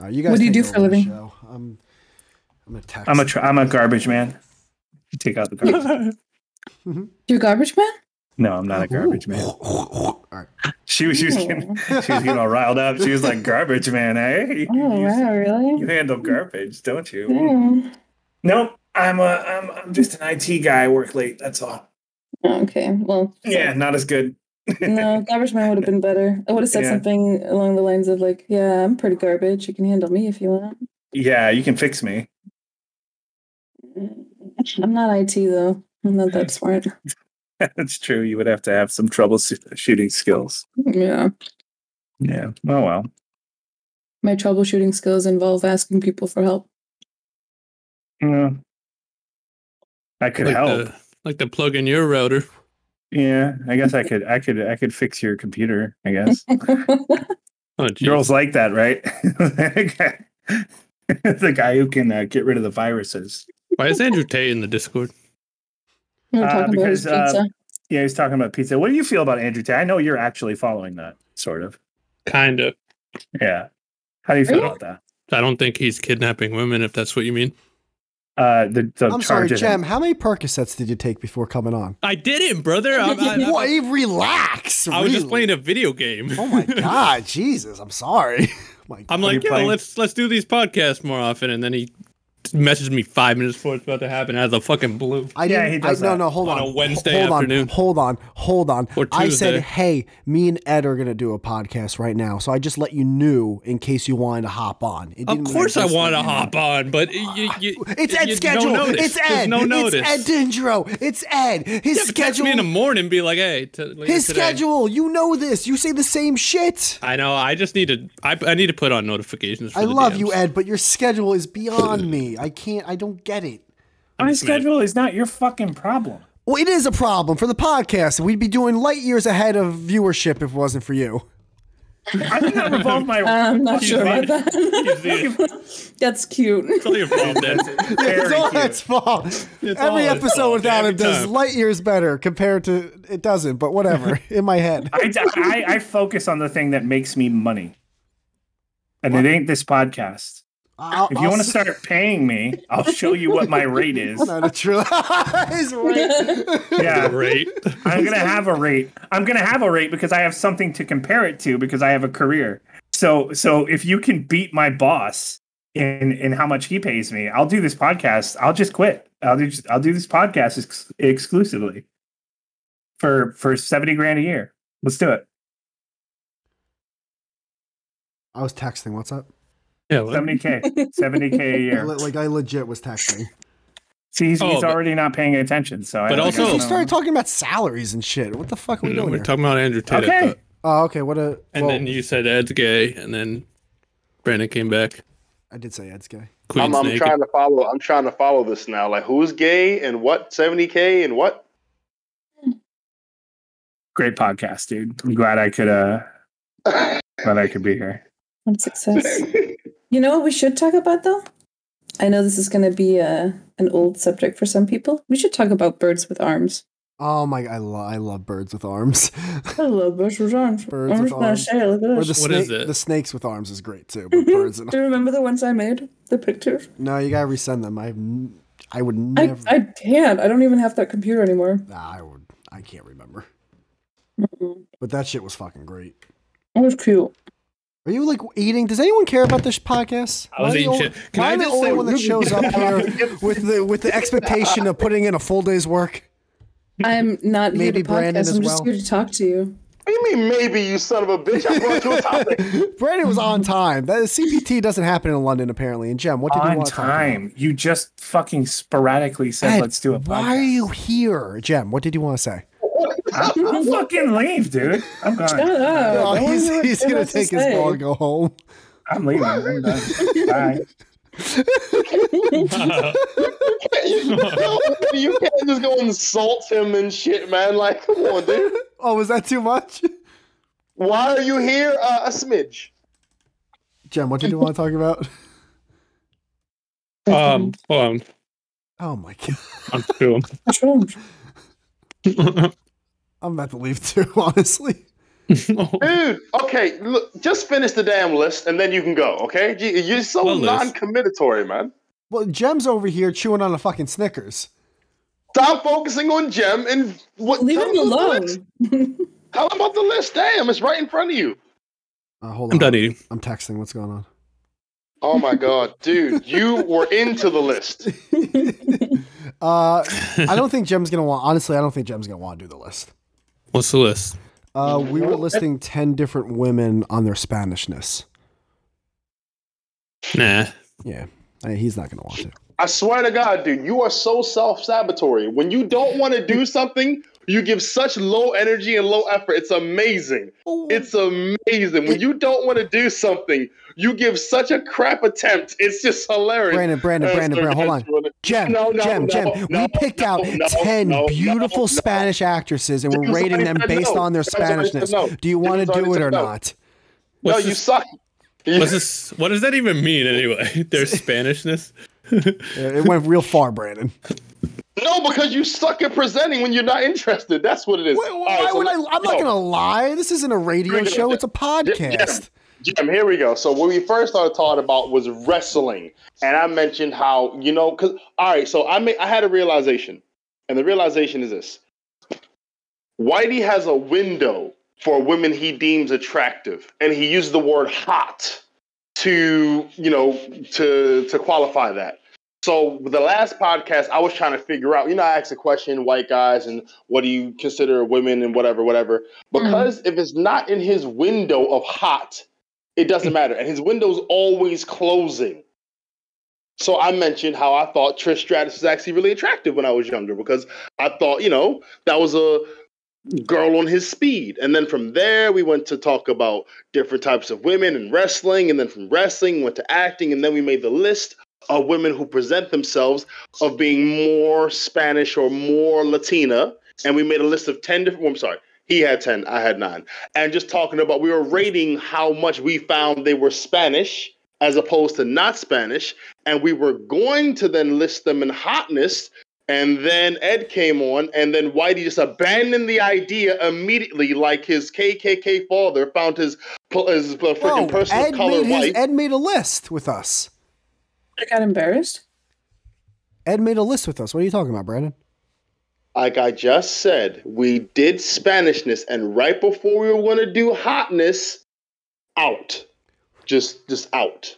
All right, you guys,
What do you
take
do for
over
a
the
living?
show. I'm I'm a text.
I'm a tr- I'm a garbage man. Take out the garbage.
You're a garbage man?
No, I'm not a garbage
Ooh.
man.
All right.
She was she was
Oh.
getting, she was getting all riled up. She was like, "Garbage man, eh? You,
Oh,
you-
wow,
you
really?
handle garbage, don't you?"
Yeah.
Nope. I'm a I'm I'm just an IT guy. I work late. That's all.
Okay, well,
Yeah, not as good.
no, garbage man would have been better. I would have said
Yeah.
something along the lines of, like, yeah, I'm pretty garbage. You can handle me if you want.
Yeah, you can fix me.
I'm not IT, though. I'm not that smart.
That's true. You would have to have some troubleshooting skills.
Yeah.
Yeah. Oh well.
My troubleshooting skills involve asking people for help.
Yeah. I could
like,
help.
the, like the plug in your router.
Yeah, I guess I could. I could. I could fix your computer. I guess
Uh,
Oh, geez.
girls like that, right? the guy who can uh, get rid of the viruses.
Why is Andrew Tate in the Discord?
We were
Uh,
talking about his
because, uh,
pizza.
Yeah, he's talking about pizza. What do you feel about Andrew Tate? I know you're actually following that, sort of.
Kind of.
Yeah. How do you feel
you?
about that?
I don't think he's kidnapping women, if that's what you mean.
Uh, the, the
I'm sorry,
charges-
Jem. How many Percocets did you take before coming on?
I didn't, brother. I, I,
Why,
I,
relax.
I was just
really.
playing a video game.
Oh my god, Jesus! I'm sorry. My
I'm
Are you
like, yeah,
playing-
let's let's do these podcasts more often. And then he messaged me five minutes before it's about to happen out of the fucking blue.
I
Yeah,
didn't,
he does
I,
that
No, no, hold on.
on a Wednesday
hold
afternoon.
On, hold on, hold on.
Or
I said,
Tuesday.
hey, me and Ed are going to do a podcast right now. So I just let you know in case you wanted to hop on. It
Of
didn't
course, I
just
want to
let you know.
hop on, but you, you,
It's
you-
Ed's
you-
schedule.
No notice.
it's Ed.
There's no notice.
It's Ed Dindro. It's Ed. His
yeah, but text
schedule.
me in the morning and be like, hey, t- later
his
today.
schedule. You know this. You say the same shit.
I know. I just need to. I, I need to put on notifications. For
I
the
love
DMs.
you, Ed, but your schedule is beyond me. I can't. I don't get it.
My schedule is not your fucking problem.
Well, it is a problem for the podcast. We'd be doing light years ahead of viewership if it wasn't for you.
I think I revolve my.
I'm not sure about that.
It's
That's cute.
all your fault, Ed.
Very
it's all
cute.
Ed's fault.
all
Every
his
episode
fault,
without
every
him does
time.
light years better compared to it doesn't, but whatever. in my head,
I, I, I focus on the thing that makes me money, and it ain't this podcast.
I'll-
If you
I'll
want to
s-
start paying me, I'll show you what my rate is.
no, the truth. He's right.
Yeah,
Great.
I'm gonna have a rate. I'm gonna have a rate because I have something to compare it to because I have a career. So so if you can beat my boss in in how much he pays me, I'll do this podcast. I'll just quit. I'll do I'll do this podcast ex- exclusively for for seventy grand a year. Let's do it.
I was texting. What's up?
Yeah. What?
Seventy k, seventy k a
I
year.
le- like I legit was texting.
See, he's,
Oh,
he's
but-
already not paying attention. So,
But
I,
also-
Because
No.
he started talking about salaries and shit. What the fuck are we
No,
doing
we're
here?
talking about Andrew Tate. I
Okay.
thought.
oh, okay. What a.
And
well,
then you said Ed's gay, and then Brandon came back.
I did say Ed's guy.
Queen's
I'm, I'm
naked.
trying to follow. I'm trying to follow this now. Like, who's gay and what? 70k and what?
great podcast, dude. I'm glad I could uh glad I could be here.
What success. You know what we should talk about though? I know this is going to be a, an old subject for some people. We should talk about birds with arms.
Oh my! I, lo- I love birds with arms.
I love birds with arms.
Birds
I'm
with
just gonna
arms.
say, it, look at
Or
this.
the
What is
snake-
it?
The snakes with arms is great too. But birds and
Do you remember the ones I made? The pictures?
no, you gotta resend them. I n- I would
I,
never.
I can't. I don't even have that computer anymore.
Nah, I would. I can't remember.
Mm-hmm.
But that shit was fucking great.
It was cute.
Are you like eating? Does anyone care about this podcast?
I was
Am the
eating
only-
shit. Can
why
I
am I the
just
only
say-
one that shows up here with the with the expectation of putting in a full day's work?
I'm not
Maybe
here to
Brandon
podcast.
as
I'm
well.
just here to talk to you.
What do you mean, maybe you son of a bitch? I brought you a topic.
Brandon was on time. That CPT doesn't happen in London apparently. And Jem, what did you
on
want to talk about?
time. You just fucking sporadically said,
Ed,
"Let's do a podcast."
Why are you here, Jem? What did you want to say?
I'm, I'm fucking leave, dude. I'm gone.
Shut up.
Oh,
I wanna
he's
hear what
he's
you
gonna
have to
take his
say.
ball and go home.
I'm leaving. I'm done. Bye.
you, can't- you can't just go insult him and shit, man. Like, come on, dude.
Oh, was that too much?
Why are you here? Uh, a smidge.
Jem, what did you want to talk about?
Um, hold on.
Oh my god,
I'm still.
What's wrong?
I'm about to leave too. Honestly,
Dude, okay, look, just finish the damn list and then you can go, okay? You- You're so
What list?
non committatory, man.
well, Jem's over here chewing on a fucking Snickers.
Stop focusing on Gem and what?
Leave
tell
him
them about the list.
alone.
Tell them about the list. Damn, it's right in front of you.
Uh, hold on,
I'm done eating.
I'm texting. What's going on?
Oh my god, dude, you were into the list.
Uh, I don't think Jem's gonna want. Honestly, I don't think Jem's gonna want to do the list.
What's the list?
Uh, we were
Well,
listing ten different women on their Spanishness.
Nah.
Yeah, Uh, he's not gonna want to.
I swear to God, dude, you are so self sabotatory. When you don't want to do something, you give such low energy and low effort. It's amazing. It's amazing. When you don't want to do something, you give such a crap attempt. It's just hilarious.
Brandon, Brandon,
Uh,
Brandon, Brandon. Hold on.
Sergio-
Jem,
No, no,
Jem,
no,
Jem.
no,
we picked
no,
out
no,
10
no,
beautiful
no, no.
Spanish actresses and
Jim's
we're rating
already
them
said
based
no.
on their
Jim's already said
spanishness.
no.
Do you want to
Jim's already
do it
said
or
no.
not?
No,
What's
you
this,
suck.
what's this? What does that even mean anyway? There's Spanishness.
It went real far, Brandon.
No, because you suck at presenting when you're not interested. That's what it is.
Why,
All
why
right, so
would I?
let's
I'm not
go.
going to lie. This isn't a radio
Bring it
show.
up.
It's a podcast.
Jim, here we go. So what we first started talking about was wrestling, and I mentioned how you know, cause all right. So I made, I had a realization, and the realization is this: Whitey has a window for women he deems attractive, and he used the word hot to you know to to qualify that. So the last podcast, I was trying to figure out. You know, I asked a question, white guys, and what do you consider women, and whatever, whatever. Because if it's not in his window of hot, it doesn't matter. And his window's always closing. So I mentioned how I thought Trish Stratus was actually really attractive when I was younger because I thought, you know, that was a girl on his speed. And then from there, we went to talk about different types of women and wrestling. And then from wrestling, went to acting. And then we made the list of women who present themselves of being more Spanish or more Latina. And we made a list of 10 different, I'm sorry, he had 10, I had nine. And just talking about, we were rating how much we found they were Spanish as opposed to not Spanish. And we were going to then list them in hotness. And then Ed came on, and then Whitey just abandoned the idea immediately, like his KKK father found his, his freaking
Whoa,
person
Oh, Ed
of color
made,
white.
his, Ed made a list with us.
I got embarrassed.
Ed made a list with us. What are you talking about, Brandon?
like I just said, we did Spanishness, and right before we were going to do hotness, out, just just out.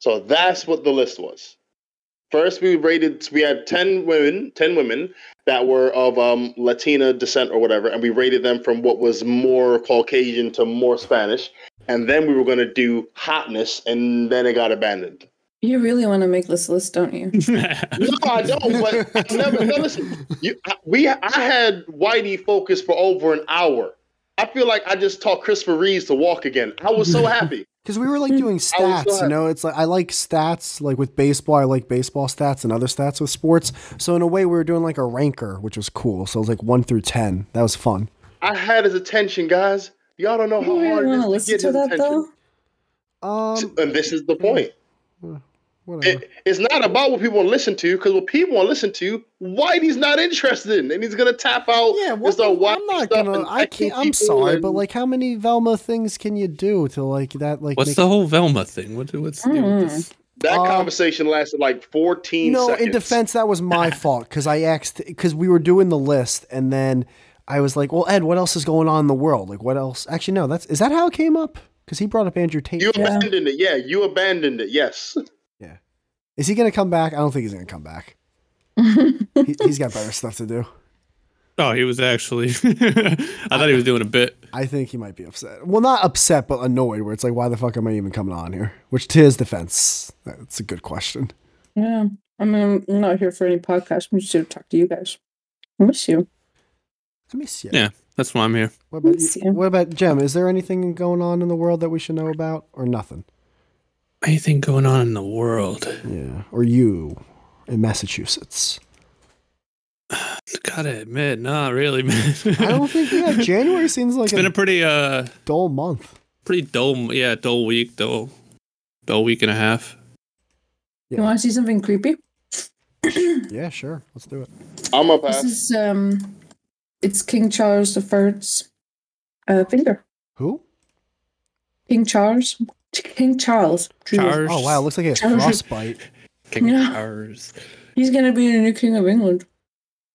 So that's what the list was. First, we rated. We had ten women, ten women that were of um, Latina descent or whatever, and we rated them from what was more Caucasian to more Spanish. And then we were going to do hotness, and then it got abandoned.
You really want to make this list, don't you?
No, I don't. But I never. No, listen, you, I, we I had Whitey focused for over an hour. I feel like I just taught Christopher Reeves to walk again. I was so happy.
Because we were like doing stats, you
sorry.
know. It's like I like stats, like with baseball. I like baseball stats and other stats with sports. So in a way, we were doing like a ranker, which was cool. So it was like one through ten. That was fun.
I had his attention, guys. Y'all don't know
You
how
really
hard
want to
it is to
listen
get
to
his
that,
attention.
though?
Um,
And this is the point.
whatever.
It, it's not about what people want to listen to, because what people want to listen to, Whitey's not interested in, and he's gonna tap out.
Yeah,
and
well,
start watching
I'm not
stuff
gonna.
and
I
texting
can't. I'm
people
sorry,
and-
but like, how many Velma things can you do to like that? Like,
what's
make-
the whole Velma thing? What, what's the deal with this?
that
um,
conversation lasted like 14
no.
seconds.
In defense, that was my fault because I asked because we were doing the list, and then I was like, "Well, Ed, what else is going on in the world? Like, what else?" Actually, no. That's is that how it came up? Because he brought up Andrew Tate.
you
Yeah.
abandoned it. Yeah, you abandoned it. Yes.
Is he gonna come back? I don't think he's gonna come back. he, he's got better stuff to do.
Oh, he was actually. I thought he was doing a bit.
I think he might be upset. Well, not upset, but annoyed. Where it's like, why the fuck am I even coming on here? Which, to his defense, that's a good question.
Yeah. I mean, I'm not here for any podcast. I'm just here to talk to you guys. I miss you.
Let me see.
Yeah, that's why I'm here.
What about
Let's
you?
see.
What about Jem? Is there anything going on in the world that we should know about, or nothing?
Anything going on in the world?
Yeah. Or you in Massachusetts?
Gotta admit, not really, man.
I don't think. Yeah, January seems like
It's been
a,
a pretty uh
dull month.
pretty dull yeah dull week dull dull week and a half.
Yeah.
You want to see something creepy?
Yeah, sure. Let's do it.
I'm a
This
pass.
is um, it's King Charles II's uh, finger.
Who?
King Charles. King Charles.
Charles.
Oh wow, it looks like he has
Charles.
frostbite.
King
Yeah.
Charles.
He's gonna be the new king of England.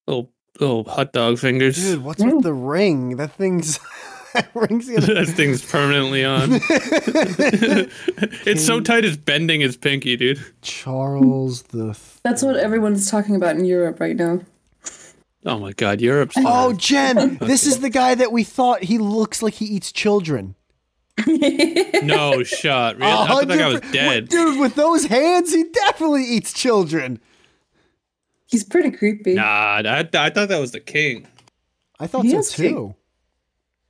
Little little hot dog fingers.
Dude, what's with the ring? That thing's that ring's gonna.
that thing's permanently on. it's so tight it's bending his pinky, dude.
Charles the.
That's what everyone's talking about in Europe right now.
Oh my god, Europe's
Oh, Jen, this is the guy that we thought he looks like he eats children.
no shot. Really? I thought that guy was
100%
dead.
Dude, with those hands, he definitely eats children.
He's pretty creepy.
Nah, I, I thought that was the king.
I thought
He
so
is
too.
cute.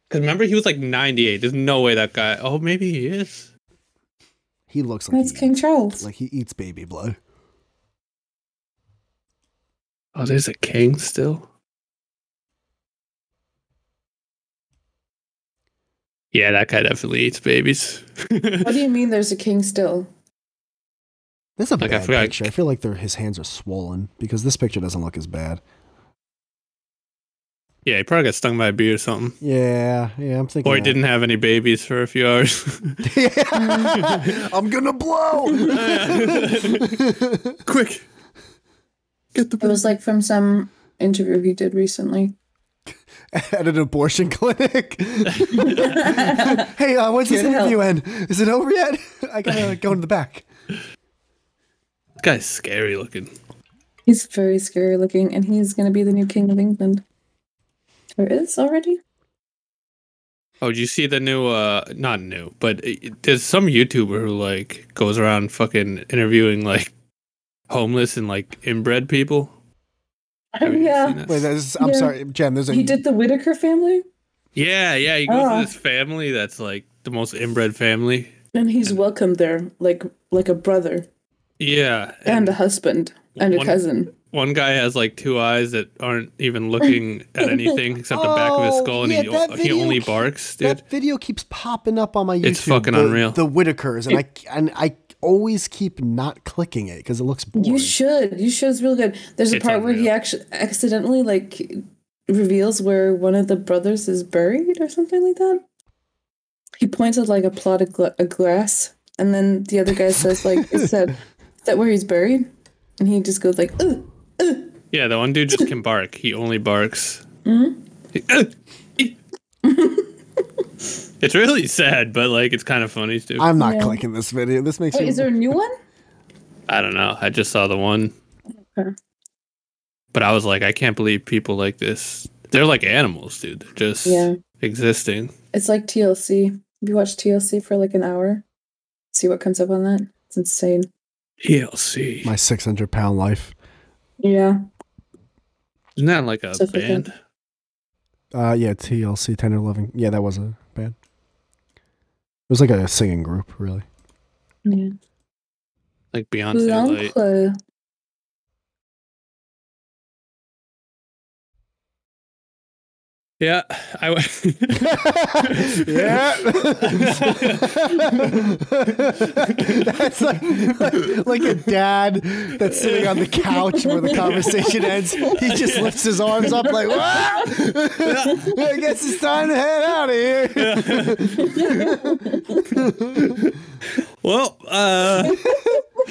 Cause remember he was like 98. There's no way that guy. Oh, maybe he is.
He looks like
That's
he,
King Charles.
like he eats baby blood.
Oh, there's a king still. Yeah, that guy definitely eats babies.
what do you mean? There's a king still?
That's a
Like, I
bad
forgot-
picture. I feel like their his hands are swollen because this picture doesn't look as bad.
yeah, he probably got stung by a bee or something.
Yeah, yeah, I'm thinking.
Or he
that.
didn't have any babies for a few hours.
I'm gonna blow.
Quick, get the
It was like from some interview he did recently.
At an abortion clinic. hey, uh, when's this
Get
interview end? Is it over yet? I gotta go in the back.
This guy's scary looking.
He's very scary looking, and he's gonna be the new king of England. Or is already?
Oh, did you see the new? uh Not new, but it, there's some YouTuber who like goes around fucking interviewing like homeless and like inbred people.
Oh,
Have you seen
yeah.
this?
Wait, that's, I'm
Yeah.
sorry, Jen. There's a
He did the Whitaker family,
Yeah, yeah. He goes
Uh-huh.
Oh.
to this family that's like the most inbred family.
and he's welcomed there like like a brother
Yeah.
and
uh,
a husband and a
One-
cousin.
one guy has like two eyes that aren't even looking at anything except the back of his
Oh,
skull and
yeah, that
he, he
video
only
ke-
barks, dude.
that video keeps popping up on my YouTube.
It's fucking
the,
unreal.
The Whitakers, and I and I always keep not clicking it because it looks boring.
You should. You should. It's real good. There's a
It's
part where he
unreal.
actually accidentally like reveals where one of the brothers is buried or something like that. He pointed like a plot of gla- a grass, and then the other guy says like, "Is that is that where he's buried?" And he just goes like, "Ugh."
Yeah, the one dude just can bark. He only barks.
Mm-hmm.
He- it's really sad, but like it's kind of funny too.
I'm not
Yeah.
clicking this video. This makes
Wait,
me.
is there a new one?
I don't know. I just saw the one,
Okay.
but I was like, I can't believe people like this. They're like animals, dude. They're Just
Yeah.
existing.
It's like TLC. Have you watched TLC for like an hour? See what comes up on that. It's insane.
ELC.
my 600 pound life.
Yeah.
Isn't that like a
So freaking-
band?
Uh, yeah, TLC Tender Loving. Yeah, that was a band. It was like a singing group, really.
Yeah.
Like Beyonce. Like,
L'oncle.
yeah. I w-
yeah. That's like, like like a dad that's sitting on the couch where the conversation ends. He just lifts his arms up like, "Wow, I guess it's time to head out of here."
Well, uh,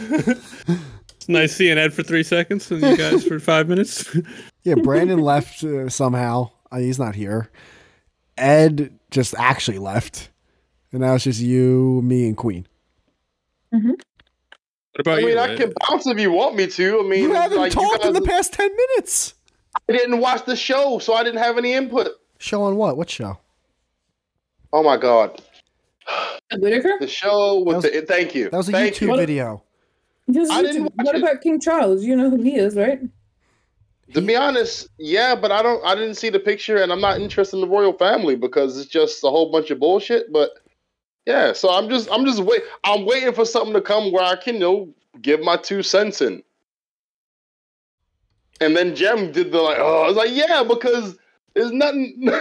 it's nice seeing Ed for three seconds and you guys for five minutes.
Yeah, Brandon left uh, somehow. Uh, he's not here. Ed just actually left, and now it's just you, me, and Queen.
What about
I mean,
you?
I
Ed?
can bounce if you want me to. I mean,
Oh, You haven't
like,
talked
guys-
in the past ten minutes.
I didn't watch the show, so I didn't have any input.
Show on what? What show?
Oh my god,
Whitaker?
the show with
That
the thank you.
That was a
thank
YouTube
you.
video.
Because
I didn't
YouTube-
watch
what
it.
about King Charles? You know who he is, right?
To be honest, yeah, but I don't. I didn't see the picture, and I'm not interested in the royal family because it's just a whole bunch of bullshit. But yeah, so I'm just, I'm just wait. I'm waiting for something to come where I can, you know, give my two cents in. And then Jem did the like, oh, I was like, yeah, because there's nothing,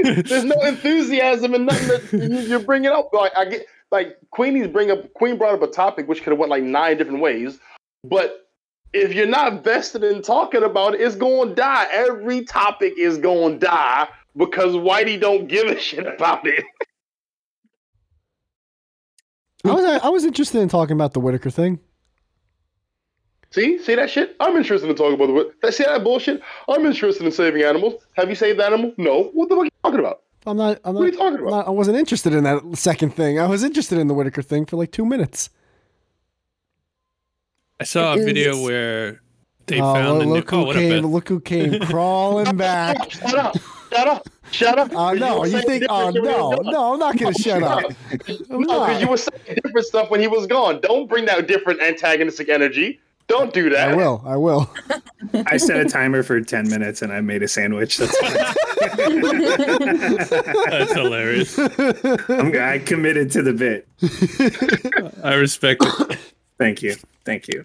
there's no enthusiasm and nothing that you, you're bringing up. Like I get, like Queenie's bring up, Queen brought up a topic which could have went like nine different ways, but if you're not vested in talking about it, it's going to die. Every topic is going to die because Whitey don't give a shit about it.
I was I was interested in talking about the Whitaker thing.
See, see that shit? I'm interested in talking about the wi- see that bullshit. I'm interested in saving animals. Have you saved the animal? No. What the fuck are you talking about?
I'm not. I'm not,
What are you talking
I'm
about?
not- I wasn't interested in that second thing. I was interested in the Whitaker thing for like two minutes.
I saw a
Is-
video where they
Oh,
found a new.
look
Oh,
who
what a
came!
bit.
Look who came crawling back!
Shut up! Shut up! Shut up!
Oh no! You think? Oh no! No, I'm not gonna shut up. I'm
because
not.
you were saying different stuff when he was gone. Don't bring that different antagonistic energy. Don't do that.
I will. I will.
I set a timer for 10 minutes and I made a sandwich. That's
That's hilarious.
I'm, I committed to the bit.
I respect it.
Thank you. Thank you.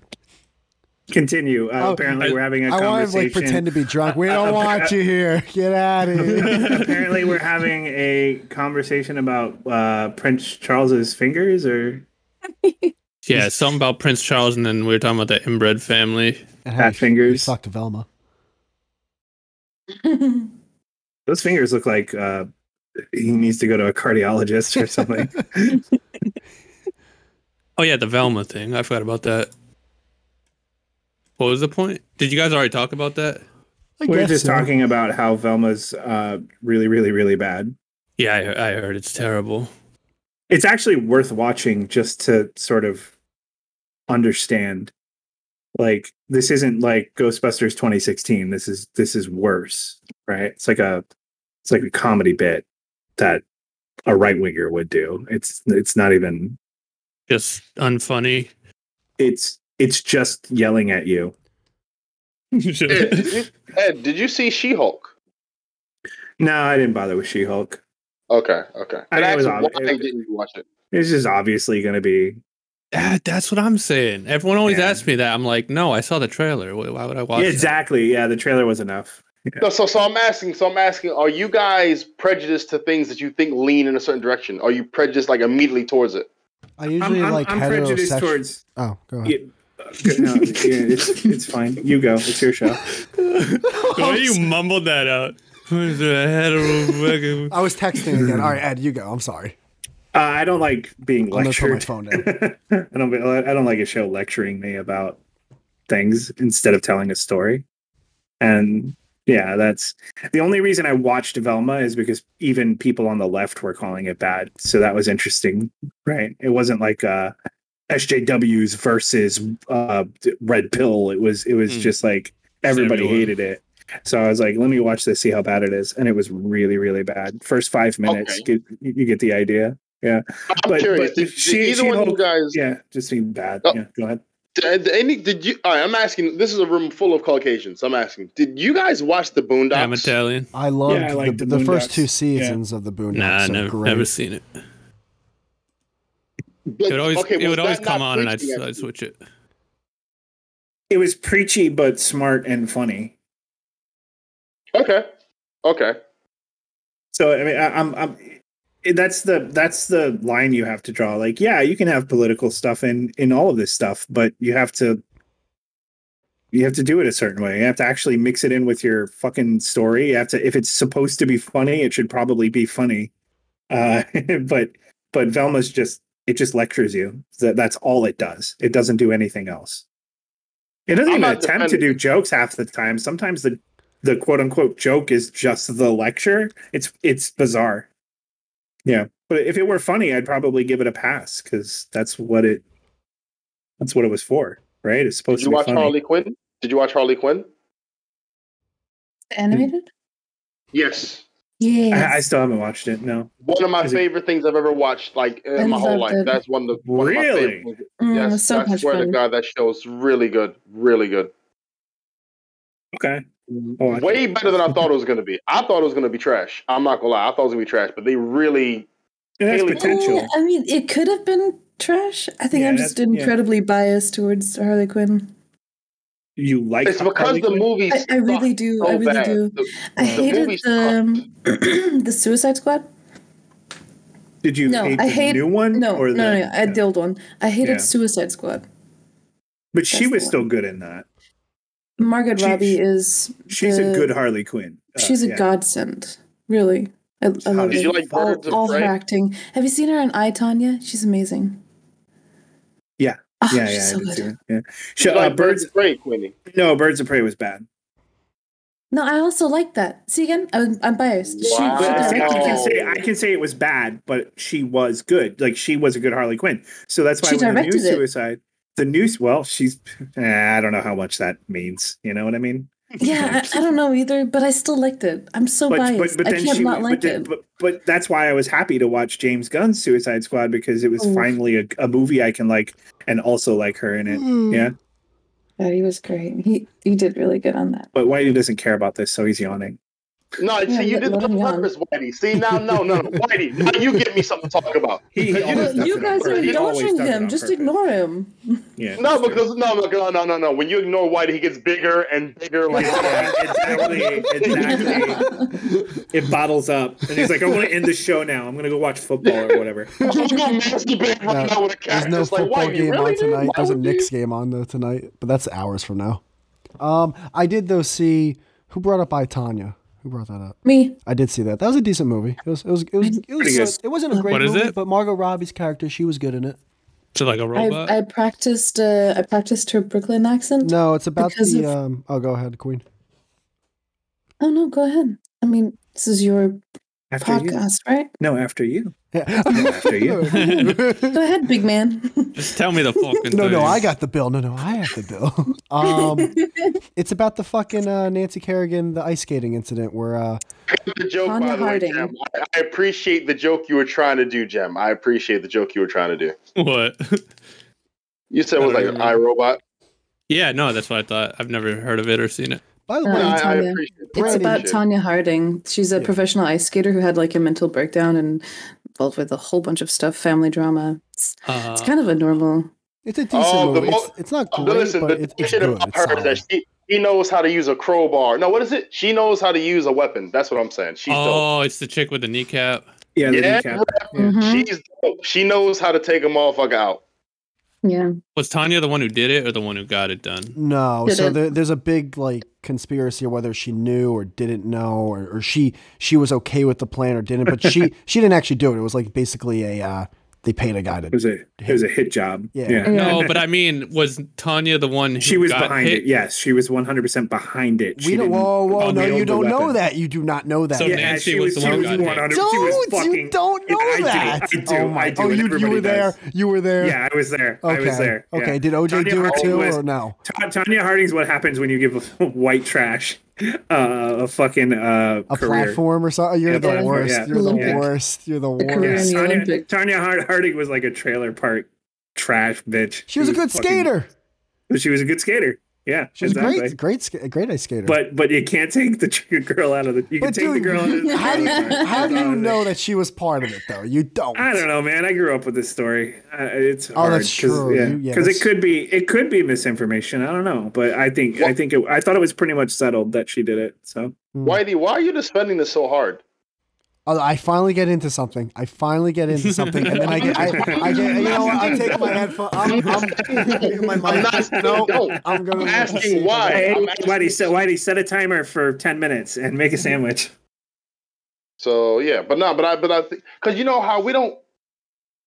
Continue. Uh,
Oh,
apparently,
I-
we're having a
I want to
conversation.
like pretend to be drunk. We don't want you here. Get out of here.
apparently, we're having a conversation about uh, Prince Charles's fingers, or
Yeah, something about Prince Charles, and then we were talking about the inbred family.
And
Fat fingers.
Fuck to Velma.
those fingers look like uh, he needs to go to a cardiologist or something.
Oh yeah, the Velma thing. I forgot about that. What was the point? Did you guys already talk about that?
I
we're
guess
just
so.
talking about how Velma's uh, really, really, really bad.
Yeah, I, I heard it's terrible.
It's actually worth watching just to sort of understand. Like this isn't like Ghostbusters 2016. This is this is worse, right? It's like a it's like a comedy bit that a right winger would do. It's it's not even
Just unfunny.
it's it's just yelling at you.
Ed, did you- Ed, did you see She-Hulk?
No, I didn't bother with She-Hulk.
Okay, okay.
I
And
know it was
actually,
obvious.
why didn't you watch it?
It's just obviously going to be
Ah, that's what I'm saying. Everyone always
Yeah.
asks me that. I'm like, no, I saw the trailer. Why why would I watch
yeah,
it?
exactly. Yeah, the trailer was enough.
No, so so I'm asking, so I'm asking, are you guys prejudiced to things that you think lean in a certain direction? Are you prejudiced like immediately towards it?
I usually like
prejudiced
heterosexual.
towards.
oh, go ahead.
Yeah, uh, no, yeah, it's, it's fine. You go. It's your show.
The way you mumbled that out. Who's the head of a-
I was texting again. All right, Ed, you go. I'm sorry.
Uh, I don't like being
I'm gonna put my
lectured.
phone down.
I don't. be- I don't like a show lecturing me about things instead of telling a story. And yeah, that's the only reason I watched Velma is because even people on the left were calling it bad. So that was interesting, right? It wasn't like uh, SJWs versus uh, Red Pill. It was. It was
Hmm.
just like everybody
everywhere.
hated it. So I was like, let me watch this, see how bad it is, and it was really, really bad. First five minutes,
Okay.
get, you you get the idea.
I'm
But-
curious.
but
did,
she-
did either one of you
She-Hulk-
guys?
Yeah, just being bad.
Oh.
Yeah, go ahead.
Did, did any? Did you? All right, I'm asking. This is a room full of Caucasians. so I'm asking. Did you guys watch the Boondocks?
I'm Italian.
I loved
Yeah, I like
the,
the
the first
Boondocks.
two seasons of the Boondocks.
Nah,
are
never,
great.
never seen it.
But-
It would always,
okay,
it
was
would always
that
come
not
on, and I'd,
preaching at
I'd
you?
switch it.
It was preachy but smart and funny.
Okay, okay.
So I mean, I, I'm, I'm. it- That's the that's the line you have to draw. Like, yeah, you can have political stuff in in all of this stuff, but you have to you have to do it a certain way. You have to actually mix it in with your fucking story. You have to if it's supposed to be funny, it should probably be funny. Uh, but but Velma's just it just lectures you. That that's all it does. It doesn't do anything else. It doesn't
I'm
even
not
attempt to
defending-
do jokes half the time. Sometimes the the quote unquote joke is just the lecture. It's it's bizarre. Yeah, but if it were funny, I'd probably give it a pass because that's what it that's what it was for, right? It's supposed
Did you
to be
watch
funny.
Harley Quinn? Did you watch Harley Quinn?
Animated?
Yes.
Yeah.
I, I still haven't watched it. No,
One of my
Is it-
favorite things I've ever watched, like
I
in my whole
love
life.
it.
That's one of the one of my
Really?
favorite movies.
Mm, it was
Yes,
so
I
much
swear to
fun.
God, that show is really good, really good.
okay. I'll watch
Way better than I thought it was going to be. I thought it was going to be trash. I'm not gonna lie, I thought it was gonna be trash, but they really
It has
Haley-
potential.
Eh, I mean, it could have been trash. I think
Yeah,
I'm
that's-
just
yeah.
incredibly biased towards Harley Quinn.
You like
It's because
Harley
the
Quinn?
movies.
I, I really
suck
do.
so
I really
bad.
do.
The-
I
the
hated
movies
the um, the Suicide Squad.
Did you
No,
hate
I
the
hate-
new one?
No,
or the,
no, no, no, I the old one. I hated
Yeah.
Suicide Squad.
But she
That's the
was
one.
still good in that.
Margot
She-
Robbie
she-
is
She's
the-
a good Harley Quinn. Uh,
She's a
yeah.
godsend, really. I, I love
Did
her.
you
like
all,
Birds of
all her
Prey?
acting. Have you seen her in I Tanya? She's amazing.
Yeah.
Oh,
Yeah,
she's
yeah,
so
I did
good.
see that. Yeah.
suck.
She, uh,
like
Birds.
Birds of Prey, Quinny.
No, Birds of Prey was bad.
No, I also like that. See again, I'm, I'm biased. She-
Wow.
She,
But
does
I can
everything.
say I can say it was bad, but she was good. Like she was a good Harley Quinn. So that's why
She
when the new
directed it.
suicide, the news. Well, she's. eh, I don't know how much that means. You know what I mean?
Yeah, I, I don't know either, but I still liked it. I'm so biased. I can't not
but
like
then-
it.
But, but that's why I was happy to watch James Gunn's Suicide Squad because it was
Oh.
finally a, a movie I can like and also like her in it.
Hmm.
Yeah,
God, he was great. He he did really good on that.
but Whitey doesn't care about this, so he's yawning.
No,
Yeah,
see, you did
let- let
this
him
on
young.
purpose, Whitey. See, now, no, no, no, Whitey, now you give me something to talk about.
He, he
But Well,
always
But
does it
you
on
guys are
purpose. He always
indulging
does it
him.
on
Just
purpose.
ignore him.
Yeah,
No,
that's true.
because no, no, no, no, no. When you ignore Whitey, he gets bigger and bigger. Like,
Yeah, exactly, exactly. It bottles up, and he's like, "I want to end the show now. I'm gonna go watch football or whatever."
I'm just gonna masturbate right
No,
now with a
There's
cat.
no
It's like,
football
Whitey,
game
really,
on
dude?
tonight.
Why
There's a
would you-
Knicks game on though tonight, but that's hours from now. Um, I did though see who brought up I Tanya. Who brought that up?
Me.
I did see that. That was a decent movie. It was. It was. It was. It, was
Pretty
good.
good.
it wasn't a great
What is
movie,
it?
but Margot Robbie's character, she was good in it.
Is it like a robot?
I I practiced uh, I practiced her Brooklyn accent.
No, it's about
Because
the.
of-
Um, oh, go ahead, Queen.
Oh no, go ahead. I mean, this is your
After you?
podcast, right?
No, after you.
Yeah.
After you.
Go ahead, big man.
Just tell me the fucking
no, no,
thing.
I got the bill. No, no, I have the bill. um, it's about the fucking uh, Nancy Kerrigan, the ice skating incident where. Uh,
The joke,
Tanya
by the way,
Harding.
Jem. I, I appreciate the joke you were trying to do, Jem. I appreciate the joke you were trying to do.
what.
You said it was like an
I
iRobot.
Yeah, no, that's what I thought. I've never heard of it or seen it.
by the
Uh,
No,
way,
I, I
Tanya.
appreciate it.
It's
Brandon
about
Appreciate it.
Tanya Harding. She's a
Yeah.
professional ice skater who had like a mental breakdown and involved with a whole bunch of stuff, family drama. It's,
Uh,
it's kind of a normal.
it's a decent
Oh, the
movie.
mo-
it's, it's not
Oh,
great,
but listen,
but
the
it, it's
shit
good.
about
It's
her is
solid.
that she, she knows how to use a crowbar. No, what is it? She knows how to use a weapon. That's what I'm saying. She's dope.
oh, it's the chick with the kneecap.
Yeah, the
Yeah.
recap. Yeah.
Mhm.
She's dope. She knows how to take a motherfucker out.
Yeah.
Was Tanya the one who did it or the one who got it done?
No,
Did
so
it-
there, there's a big like conspiracy of whether she knew or didn't know, or, or she she was okay with the plan or didn't, but she she didn't actually do it. It was like basically a uh, they paid a guy to.
It was a it was a hit job.
Yeah.
No, but I mean, was Tanya the one who
she was
got
behind
hit?
it. Yes, she was 100 percent behind it. She
we don't.
didn't-
Whoa, whoa!
Oh,
No,
they
you
owned the
don't know
weapon.
that. You do not know that.
So
Yeah,
Nancy
she was,
was the
she
one who
was
got hit.
100. She was
Don't
fucking.
you don't know
I do,
that?
I do,
Oh
I
my!
do,
Oh,
and
you you
everybody
were there.
does.
You were there.
Yeah, I was there.
Okay.
I was there. yeah.
Okay. Did OJ
Tanya
do it too,
always-
or no?
Ta- Tanya Harding's what happens when you give a white trash uh, a fucking uh,
A
career.
platform or something? You're
Yeah,
the
platform,
worst.
yeah.
You're the
Yeah.
worst. You're the
A
worst.
career
Yeah,
in the
Tanya,
Olympics.
Tanya Hard- Harding was like a trailer park trash bitch.
She was a good
fucking-
skater.
She was a good skater. Yeah,
She was a
exactly.
great, great, ska- great ice skater.
But but you can't take the ch- girl out of the. You can
But
take the
dude,
girl out of the.
how do
trailer
you,
park.
how do
That's all
you
I'm
know that she was part of it though? You don't.
I don't know, man. I grew up with this story. Uh, it's
Oh,
hard
that's
'cause-
true.
Yeah,
You- yeah,
because
that's-
it could be it could be misinformation. I don't know, but I think I think it, I thought it was pretty much settled that she did it. So
Mm.
Whitey, why are you defending this so hard?
Oh, I finally get into something. I finally get into something, and then I get, I, I get you know what? I'm taking my headphone. I'm, I'm taking my
I'm
mic.
not.
No,
Don't.
I'm gonna
I'm asking why.
hey,
I'm
Whitey, set, Whitey, set a timer for ten minutes and make a sandwich.
So yeah, but no, but I, but I, because you know how we don't,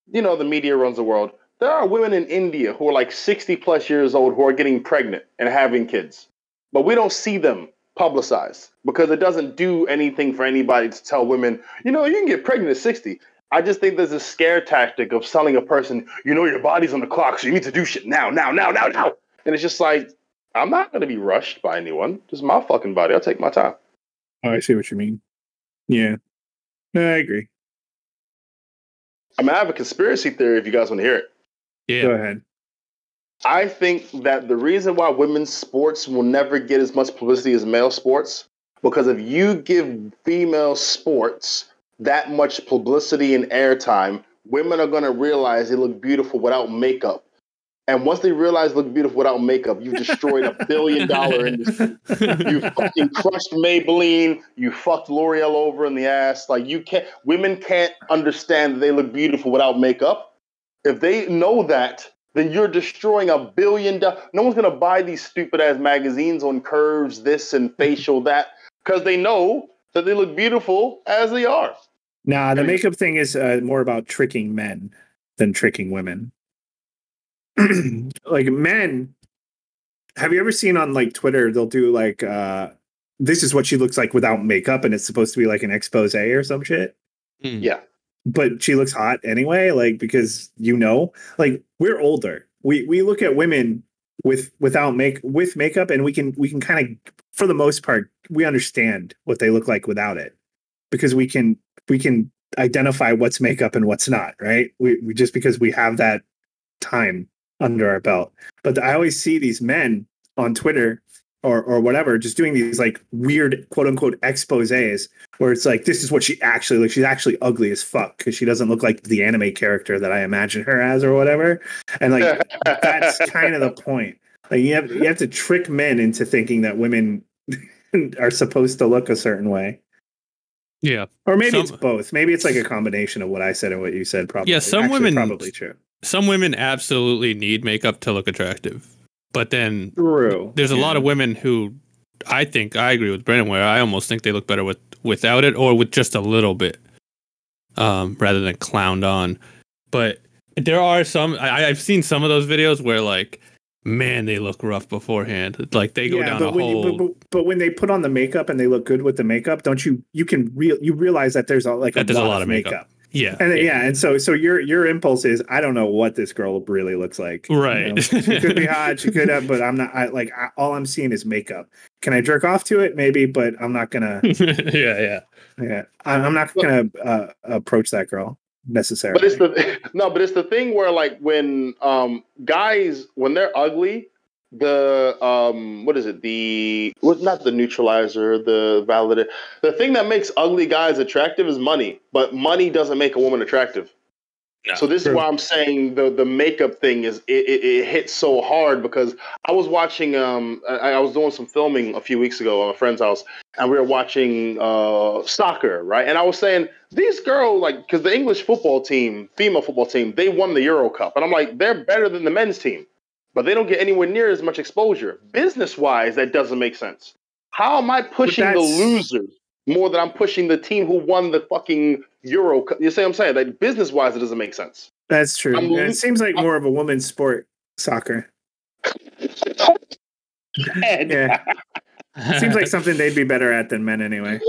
you know, the media runs the world. There are women in India who are like sixty plus years old who are getting pregnant and having kids, but we don't see them publicized because it doesn't do anything for anybody to tell women, you know, you can get pregnant at sixty. I just think there's a scare tactic of selling a person, you know, your body's on the clock, so you need to do shit now, now, now, now, now. And it's just like, I'm not gonna be rushed by anyone. Just my fucking body. I'll take my time.
Oh, I see what you mean. Yeah, no, I agree.
I mean, I have a conspiracy theory if you guys want to hear it.
Go
Yeah.
ahead.
I think that the reason why women's sports will never get as much publicity as male sports, because if you give female sports that much publicity and airtime, women are going to realize they look beautiful without makeup. And once they realize they look beautiful without makeup, you've destroyed a billion dollar industry. You fucking crushed Maybelline. You fucked L'Oreal over in the ass. Like you can't. Women can't understand that they look beautiful without makeup. If they know that, then you're destroying a billion. Do- no one's gonna buy these stupid ass magazines on curves, this and facial that, because they know that they look beautiful as they are.
Nah, the makeup thing is uh, more about tricking men than tricking women. like men, have you ever seen on like Twitter? They'll do like, uh, "This is what she looks like without makeup," and it's supposed to be like an expose or some shit.
Mm.
Yeah.
But she looks hot anyway, like because you know, like we're older. We we look at women with without make with makeup, and we can we can kind of, for the most part, we understand what they look like without it because we can we can identify what's makeup and what's not, right? We, we just because we have that time under our belt. But I always see these men on Twitter or or whatever just doing these like weird quote unquote exposés where it's like this is what she actually looks. She's actually ugly as fuck because she doesn't look like the anime character that I imagine her as or whatever. And like that's kind of the point. Like you have you have to trick men into thinking that women are supposed to look a certain way.
Yeah.
Or maybe it's
Some-
both. Maybe it's like a combination of what I said and what you said. Probably.
Yeah, some
Actually,
women-
probably true.
Some women absolutely need makeup to look attractive. But then
True.
there's a
Yeah.
lot of women who I think I agree with Brennan where I almost think they look better with without it or with just a little bit, um, rather than clowned on. But there are some I, I've seen some of those videos where like, man, they look rough beforehand. Like they go
yeah,
down
but
a
when you,
hole.
but, but, but when they put on the makeup and they look good with the makeup, don't you? You can real you realize that there's a, like
That there's a lot of makeup. yeah,
And yeah, and so so your your impulse is I don't know what this girl really looks like. You
Right.
know, she could be hot, she could have, but I'm not. I like I, all I'm seeing is makeup. Can I jerk off to it? Maybe, but I'm not gonna.
yeah, yeah.
yeah, I, I'm not gonna uh, approach that girl necessarily.
But it's the no, but it's the thing where like when um guys when they're ugly, the um what is it? The well, not the neutralizer, the validator. The thing that makes ugly guys attractive is money, but money doesn't make a woman attractive.
No.
so this
True.
is why I'm saying the the makeup thing is it, it, it hits so hard because I was watching um I, I was doing some filming a few weeks ago at a friend's house and we were watching uh soccer right and I was saying these girls like because the English football team female football team they won the Euro Cup and I'm like they're better than the men's team but they don't get anywhere near as much exposure business wise that doesn't make sense how am I pushing the
that's-
losers more than I'm pushing the team who won the fucking Euro Cup you see what I'm saying like business wise it doesn't make sense.
That's true.
I'm
Yeah,
lo-
it seems like more of a woman's sport, soccer. Yeah. It seems like something they'd be better at than men anyway.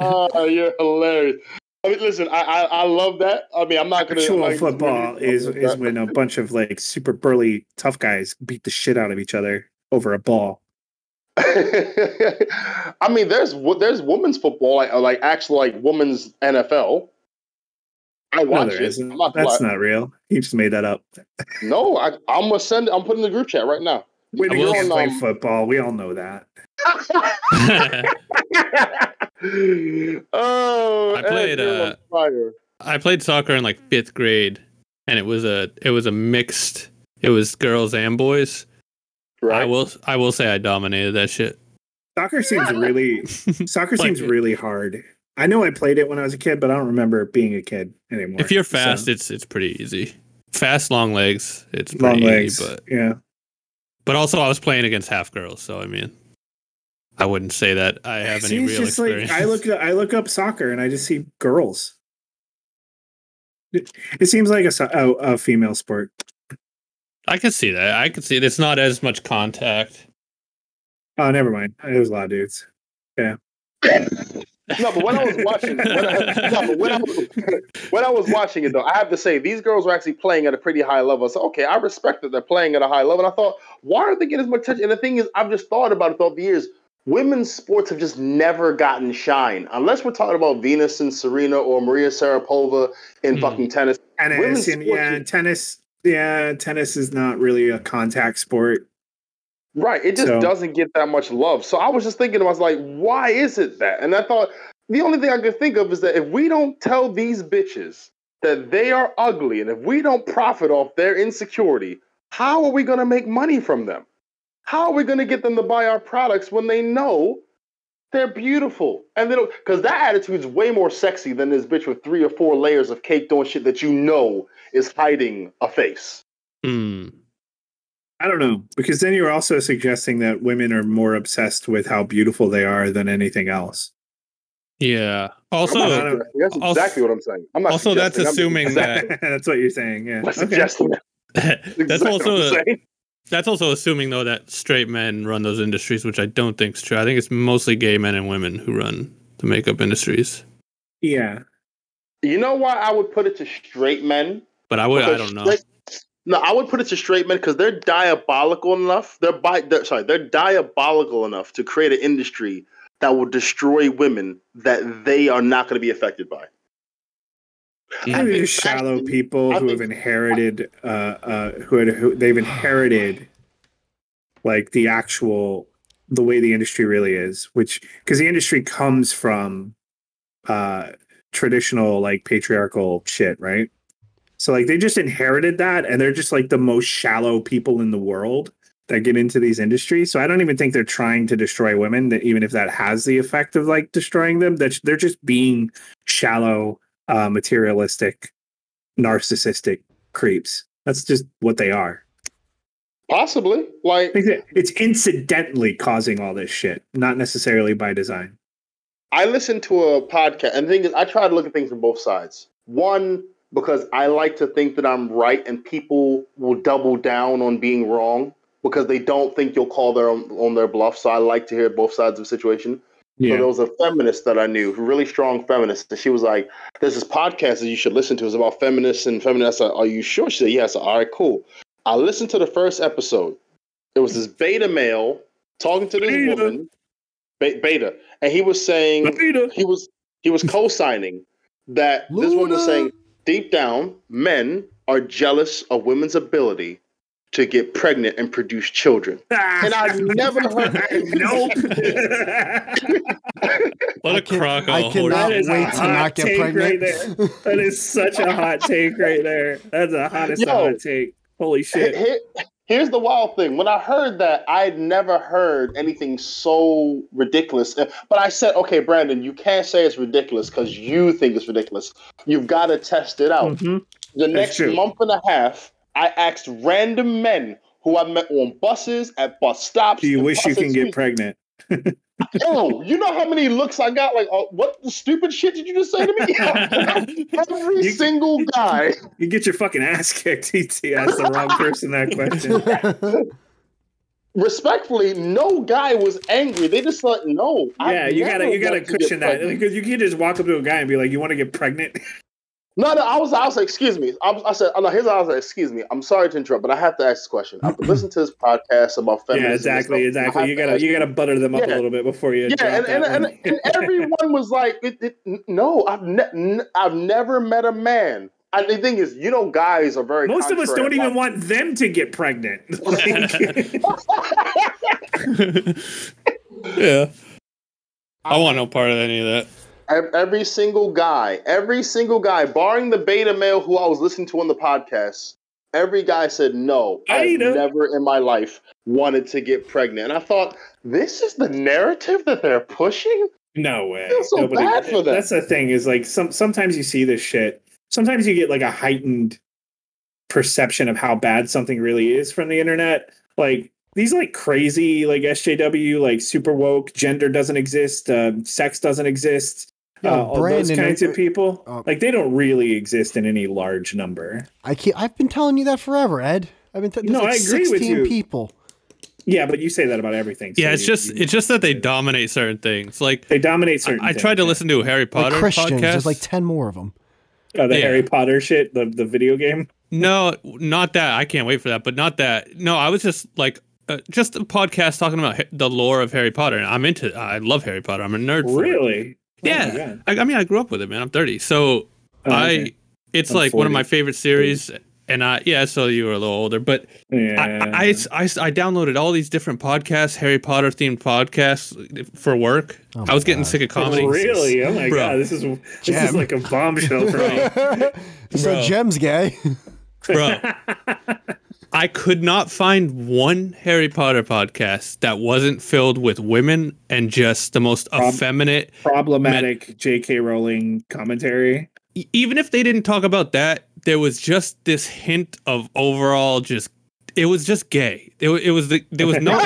oh, you're hilarious. I mean, listen, I, I I love that. I mean, I'm not gonna.
Actual
like,
football is is when a bunch of like super burly tough guys beat the shit out of each other over a ball.
I mean, there's wo- there's women's football, like uh, like actual like women's NFL. I
No,
watch
there
it.
isn't.
I'm not,
That's
like-
not real. He just made that up.
No, I, I'm gonna send. I'm putting it in the group chat right now.
Women
will-
can't play
um,
football. We all know that.
oh,
I
Ed,
played,
you're on
uh,
fire.
I played soccer in like fifth grade, and it was a it was a mixed. It was girls and boys. I
Right?
will I will say I dominated that shit.
Soccer seems really soccer
Like-
seems really hard. I know I played it when I was a kid, but I don't remember it being a kid anymore.
If you're
So,
fast, it's it's pretty easy. Fast, long legs, it's pretty
long
easy.
legs.
But
yeah.
but also I was playing against half girls, so I mean, I wouldn't say that I have
See,
any
it's
real
just
experience.
Like, I look I look up soccer and I just see girls. It, it seems like a, so- a a female sport.
I could see that. I could see it. it's not as much contact.
Oh, never mind. It was a lot of dudes.
No, but when I was watching, when I, no, but when I, was, when I was watching it though, I have to say these girls were actually playing at a pretty high level. So okay, I respect that they're playing at a high level. And I thought, why aren't they getting as much attention? And the thing is, I've just thought about it throughout the years. women's sports have just never gotten shine unless we're talking about Venus and Serena or Maria Sharapova in
Hmm.
fucking tennis.
Tennis
Women's
and
sports
yeah,
is-
tennis. Yeah, tennis is not really a contact sport.
Right. It just
So-
doesn't get that much love. So I was just thinking, I was like, why is it that? And I thought the only thing I could think of is that if we don't tell these bitches that they are ugly and if we don't profit off their insecurity, how are we going to make money from them? How are we going to get them to buy our products when they know they're beautiful? And they don't, because that attitude's way more sexy than this bitch with three or four layers of cake doing shit that you know is hiding a face.
Hmm.
I don't know because then you're also suggesting that women are more obsessed with how beautiful they are than anything else.
Yeah. Also,
I'm
I
not
don't-
suggesting- that's
also-
exactly what I'm saying. I'm not
also that's
suggesting, I'm-
assuming that
That's what you're saying. Yeah.
That's
Okay.
suggesting that.
that's
Exactly what
also
I'm saying.
that's also assuming though that straight men run those industries, which I don't think is true. I think it's mostly gay men and women who run the makeup industries.
Yeah.
You know why I would put it to straight men?
But I would I
Because
don't know.
straight- no, I would put it to straight men because they're diabolical enough. They're, bi- they're sorry, they're diabolical enough to create an industry that will destroy women that they are not going to be affected by.
Mm.
I
think
think shallow
actually-
people
I
who
think-
have inherited, uh, uh, who, had, who they've inherited, like the actual the way the industry really is, which because the industry comes from uh, traditional like patriarchal shit, right? So like they just inherited that, and they're just like the most shallow people in the world that get into these industries. So I don't even think they're trying to destroy women, that even if that has the effect of like destroying them, that they're just being shallow uh, materialistic, narcissistic creeps. That's just what they are.
Possibly, like
I think that It's incidentally causing all this shit, not necessarily by design.
I listened to a podcast, and the thing is, I try to look at things from both sides. One, because I like to think that I'm right, and people will double down on being wrong because they don't think you'll call their own, on their bluff. So I like to hear both sides of the situation. So there was a feminist that I knew, really strong feminist, and she was like, "There's this podcast that you should listen to. It's about feminists and feminists." I said, "Are you sure?" She said, "Yes." I said, All right, cool. I listened to the first episode. It was this beta male talking to this
Beta.
woman, be- beta, and he was saying, he was he was co-signing that this one was
Luda.
saying deep down men are jealous of women's ability to get pregnant and produce children. And I've never heard that.
nope.
What
I
a
can-
crock
I
on a
cannot
That
horse.
is a
wait to
hot
not get
take right
pregnant.
that is such a hot take right there. That's the hottest
Yo.
hot take. Holy
Here-
shit.
here- here's the wild thing. When I heard that, I'd never heard anything so ridiculous. Uh, But I said, okay, Brandon, you can't say it's ridiculous because you think it's ridiculous. You've got to test it out.
Mhm.
The
That's
next
true.
month and a half, I asked random men who I met on buses, at bus stops.
Do you
and
wish you
bus
can
and
get
streets.
pregnant?
Yo, you know how many looks I got? Like, oh, what stupid shit did you just say to me? Every
You-
single guy.
You get your fucking ass kicked. He asked the wrong person that question.
Respectfully, no guy was angry. They just like, no. I
Yeah, you gotta
never
you gotta
want to get
cushion that
pregnant.
because you can't just walk up to a guy and be like, "You want to get pregnant?"
No, no. I was, I was like, excuse me. I, was, I said, oh, no. Here's how I was like, excuse me. I'm sorry to interrupt, but I have to ask this question. I've been listening to this podcast about feminism.
yeah,
and
exactly,
stuff. I
exactly.
have
You
to
gotta
ask
you gotta butter them up a
Yeah.
little bit before you. drop
yeah, and,
that
and,
one.
and, and everyone was like, it, it, n- no, I've ne- n- I've never met a man. And the thing is, you know, guys are very.
most of us
contrary.
don't even
Like,
want them to get pregnant. Like-
yeah. I want no part of any of that.
ev- Every single guy, every single guy, barring the beta male who I was listening to on the podcast, every guy said no. I
Beta.
never in my life wanted to get pregnant, and I thought this is the narrative that they're pushing.
No way.
feel so bad for them.
That's the thing is like some sometimes you see this shit. Sometimes you get like a heightened perception of how bad something really is from the internet. Like these like crazy like SJW like super woke gender doesn't exist, uh, sex doesn't exist.
Yo,
uh, all those
Brandon,
kinds
uh,
of people
uh,
like they don't really exist in any large number.
I can't. I've been telling you that forever, Ed. I've been. T- there's
No,
like
I agree with
16
you.
people.
Yeah, but you say that about everything. so
Yeah, it's
you-
just
you-
it's just that they dominate certain things. Like
they dominate certain.
I tried to
things.
listen to a Harry
Like
Potter
Christians.
podcast.
There's like 10 more of them.
Oh, the
Yeah.
Harry Potter shit, the the video game.
No, not that. I can't wait for that, but not that. No, I was just like uh, just a podcast talking about ha- the lore of Harry Potter. And I'm into. I love Harry Potter. I'm a nerd. for it.
Really? Oh my
Yeah.
God.
I, I mean, I grew up with it, man. I'm 30, so
Oh,
I.
okay.
It's
I'm
like one
40.
of my favorite series. And I, yeah, so you were a little older, but I,
Yeah.
I, I, I downloaded all these different podcasts, Harry Potter themed podcasts for work.
Oh my
I was getting
God.
sick of comedy.
Really? Oh my
Bro.
god! This is this is
Jam.
like a bombshell, bro.
so
Bro.
Jem's gay.
Bro, I could not find one Harry Potter podcast that wasn't filled with women and just the most
Prob-
effeminate.
Problematic J.K. Rowling commentary.
E- Even if they didn't talk about that, there was just this hint of overall just. It was just gay. It, wa- it was the, there was no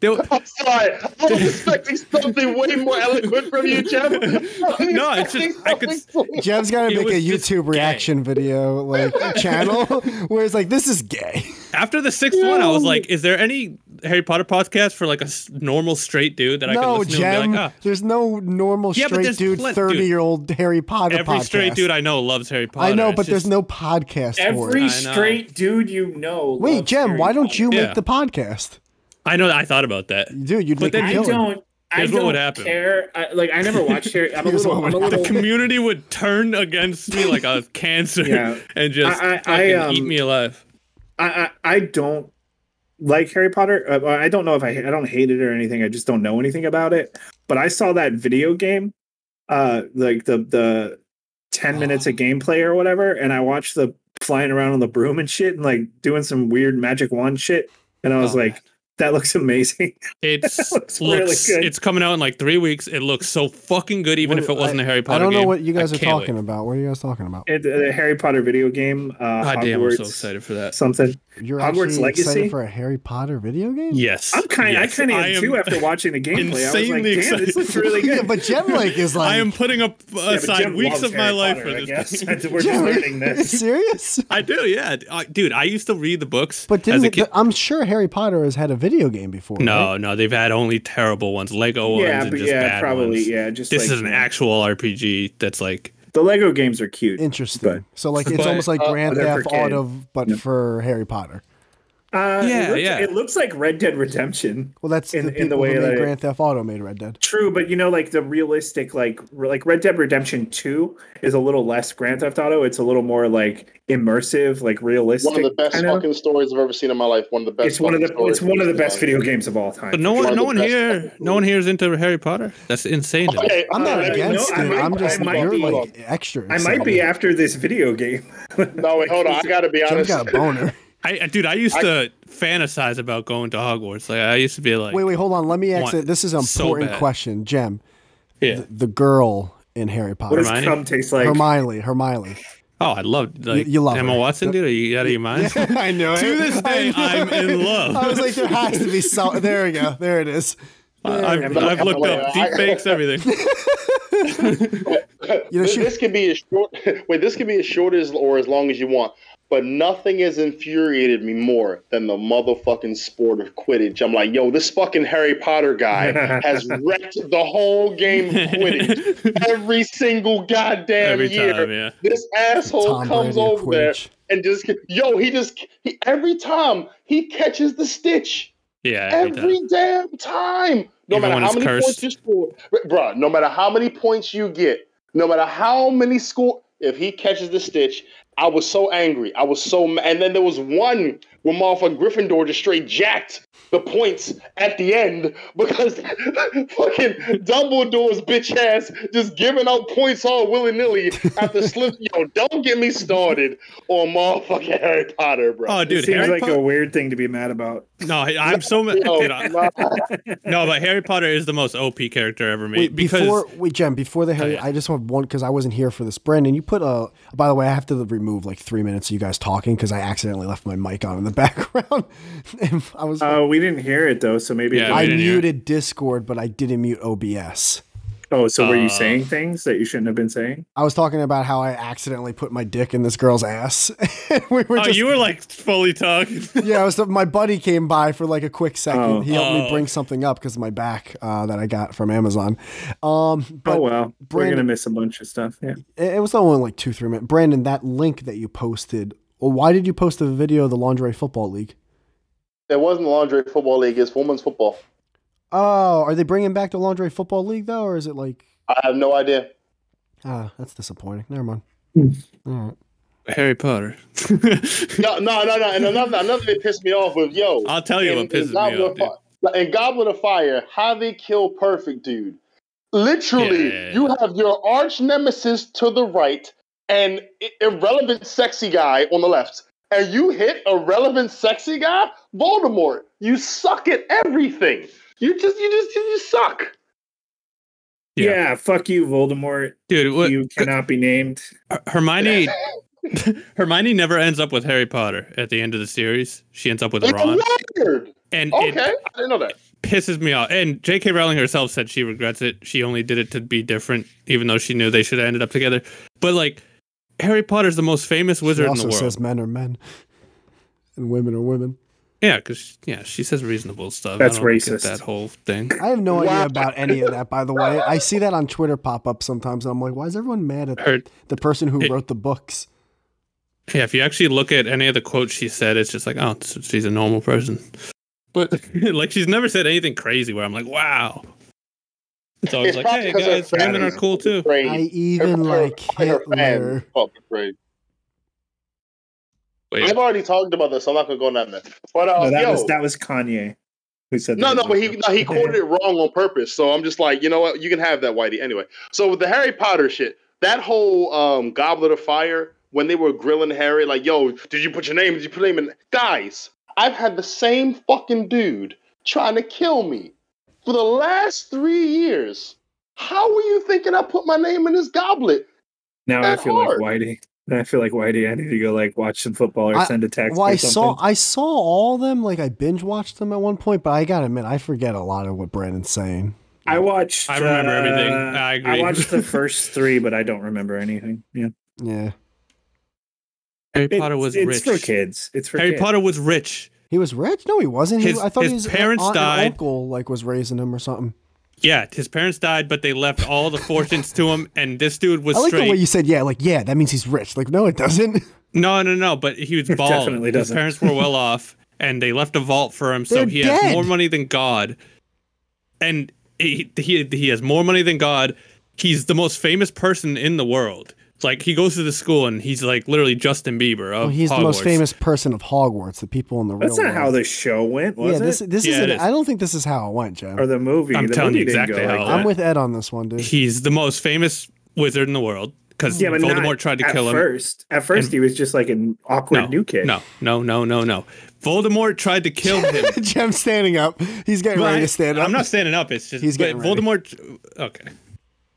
there, wa-
I'm sorry. I was expecting something way more eloquent from you, Jeff. no,
No, it's just- I could-
Jem's got to
It
make a
was just
YouTube
gay.
reaction video like channel where it's like this is gay.
after the sixth one. I was like, is there any Harry Potter podcast for like a s- normal straight dude that I can
no,
listen to and
Jem.
be like, ah,
There's no normal
Yeah, but
straight
there's
dude,
plen- dude,
thirty year old Harry Potter.
every
podcast.
straight dude I know loves Harry Potter.
I know,
It's
but there's
just-
no podcast. for
Every
it.
know.
straight dude you know.
Wait,
loves
Jem,
Harry
why don't
Potter.
you
Yeah.
make the podcast?
I know. I thought about that.
Dude, you'd
But
make a
then
I
kill
killing.
don't. I
Here's
don't
what would happen.
care. I, like I never watched Harry. I'm a
Here's
little.
what
I'm a
would
little.
community would turn against me like a cancer
Yeah.
and just
I- I- I,
fucking
um,
eat me alive.
I, I I don't like Harry Potter. Uh, I don't know if I I don't hate it or anything. I just don't know anything about it. But I saw that video game, uh, like the the
Oh.
ten minutes of gameplay or whatever, and I watched the flying around on the broom and shit, and like doing some weird magic wand shit, and I was
Oh,
like, that looks amazing.
It's
looks
looks,
really good.
it's coming out in like three weeks. It looks so fucking good, even
What-
if it wasn't a Harry
I
Potter.
don't know
game.
what you guys
I
are
can't
talking
wait.
about. What are you guys talking about?
It, the Harry Potter video game. Uh,
God damn, I'm so
Hogwarts
excited for that.
Something.
You're
Hogwarts
actually
Legacy?
excited for a Harry Potter video game?
Yes,
I'm kind.
yes,
I kind of
I
am
am-
too after watching the gameplay. I was like, damn,
insanely
this
excited
looks really good.
Yeah, but Jem like is like
I am putting up
Yeah, but
aside
Jim
weeks
loves
of my
Harry
life
Potter, I
for
guess.
this.
We're just
Jim,
learning this.
serious?
I do, yeah, I, dude. I used to read the books,
But
as
didn't
a
it,
kid.
I'm sure Harry Potter has had a video game before.
no,
right?
no, they've had only terrible ones, Lego
Yeah,
ones, and
but
just
yeah,
bad
probably
ones.
yeah. Just
This
like,
is an actual RPG that's like
The Lego games are cute.
Interesting.
But-
so like it's
But,
almost like
uh,
Grand
they're for
Theft
kids.
Auto, but
Yeah.
for Harry Potter.
Uh, it
Yeah,
looks,
yeah.
It looks like Red Dead Redemption.
Well, that's
In-
the
in
people
the way
who made
that-
Grand Theft Auto made Red Dead.
True, but you know, like the realistic, like re- like Red Dead Redemption Two is a little less Grand Theft Auto. It's a little more like immersive, like realistic.
One of the best
kinda.
fucking stories I've ever seen in my life. One of the best.
It's one of the.
fucking stories.
It's one of the best video games of all time.
But no
One
one,
of
no
the
one
best
here,
episodes.
no one here is into Harry Potter. That's insane. to me.
Okay,
I'm not
uh,
no,
against
I
it.
might-
I'm just
I might
you're
be-
like extra.
I might
excited.
be after this video game.
No, wait, hold on. I gotta be
Jim's
honest.
got a boner.
I, I- dude, I used to fantasize about going to Hogwarts. Like I used to be like,
Wait, wait, hold on. Let me ask
want
it. This is an
so
important
bad.
question, Jem.
Yeah.
The, the girl in Harry
What
Potter,
does
Hermione?
cum taste like?
Hermione. Hermione.
oh, I loved like
you love
Emma
her.
Watson, dude. Are you out of your mind?
I know.
To this day, I'm in love.
I was like, there has to be some. There we go. There it is.
I've,
Emma-
I've
Emma
looked up
Watson.
deep fakes, everything.
You know,
this,
she-
this could be as short. Wait, this could be as short as or as long as you want. But nothing has infuriated me more than the motherfucking sport of Quidditch. I'm like, yo, this fucking Harry Potter guy has wrecked the whole game of Quidditch every single goddamn
Every
year.
time, yeah.
This asshole
Tom
comes
Brady of
over there
Quidditch.
and just, yo, he just, he, every time he catches the stitch
Yeah, every time.
every damn time. No
Even
matter
when
how
it's
many
cursed.
points you score, Br- bruh, no matter how many points you get, no matter how many score, if he catches the stitch, I was so angry. I was so mad. And then there was one where motherfucking Gryffindor just straight jacked the points at the end because fucking Dumbledore's bitch ass just giving out points all willy nilly after slip. Yo, don't get me started on motherfucking Harry Potter, bro.
Oh, dude,
Seems
Harry
like
Potter.
a weird thing to be mad about.
No, I, I'm so ma-
Yo,
dude, Oh, I-
my-
no, but Harry Potter is the most OP character ever made
Wait,
because Oh,
before wait, Jen, before the Harry,
yeah.
I just want one because I wasn't here for this. Brandon, you put a. By the way, I have to remove like three minutes of you guys talking because I accidentally left my mic on in the background. And I was.
Oh, we didn't hear it though, so maybe.
Yeah, we
I
didn't hear it.
muted Discord, but I didn't mute OBS.
Oh, so were you
Uh,
saying things that you shouldn't have been saying?
I was talking about how I accidentally put my dick in this girl's ass. we were
oh,
just,
you were like fully talking.
yeah, I was, my buddy came by for like a quick second.
Oh.
he helped me
Oh.
bring something up because of my back uh, that I got from Amazon. Um, but
oh well, we're
Brandon-
gonna miss a bunch of stuff. Yeah,
It it was only like two, three minutes. Brandon, that link that you posted, well, why did you post the video of the lingerie football league?
There wasn't the Lingerie Football League. It's women's football.
Oh, are they bringing back the Lingerie Football League though, or is it like
I have no idea.
ah, that's disappointing. Never mind.
Hmm.
All right.
Harry Potter.
No, no, no, no. And another, another that pissed me off was yo.
I'll tell you
in-
what
in
pisses me
Goblet
off.
of
dude.
Fi- like, in Goblet of Fire, how they kill Perfect, dude. Literally,
Yeah.
you have your arch nemesis to the right and i- irrelevant sexy guy on the left. And you hit irrelevant sexy guy, Voldemort. You suck at everything. You just, you just, you just suck.
Yeah.
Yeah. fuck you, Voldemort.
Dude, what,
You cannot be named.
Her- Hermione Hermione never ends up with Harry Potter at the end of the series. She ends up with
It's
Ron.
weird.
And
Okay,
it
I didn't know that.
pisses me off. And J.K. Rowling herself said she regrets it. She only did it to be different, even though she knew they should have ended up together. But like Harry Potter's the most famous
She
wizard in
also
the world.
says men are men, and women are women.
yeah, because yeah, she says reasonable stuff. I
That's
don't get
racist.
That whole thing.
I have no idea
Wow.
about any of that, by the way. I see that on Twitter pop up sometimes, and I'm like, why is everyone mad at
Her,
the person who
It-
wrote the books?
yeah, if you actually look at any of the quotes she said, it's just like, oh, s- she's a normal person. But like, she's never said anything crazy where I'm like, wow. It's always like,
probably
hey
'cause her
guys, women are
fans
cool too.
Crazy.
I even like
her fans
Hitler.
fucking crazy.
Wait,
I've already talked about this. so I'm not gonna go on that myth. But uh,
No, that
yo,
was that was Kanye who said
No,
that.
no, but he no, he quoted it wrong on purpose. So I'm just like, you know what? You can have that, Whitey. Anyway, so with the Harry Potter shit, that whole um, Goblet of Fire, when they were grilling Harry, like, yo, did you put your name? Did you put your name in? Guys, I've had the same fucking dude trying to kill me for the last three years. How were you thinking I put my name in this goblet?
Now I
that
feel
hard.
like Whitey. Now I feel like Whitey. I need to go like watch some football or
I-
send a text.
Well, I
or
saw
something.
I saw all them. Like I binge watched them at one point, but I gotta admit, I forget a lot of what Brandon's saying.
I watched.
I remember
uh,
everything. I agree.
watched the first three, but I don't remember anything. Yeah,
Yeah,
Harry
It-
Potter was
it's
rich.
for kids. It's for
Harry
kids.
Potter was rich.
he was rich. No, he wasn't.
His-
he, I thought
his
his
parents
aunt and
died.
Uncle like was raising him or something.
Yeah, his parents died, but they left all the fortunes to him, and this dude was
I like
straight.
the way you said, "Yeah, like yeah, that means he's rich." Like no, it doesn't.
no, no, no, but he was
It
bald.
definitely
his
doesn't.
parents were well off, and they left a vault for him, so
They're
he
dead.
has more money than God. And he, he he has more money than God. He's the most famous person in the world. Like he goes to the school, and he's like literally Justin Bieber. Of
Well, he's the most
Hogwarts.
famous person of Hogwarts. The people in the
That's
real
not how
world.
the show went, was
yeah, this
it?
this
Yeah,
isn't.
it is.
I don't think this is how it went, Joe.
Or the movie?
I'm
the
telling you
movie didn't
exactly
go
how
like
it
I'm
that.
went.
with Ed on this one, dude.
He's the most famous wizard in the world because
Yeah, but
Voldemort
not
tried to
at
kill him.
first. At first,
And-
he was just like an awkward
no,
new kid.
No, no, no, no, no. Voldemort tried to kill him.
Jem's standing up. He's getting ready to
but-
stand up.
I'm not standing up. It's just
He's
but
getting ready.
Voldemort. Okay.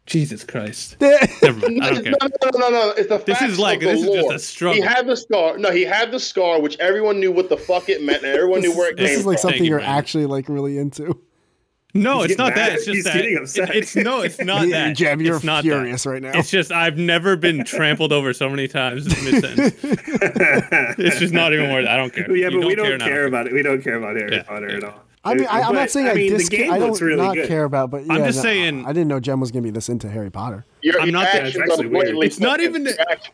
Jesus Christ.
That's
Never mind. I don't
No,
care.
no, no, no, no. It's the
This
facts
is like
of the
this is just
lore.
a struggle.
He had the scar. No, he had the scar, which everyone knew what the fuck it meant, and everyone knew where it
this
came
is like
Thank
something
you,
you, are
Brandon.
actually like really into.
no,
He's
it's
getting
not that.
mad.
It's just
He's
that.
getting upset.
it- it's no, it's not that.
Jem, you're
it's not that.
furious right now.
It's just I've never been trampled over so many times in mid sentence. It's just not even worth. it. I don't care.
yeah,
You
but we don't care,
now.
about it. We don't care about Harry
Yeah,
Potter at all.
I mean, I, I'm
But,
not saying I,
mean, the
disca-
game
I
looks
don't
really
not
good.
care about, but
I'm
yeah,
just
no,
saying-
I didn't know Jem was gonna be this into Harry Potter.
Your,
I'm
your
not-
actions
That's actually
are
weird.
blatantly
It's not
fucking
even that-
action-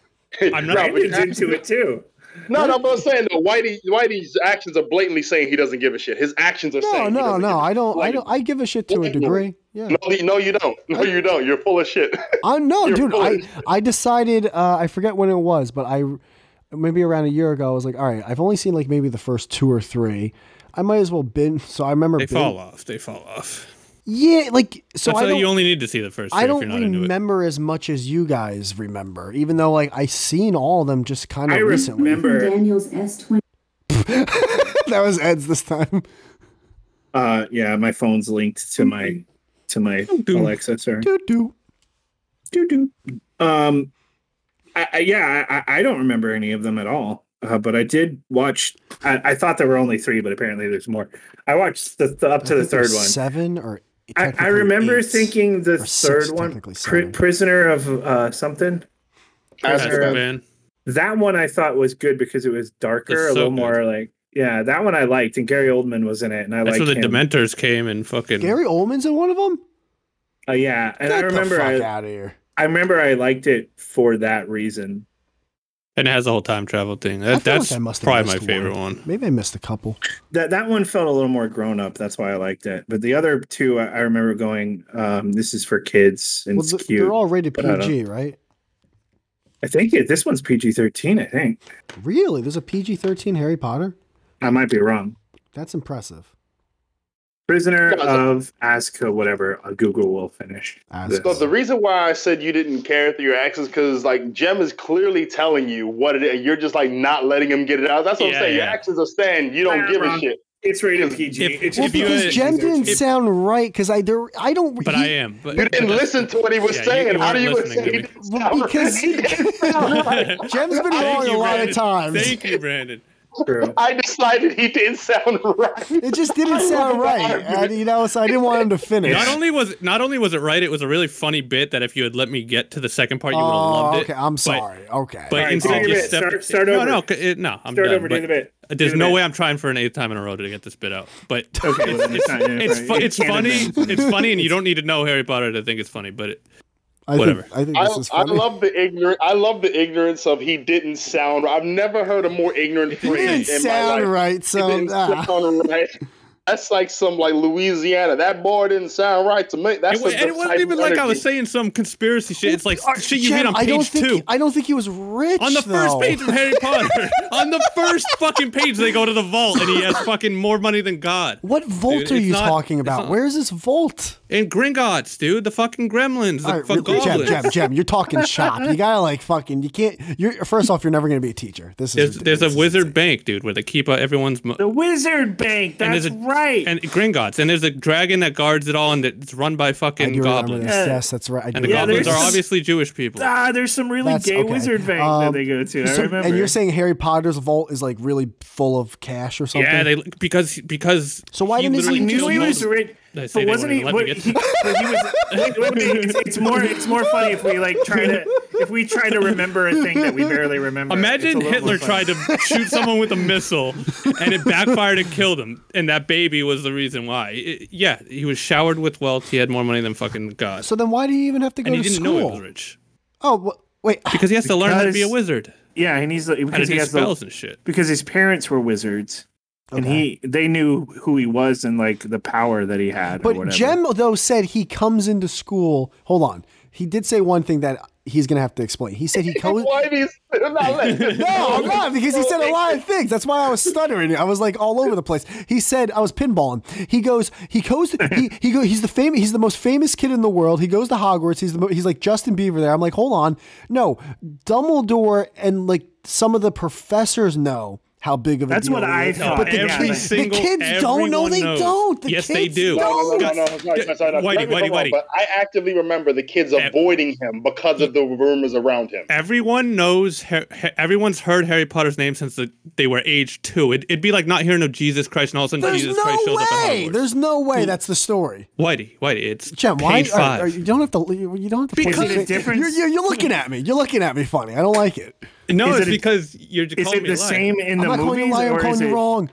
I'm
No,
not-
but
Brandon's
your actions-
into it too.
No, no, but I'm saying though, Whitey, Whitey's actions are blatantly saying he doesn't give a shit. His actions are
No,
saying. he
no,
doesn't give
no.
a
I
shit.
don't. I
Like,
don't. I give a shit to a
Blatantly.
degree. Yeah.
No, you- no, you don't. No, you don't. You're full of shit.
I no,
You're
dude.
full
I
of-
I decided. Uh, I forget when it was, but I maybe around a year ago. I was like, all right, I've only seen like maybe the first two or three. I might as well binge. So I remember.
They
bin-
fall off. They fall off.
Yeah, like so.
That's
I
why
don't,
you only need to see the first.
I
three
don't
if you're not into it.
remember as much as you guys remember, even though like I seen all of them just kind
I
of recently.
remember.
Daniels S20.
that was Ed's this time.
Uh, yeah, my phone's linked to my to my Alexa. Sorry.
Doo doo.
Doo doo. Um, I, I, yeah, I, I- I don't remember any of them at all. Uh, but I did watch. I, I thought there were only three, but apparently there's more. I watched the, the up to
I
the
think there's
third one.
Seven or
I, I
technically
remember
eight.
thinking the
or six,
third one,
technically
pri-
seven.
prisoner of uh, something.
That's
Prisoner
right.
of-
Man.
that one I thought was good because it was darker,
It's
a
so
little
good.
more like yeah. That one I liked, and Gary Oldman was in it, and I
That's
liked
where the
him.
Dementors came and fucking.
Gary Oldman's in one of them.
Uh, yeah, and
Get
I remember
the fuck
I,
out of here.
I remember I liked it for that reason.
And it has the whole time travel thing.
I
That,
feel like
that's
I must have
probably my
missed
favorite one.
Maybe I missed a couple.
That that one felt a little more grown up. That's why I liked it. But the other two, I, I remember going, um, "This is for kids and
Well,
it's
th-
cute."
they're all rated
but I don't-
PG, right?
I think it, this one's PG thirteen. I think
Really? There's a PG 13 Harry Potter?
I might be wrong.
That's impressive.
Prisoner
No,
of Azkaban, whatever. Uh, Google will finish.
Azkaban.
But the reason why I said you didn't care through your actions because like Jem is clearly telling you what it is. and You're just like not letting him get it out. That's what
Yeah,
I'm saying.
yeah.
Your actions are saying you don't
Yeah,
give
bro.
a shit.
It's rated PG.
If-
it's
Well,
well,
if you
because
had-
Jem didn't
if-
sound right because I, there, I don't.
But
he-
I am. But,
You didn't
but-
listen to what he was
Yeah, you-
saying.
you
How do
weren't
you would
listening
say
to
he
me.
didn't sound
Because-
right? He didn't sound right?
Jem's been
Thank
wrong
you,
a lot
Brandon.
of times.
Thank you, Brandon.
true.
I decided he didn't sound right.
It just didn't sound right. I, you know, so I didn't want him to finish.
Not only was not only was it right, it was a really funny bit that if you had let me get to the second part, you would have
oh,
loved it.
okay. I'm sorry. okay.
But
Alright, do
instead, you
your bit.
stepped.
Start- start
no,
over.
no, c- it, no. I'm
Start
done,
over
but
do the bit.
There's
Do the
no
bit.
way I'm trying for an eighth time in a row to get this bit out. But
Okay, well, then it's, not-
it's fu-
it
it's
can't have
funny.
been.
It's funny, and you don't need to know Harry Potter to think it's funny. But it,
I
whatever.
Think, I think
I,
this is
I
funny.
love the ignorant. I love the ignorance of he didn't sound. right. I've never heard a more ignorant
it
phrase
didn't
in my life.
sound right.
It
So
didn't
ah.
sound right. That's like some like Louisiana. That bar didn't sound right to me. That's
it, wa-
the
and it
type
wasn't
of
even like I was
energy.
saying some conspiracy shit. It's like
Are-
shit you
Jem,
read on
I don't
page
think,
two.
I don't think he was rich.
On the first
though.
page of Harry Potter, on the first fucking page, they go to the vault, and he has fucking more money than God.
What vault
Dude,
are
it's
you
not-
talking
it's
about?
not-
Where's this vault?
And Gringotts, dude, the fucking Gremlins, the
All right,
fuck
re- Jem,
goblins.
Jem, Jem, you're talking shop. You gotta like fucking. You can't. You're first off. You're never gonna be a teacher. This
There's,
is
there's a
ridiculous.
wizard bank, dude, where they keep uh, everyone's mo-
The Wizard Bank.
And
That's
there's a-
right.
and Gringotts, and there's a dragon that guards it all, and it's run by
I
fucking
do remember
goblins.
this.
Yeah.
Yes, that's right. I do
And the
remember
Yeah,
goblins
this.
are
there's-
obviously Jewish people.
ah, there's some really
That's-
gay
okay.
Wizard Bank
Um,
that they go to. I
So-
remember.
and you're saying Harry Potter's vault is like really full of cash or something?
Yeah, they because because
So why didn't
literally
he
I knew
killed
he was
most-
rich,
They
but
say they
wasn't he?
wouldn't let
What,
me
he,
get
but he was. Wait, wait, wait, it's, it's more. It's more funny if we like try to if we try to remember a thing that we barely remember. It's a
Imagine
little more
Hitler
fun.
tried to shoot someone with a missile, and it backfired and killed him, and that baby was the reason why. It- yeah, he was showered with wealth. He had more money than fucking God,
So then why do you even have to go
and he
to
didn't
school?
know he was rich
Oh wh- wait,
because he has to learn how to be a
Because-
wizard,
Yeah, he needs to-
how to
because he
do
has the,
spells and shit.
because his parents were wizards, and
Okay.
he they knew who he was and like the power that he had. or
but
whatever.
Jem though said he comes into school. Hold on, he did say one thing that he's gonna have to explain. He said he goes.
Why do you say I'm not letting him
No, I'm not because he
So
said a
ignorant.
lot of things. That's why I was stuttering. I was like all over the place. He said I was pinballing. He goes, he goes, he he go, He's the famous. He's the most famous kid in the world. He goes to Hogwarts. He's the mo- he's like Justin Bieber there. I'm like, hold on, no, Dumbledore and like some of the professors know how big of a
That's
deal
what
it
I
is.
thought.
But the,
Yeah,
kid-
every
the
single
kids don't know.
everyone
They
knows.
don't. The
yes,
kids
they do.
No, no,
don't.
no, no, no, sorry, sorry, sorry.
Whitey,
Don't get me
Whitey,
wrong,
Whitey.
But I actively remember the kids
Ev-
avoiding him because of the rumors around him.
Everyone knows. Har- Ha- everyone's heard Harry Potter's name since the, they were age two. It, it'd be like not hearing of Jesus Christ, and all of a sudden
There's
Jesus
no
Christ shows up at
way.
Hogwarts.
There's no way. That's the story.
Whitey, Whitey, it's
Jen,
page
why are-
five.
are- you don't have to? You you don't have to. point
Because-
at me.
Is it a difference?
You're, you're, you're looking at me. You're looking at me funny. I don't like it.
no,
Is
it's
it a-
because you're just
Is
calling
it
me
the
a liar.
same in
I'm
the
not calling
movies
you a liar. I'm
or
calling
is
you
it?
wrong.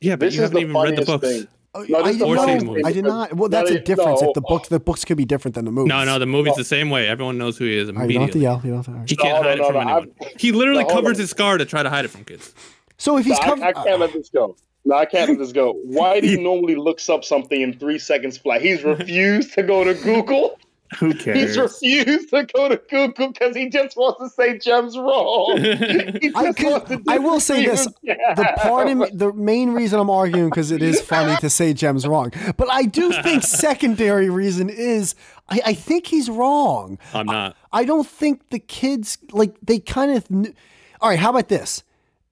Yeah, but
This
you
is
haven't
the
even read the
funniest
books.
thing.
Oh,
No, this
I,
is
no,
the
Or
funniest
same movie.
thing.
I did not. Well, that's
No,
a difference.
no.
If the books, the books could be different than the movies.
No, no, the movie's the same way. Everyone knows who he is
All right, you don't have to
immediately.
yell. You don't have to. all right.
He
No,
can't
no,
hide
no,
it from
no,
anyone.
I've-
He literally
No, hold
covers
on.
his scar to try to hide it from kids.
So if he's
No,
covered,
I, I can't let this go. No, I can't let this go. Why do you normally looks up something in three seconds flat? He's refused to go to Google.
Who
He's
cares?
refused to go to Google because he just wants to say Jem's wrong. He
I
just
could-
wants to
I will say
diffuse
this,
Jem.
the part in the main reason I'm arguing because it is funny to say Jem's wrong, but I do think secondary reason is I, I think he's wrong.
I'm not.
I don't think the kids like they kind of. Kn- all right, how about this?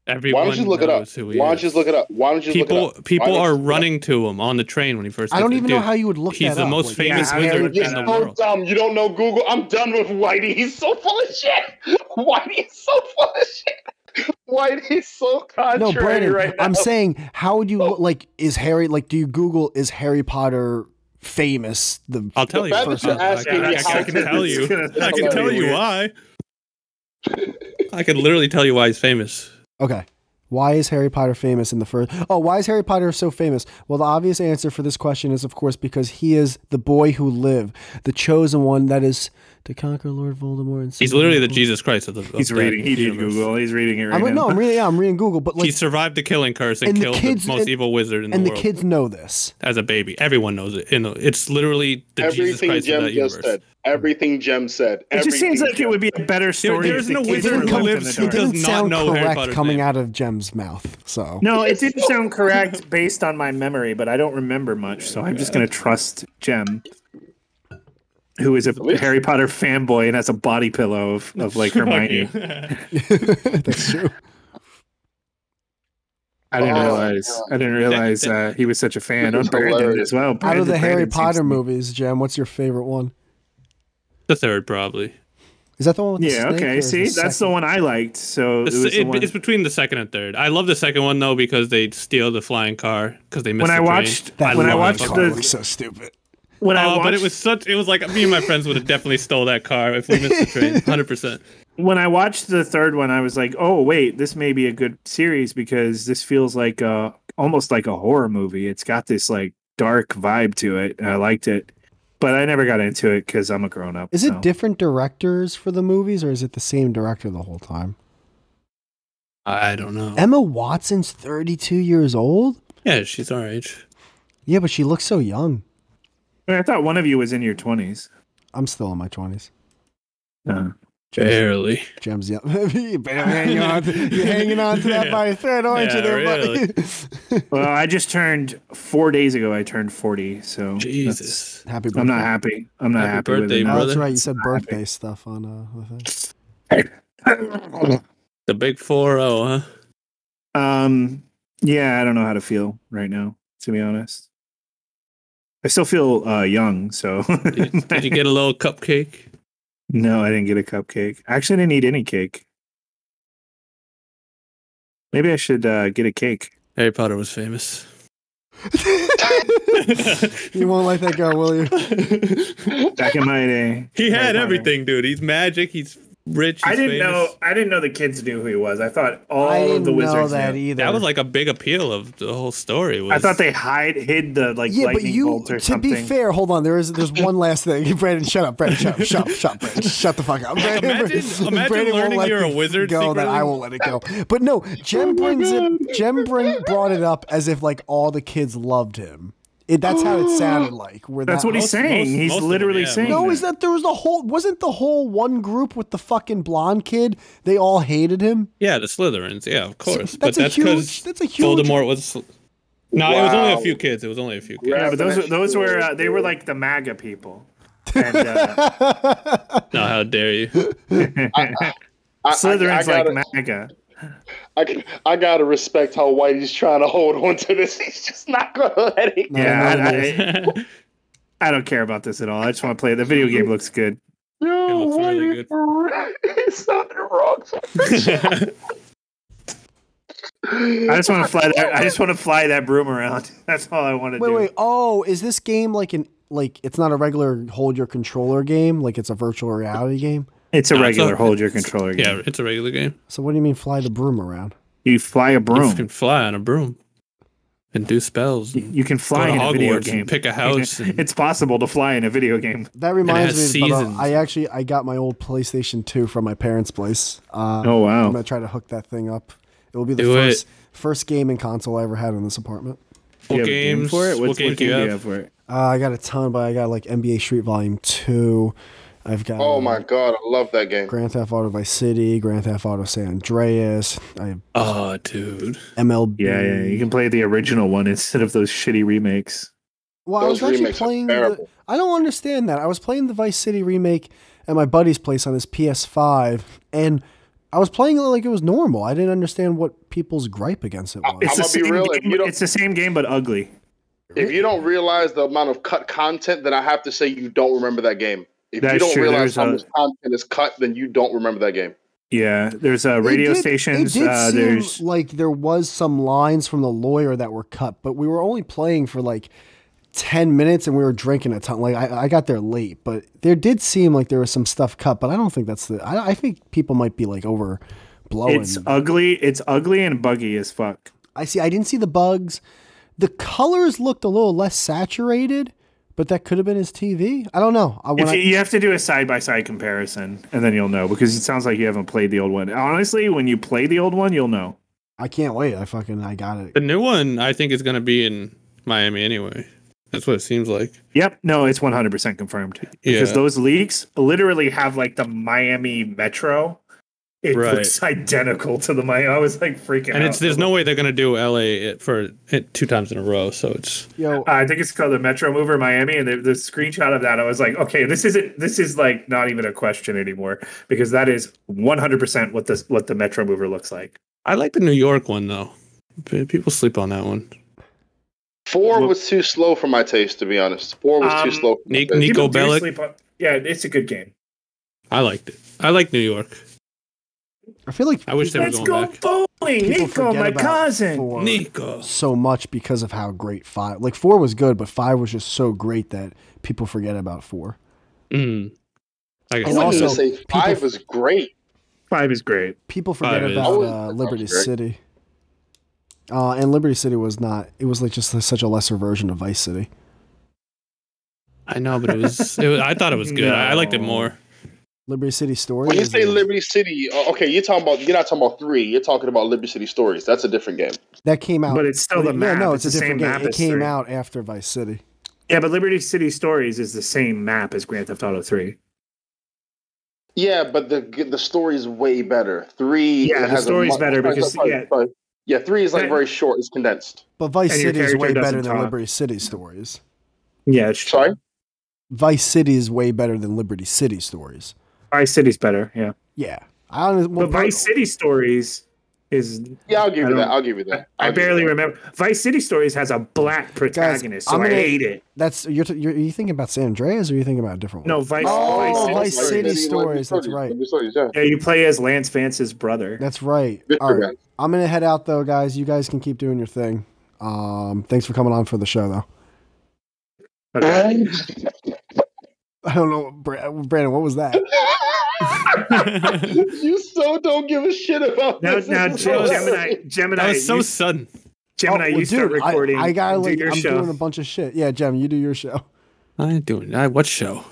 Everyone
Why don't you look it up?
knows who he
Why don't you
is.
just look it up? Why don't you
People
look it up?
people
Why don't
are
you look it up?
running to him on the train when he first.
I don't
gets
even
there.
know how you would look
He's
that
the
up.
most
Like,
famous
yeah, how
wizard
dare
in the
you-
so
world.
dumb. You don't know Google. I'm done with Whitey. He's so full of shit. Whitey is so full of shit. Whitey is so
No,
contrary
Brandon,
right now. Oh.
I'm saying, how would you look like? Is Harry like? Do you Google is Harry Potter famous? The
I'll tell
The
you.
fact
first.
that you're
I,
asking
I-
me
I- I
how
can
to-
tell
It's
you.
gonna-
I can
That's
tell you
weird.
why. I can literally tell you why he's famous.
Okay. Why is Harry Potter famous in the first? Oh, why is Harry Potter so famous? Well, the obvious answer for this question is, of course, because he is the boy who lived, the chosen one that is to conquer Lord Voldemort. And
He's
save
literally the
Voldemort."
Jesus Christ of the. Of
He's
that
reading. He did
universe.
Google. He's reading it right
I'm,
now.
no, I'm reading. Yeah, I'm reading Google, but
he
like,
survived the killing curse and,
And the
killed the,
kids-
most
and-
evil wizard in
and
the
the
world
kids know this.
as a baby. Everyone knows it. You know, it's literally the Jesus
Everything
Christ of
Jem
that
just
universe.
said. Everything Jem said.
it just
Everything
seems like it
Jem
would be a
said.
better story.
there
if
isn't
the
a
It
kids
didn't,
wizard
were
who
come,
lived in
lives
the
who
it
dark.
does
didn't
not
sound
know Harry
correct
Potter's
coming
name.
out of Jem's mouth. So
No, it didn't sound correct based on my memory, but I don't remember much, so I'm just going to trust Jem, who is a Harry Potter fanboy and has a body pillow of, of like Hermione.
Fuck you.
that's true.
I didn't
Oh,
realize. I didn't realize uh, he was such a fan. Oh, Brandon
hilarious.
as well.
Out
Brandon-
of the Harry
Brandon seems
Potter
to be-
movies, Jem, what's your favorite one?
The third, probably.
Is that the one with the
Yeah.
snake?
Okay. See, that's the one I liked. So it
It's,
was the
it-
one-
it's between the second and third. I love the second one though because they steal the flying car because they missed.
When
the
I
train.
watched- when I
love
watched
that
the-
movie.
looks so stupid.
when I
Oh,
watched.
but it was such. It was like me and my friends would have definitely stole that car if we missed the train. Hundred percent.
when I watched the third one, I was like, "Oh wait, this may be a good series because this feels like a almost like a horror movie. It's got this like dark vibe to it. and I liked it, but I never got into it because I'm a grown up.
Is it
so.
different directors for the movies, or is it the same director the whole time?
I don't know.
Emma Watson's 32 years old.
Yeah, she's our age.
Yeah, but she looks so young.
I, mean, I thought one of you was in your 20s.
I'm still in my 20s.
Uh,
Uh-huh. Barely.
Jem's young. you're, barely hanging on to, you're hanging on to that by a thread, aren't you,
Yeah,
there,
really.
buddy?
well, I just turned four days ago. I turned 40, so that's-
Jesus.
Happy birthday.
I'm not happy. I'm not
Happy
happy
birthday,
with it.
Oh, that's
brother.
right. You said birthday stuff on uh, the thing.
The big four zero, huh?
Um, yeah, I don't know how to feel right now, to be honest. I still feel uh, young, so
Did, did you get a little cupcake?
no, I didn't get a cupcake. Actually, I didn't eat any cake. Maybe I should uh, get a cake.
Harry Potter was famous.
you won't let that go, will you?
Back in my day,
He
Harry
had
Potter.
everything, dude. He's magic. He's rich.
I
he's
didn't
famous.
know. I didn't know the kids knew who he was. I thought all
I didn't
of the
know
wizards.
that
knew.
either.
That was like a big appeal of the whole story. Was
I thought they hide hid the like
yeah, but
lightning
you.
bolt or
To
something.
be fair, hold on. There is. There's one last thing. Brandon, shut up. Brandon, shut up. Shut up. Shut up. Brandon, shut the fuck up. Brandon,
imagine- imagine
Brandon won't
learning
let
you're a
me
wizard
Go that
secretly. Oh
I won't let it go. But no, Jem brings it. Jem bring, brought it up as if like all the kids loved him. It, that's how it sounded like. Where
That's
that, Oh,
what he's
Most-
saying.
most-
he's
most of them,
literally
yeah, most
saying.
of
No,
that.
is that there was the whole wasn't the whole one group with the fucking blonde kid? They all hated him.
Yeah, the Slytherins. Yeah, of course.
that's
but
a
that's
huge-
because
that's a huge-
Voldemort was. No, it was only a
Wow.
few kids. It was only a few kids.
Yeah,
Yeah, but those
That's
those were
true.
uh, they were like the MAGA people. And, uh,
No, how dare you?
I- I-
Slytherin's
I gotta-
like MAGA.
I, I gotta respect how white he's trying to hold on to this. He's just not gonna let it.
I
Yeah,
don't know
I, I, I don't care about this at all. I just want to play. it. The video game looks good.
No,
looks
why
really
you- it's not wrong.
I just want to fly that. I just want to fly that broom around. That's all I want to
Wait,
do.
wait. Oh, is this game like an like it's not a regular hold your controller game? Like it's a virtual reality game.
It's a
No, it's
regular
a-
hold your controller game.
yeah, it's a regular game.
So what do you mean fly the broom around?
You fly a
You can
broom.
fly on a broom and do spells. and
You can fly
go
in
to
a video
Hogwarts
game.
and pick a house. and-
It's possible to fly in a video game.
That reminds
has
me. But, uh,
seasons.
I actually I got my old PlayStation Two from my parents' place. Uh,
Oh
I'm
wow!
gonna try to hook that thing up. It will be the
Do
first first game and console I ever had in this apartment.
Do you have
what
a game
games?
for it?
What,
What's-
games do you have?
for it?
Uh, I got a ton, but I got like NBA Street Volume Two. I've got
Um,
Oh
uh,
my god, I love that game.
Grand Theft Auto Vice City, Grand Theft Auto San Andreas. I have
Oh, dude.
MLB.
Yeah, yeah. You can play the original one instead of those shitty remakes.
Well,
Those
I was actually
remakes are
playing. The,
terrible.
I don't understand that. I was playing the Vice City remake at my buddy's place on his PS5, and I was playing it like it was normal. I didn't understand what people's gripe against it was.
It's-
the
I'ma be
same
real, if
Game,
you don't-
it's the same game, but ugly.
If you don't realize the amount of cut content, then I have to say you don't remember that game. If
That's
you don't
true,
realize
there's
how
a-
much content is cut, then you don't remember that game.
Yeah, there's uh,
They
radio
did- they
stations.
did
uh,
seem
there's
like there was some lines from the lawyer that were cut, but we were only playing for like ten minutes, and we were drinking a ton. Like I, I got there late, but there did seem like there was some stuff cut. But I don't think that's the. I, I think people might be like overblowing.
it's ugly. It's ugly and buggy as fuck.
I see. I didn't see the bugs. The colors looked a little less saturated, but that could have been his TV. I don't know. I, when
If
I-
you, you have to do a side by side comparison, and then you'll know because it sounds like you haven't played the old one. Honestly, when you play the old one, you'll know.
I can't wait. I fucking I got it.
The new one, I think, is going to be in Miami anyway. That's what it seems like.
Yep, no, it's one hundred percent confirmed
Yeah.
because those leaks literally have like the Miami Metro. It
Right.
looks identical to the Miami. I was like freaking.
and
out.
it's there's no way they're going to do LA it- for it two times in a row. So it's
Yo,
Uh, I think it's called the Metro Mover Miami, and the, the screenshot of that, I was like, okay, this isn't. This is like not even a question anymore because that is one hundred percent what this what the Metro Mover looks like.
I like the New York one though. P- People sleep on that one.
Four was too slow for my taste, to be honest. Four was
Um,
too slow. For my
Nick-
taste.
Nick- Nico
People do
Bellic.
sleep on- Yeah, it's a good game.
I liked it. I like New York.
I feel like
I wish they were
Let's go
going back.
bowling,
people
Nico,
forget
my
about
cousin.
four
Nico.
so much because of how great five. Like four was good, but five was just so great that people forget about four.
Mm. I
I
guess
And
wouldn't
also-
even say five
people-
was great.
Five is great.
People forget
Five is-
about
Oh,
uh,
that's
Liberty
correct.
City. Uh, and Liberty City was not. It was like just such a lesser version of Vice City.
I know, but it was, it was. I thought it was good. I I liked it
No.
more.
Liberty City story.
When you
is
say
a-
Liberty City, uh, okay, you're talking about you're not talking about three. You're talking about Liberty City Stories. That's a different game.
that came out,
But it's still the map.
Yeah, no,
it's,
it's, a
the same
different game.
map.
It
as
came
three.
out after Vice City.
Yeah, but Liberty City Stories is the same map as Grand Theft Auto Three.
Yeah, but the the story is way better. Three.
Yeah,
it
the
has a
story's
mu-
better because- yeah.
sorry. yeah, three is like
That-
very short. It's condensed.
But Vice
And your
City is way
character doesn't
better than
talk.
Liberty City stories.
Yeah, it's true.
Sorry.
Vice City is way better than Liberty City stories.
Vice City's better. Yeah,
Yeah, I don't.
but Vice City Stories is
Yeah, I'll give
I
you that.
don't-
I'll give you that.
I
I'll give you
barely
that.
remember. Vice City Stories has a black protagonist, so
I'm
I
gonna-
hate it.
That's you're, t- you're. Are you thinking about San Andreas, or are you thinking about a different one?
No, Vice.
Oh,
Vice
Vice
City.
City.
Stories.
Stories, that's right.
Liberty Stories, yeah.
Yeah, you play as Lance Vance's brother.
that's right.
Good
All
for
right, I'm gonna head out though, guys. You guys can keep doing your thing. Um, thanks for coming on for the show, though.
Okay.
I don't know, Bra- Brandon. What was that?
that
you so don't give a shit about
Now,
this.
now,
This is
Gem-
awesome.
Gemini, Gemini,
was so
you,
sudden.
Gemini,
Oh,
you
well,
start
dude, I-
recording.
I, gotta
do
like.
your
I'm
show.
doing a bunch of shit. Yeah, Jem, you do your show.
I ain't doing. I what show?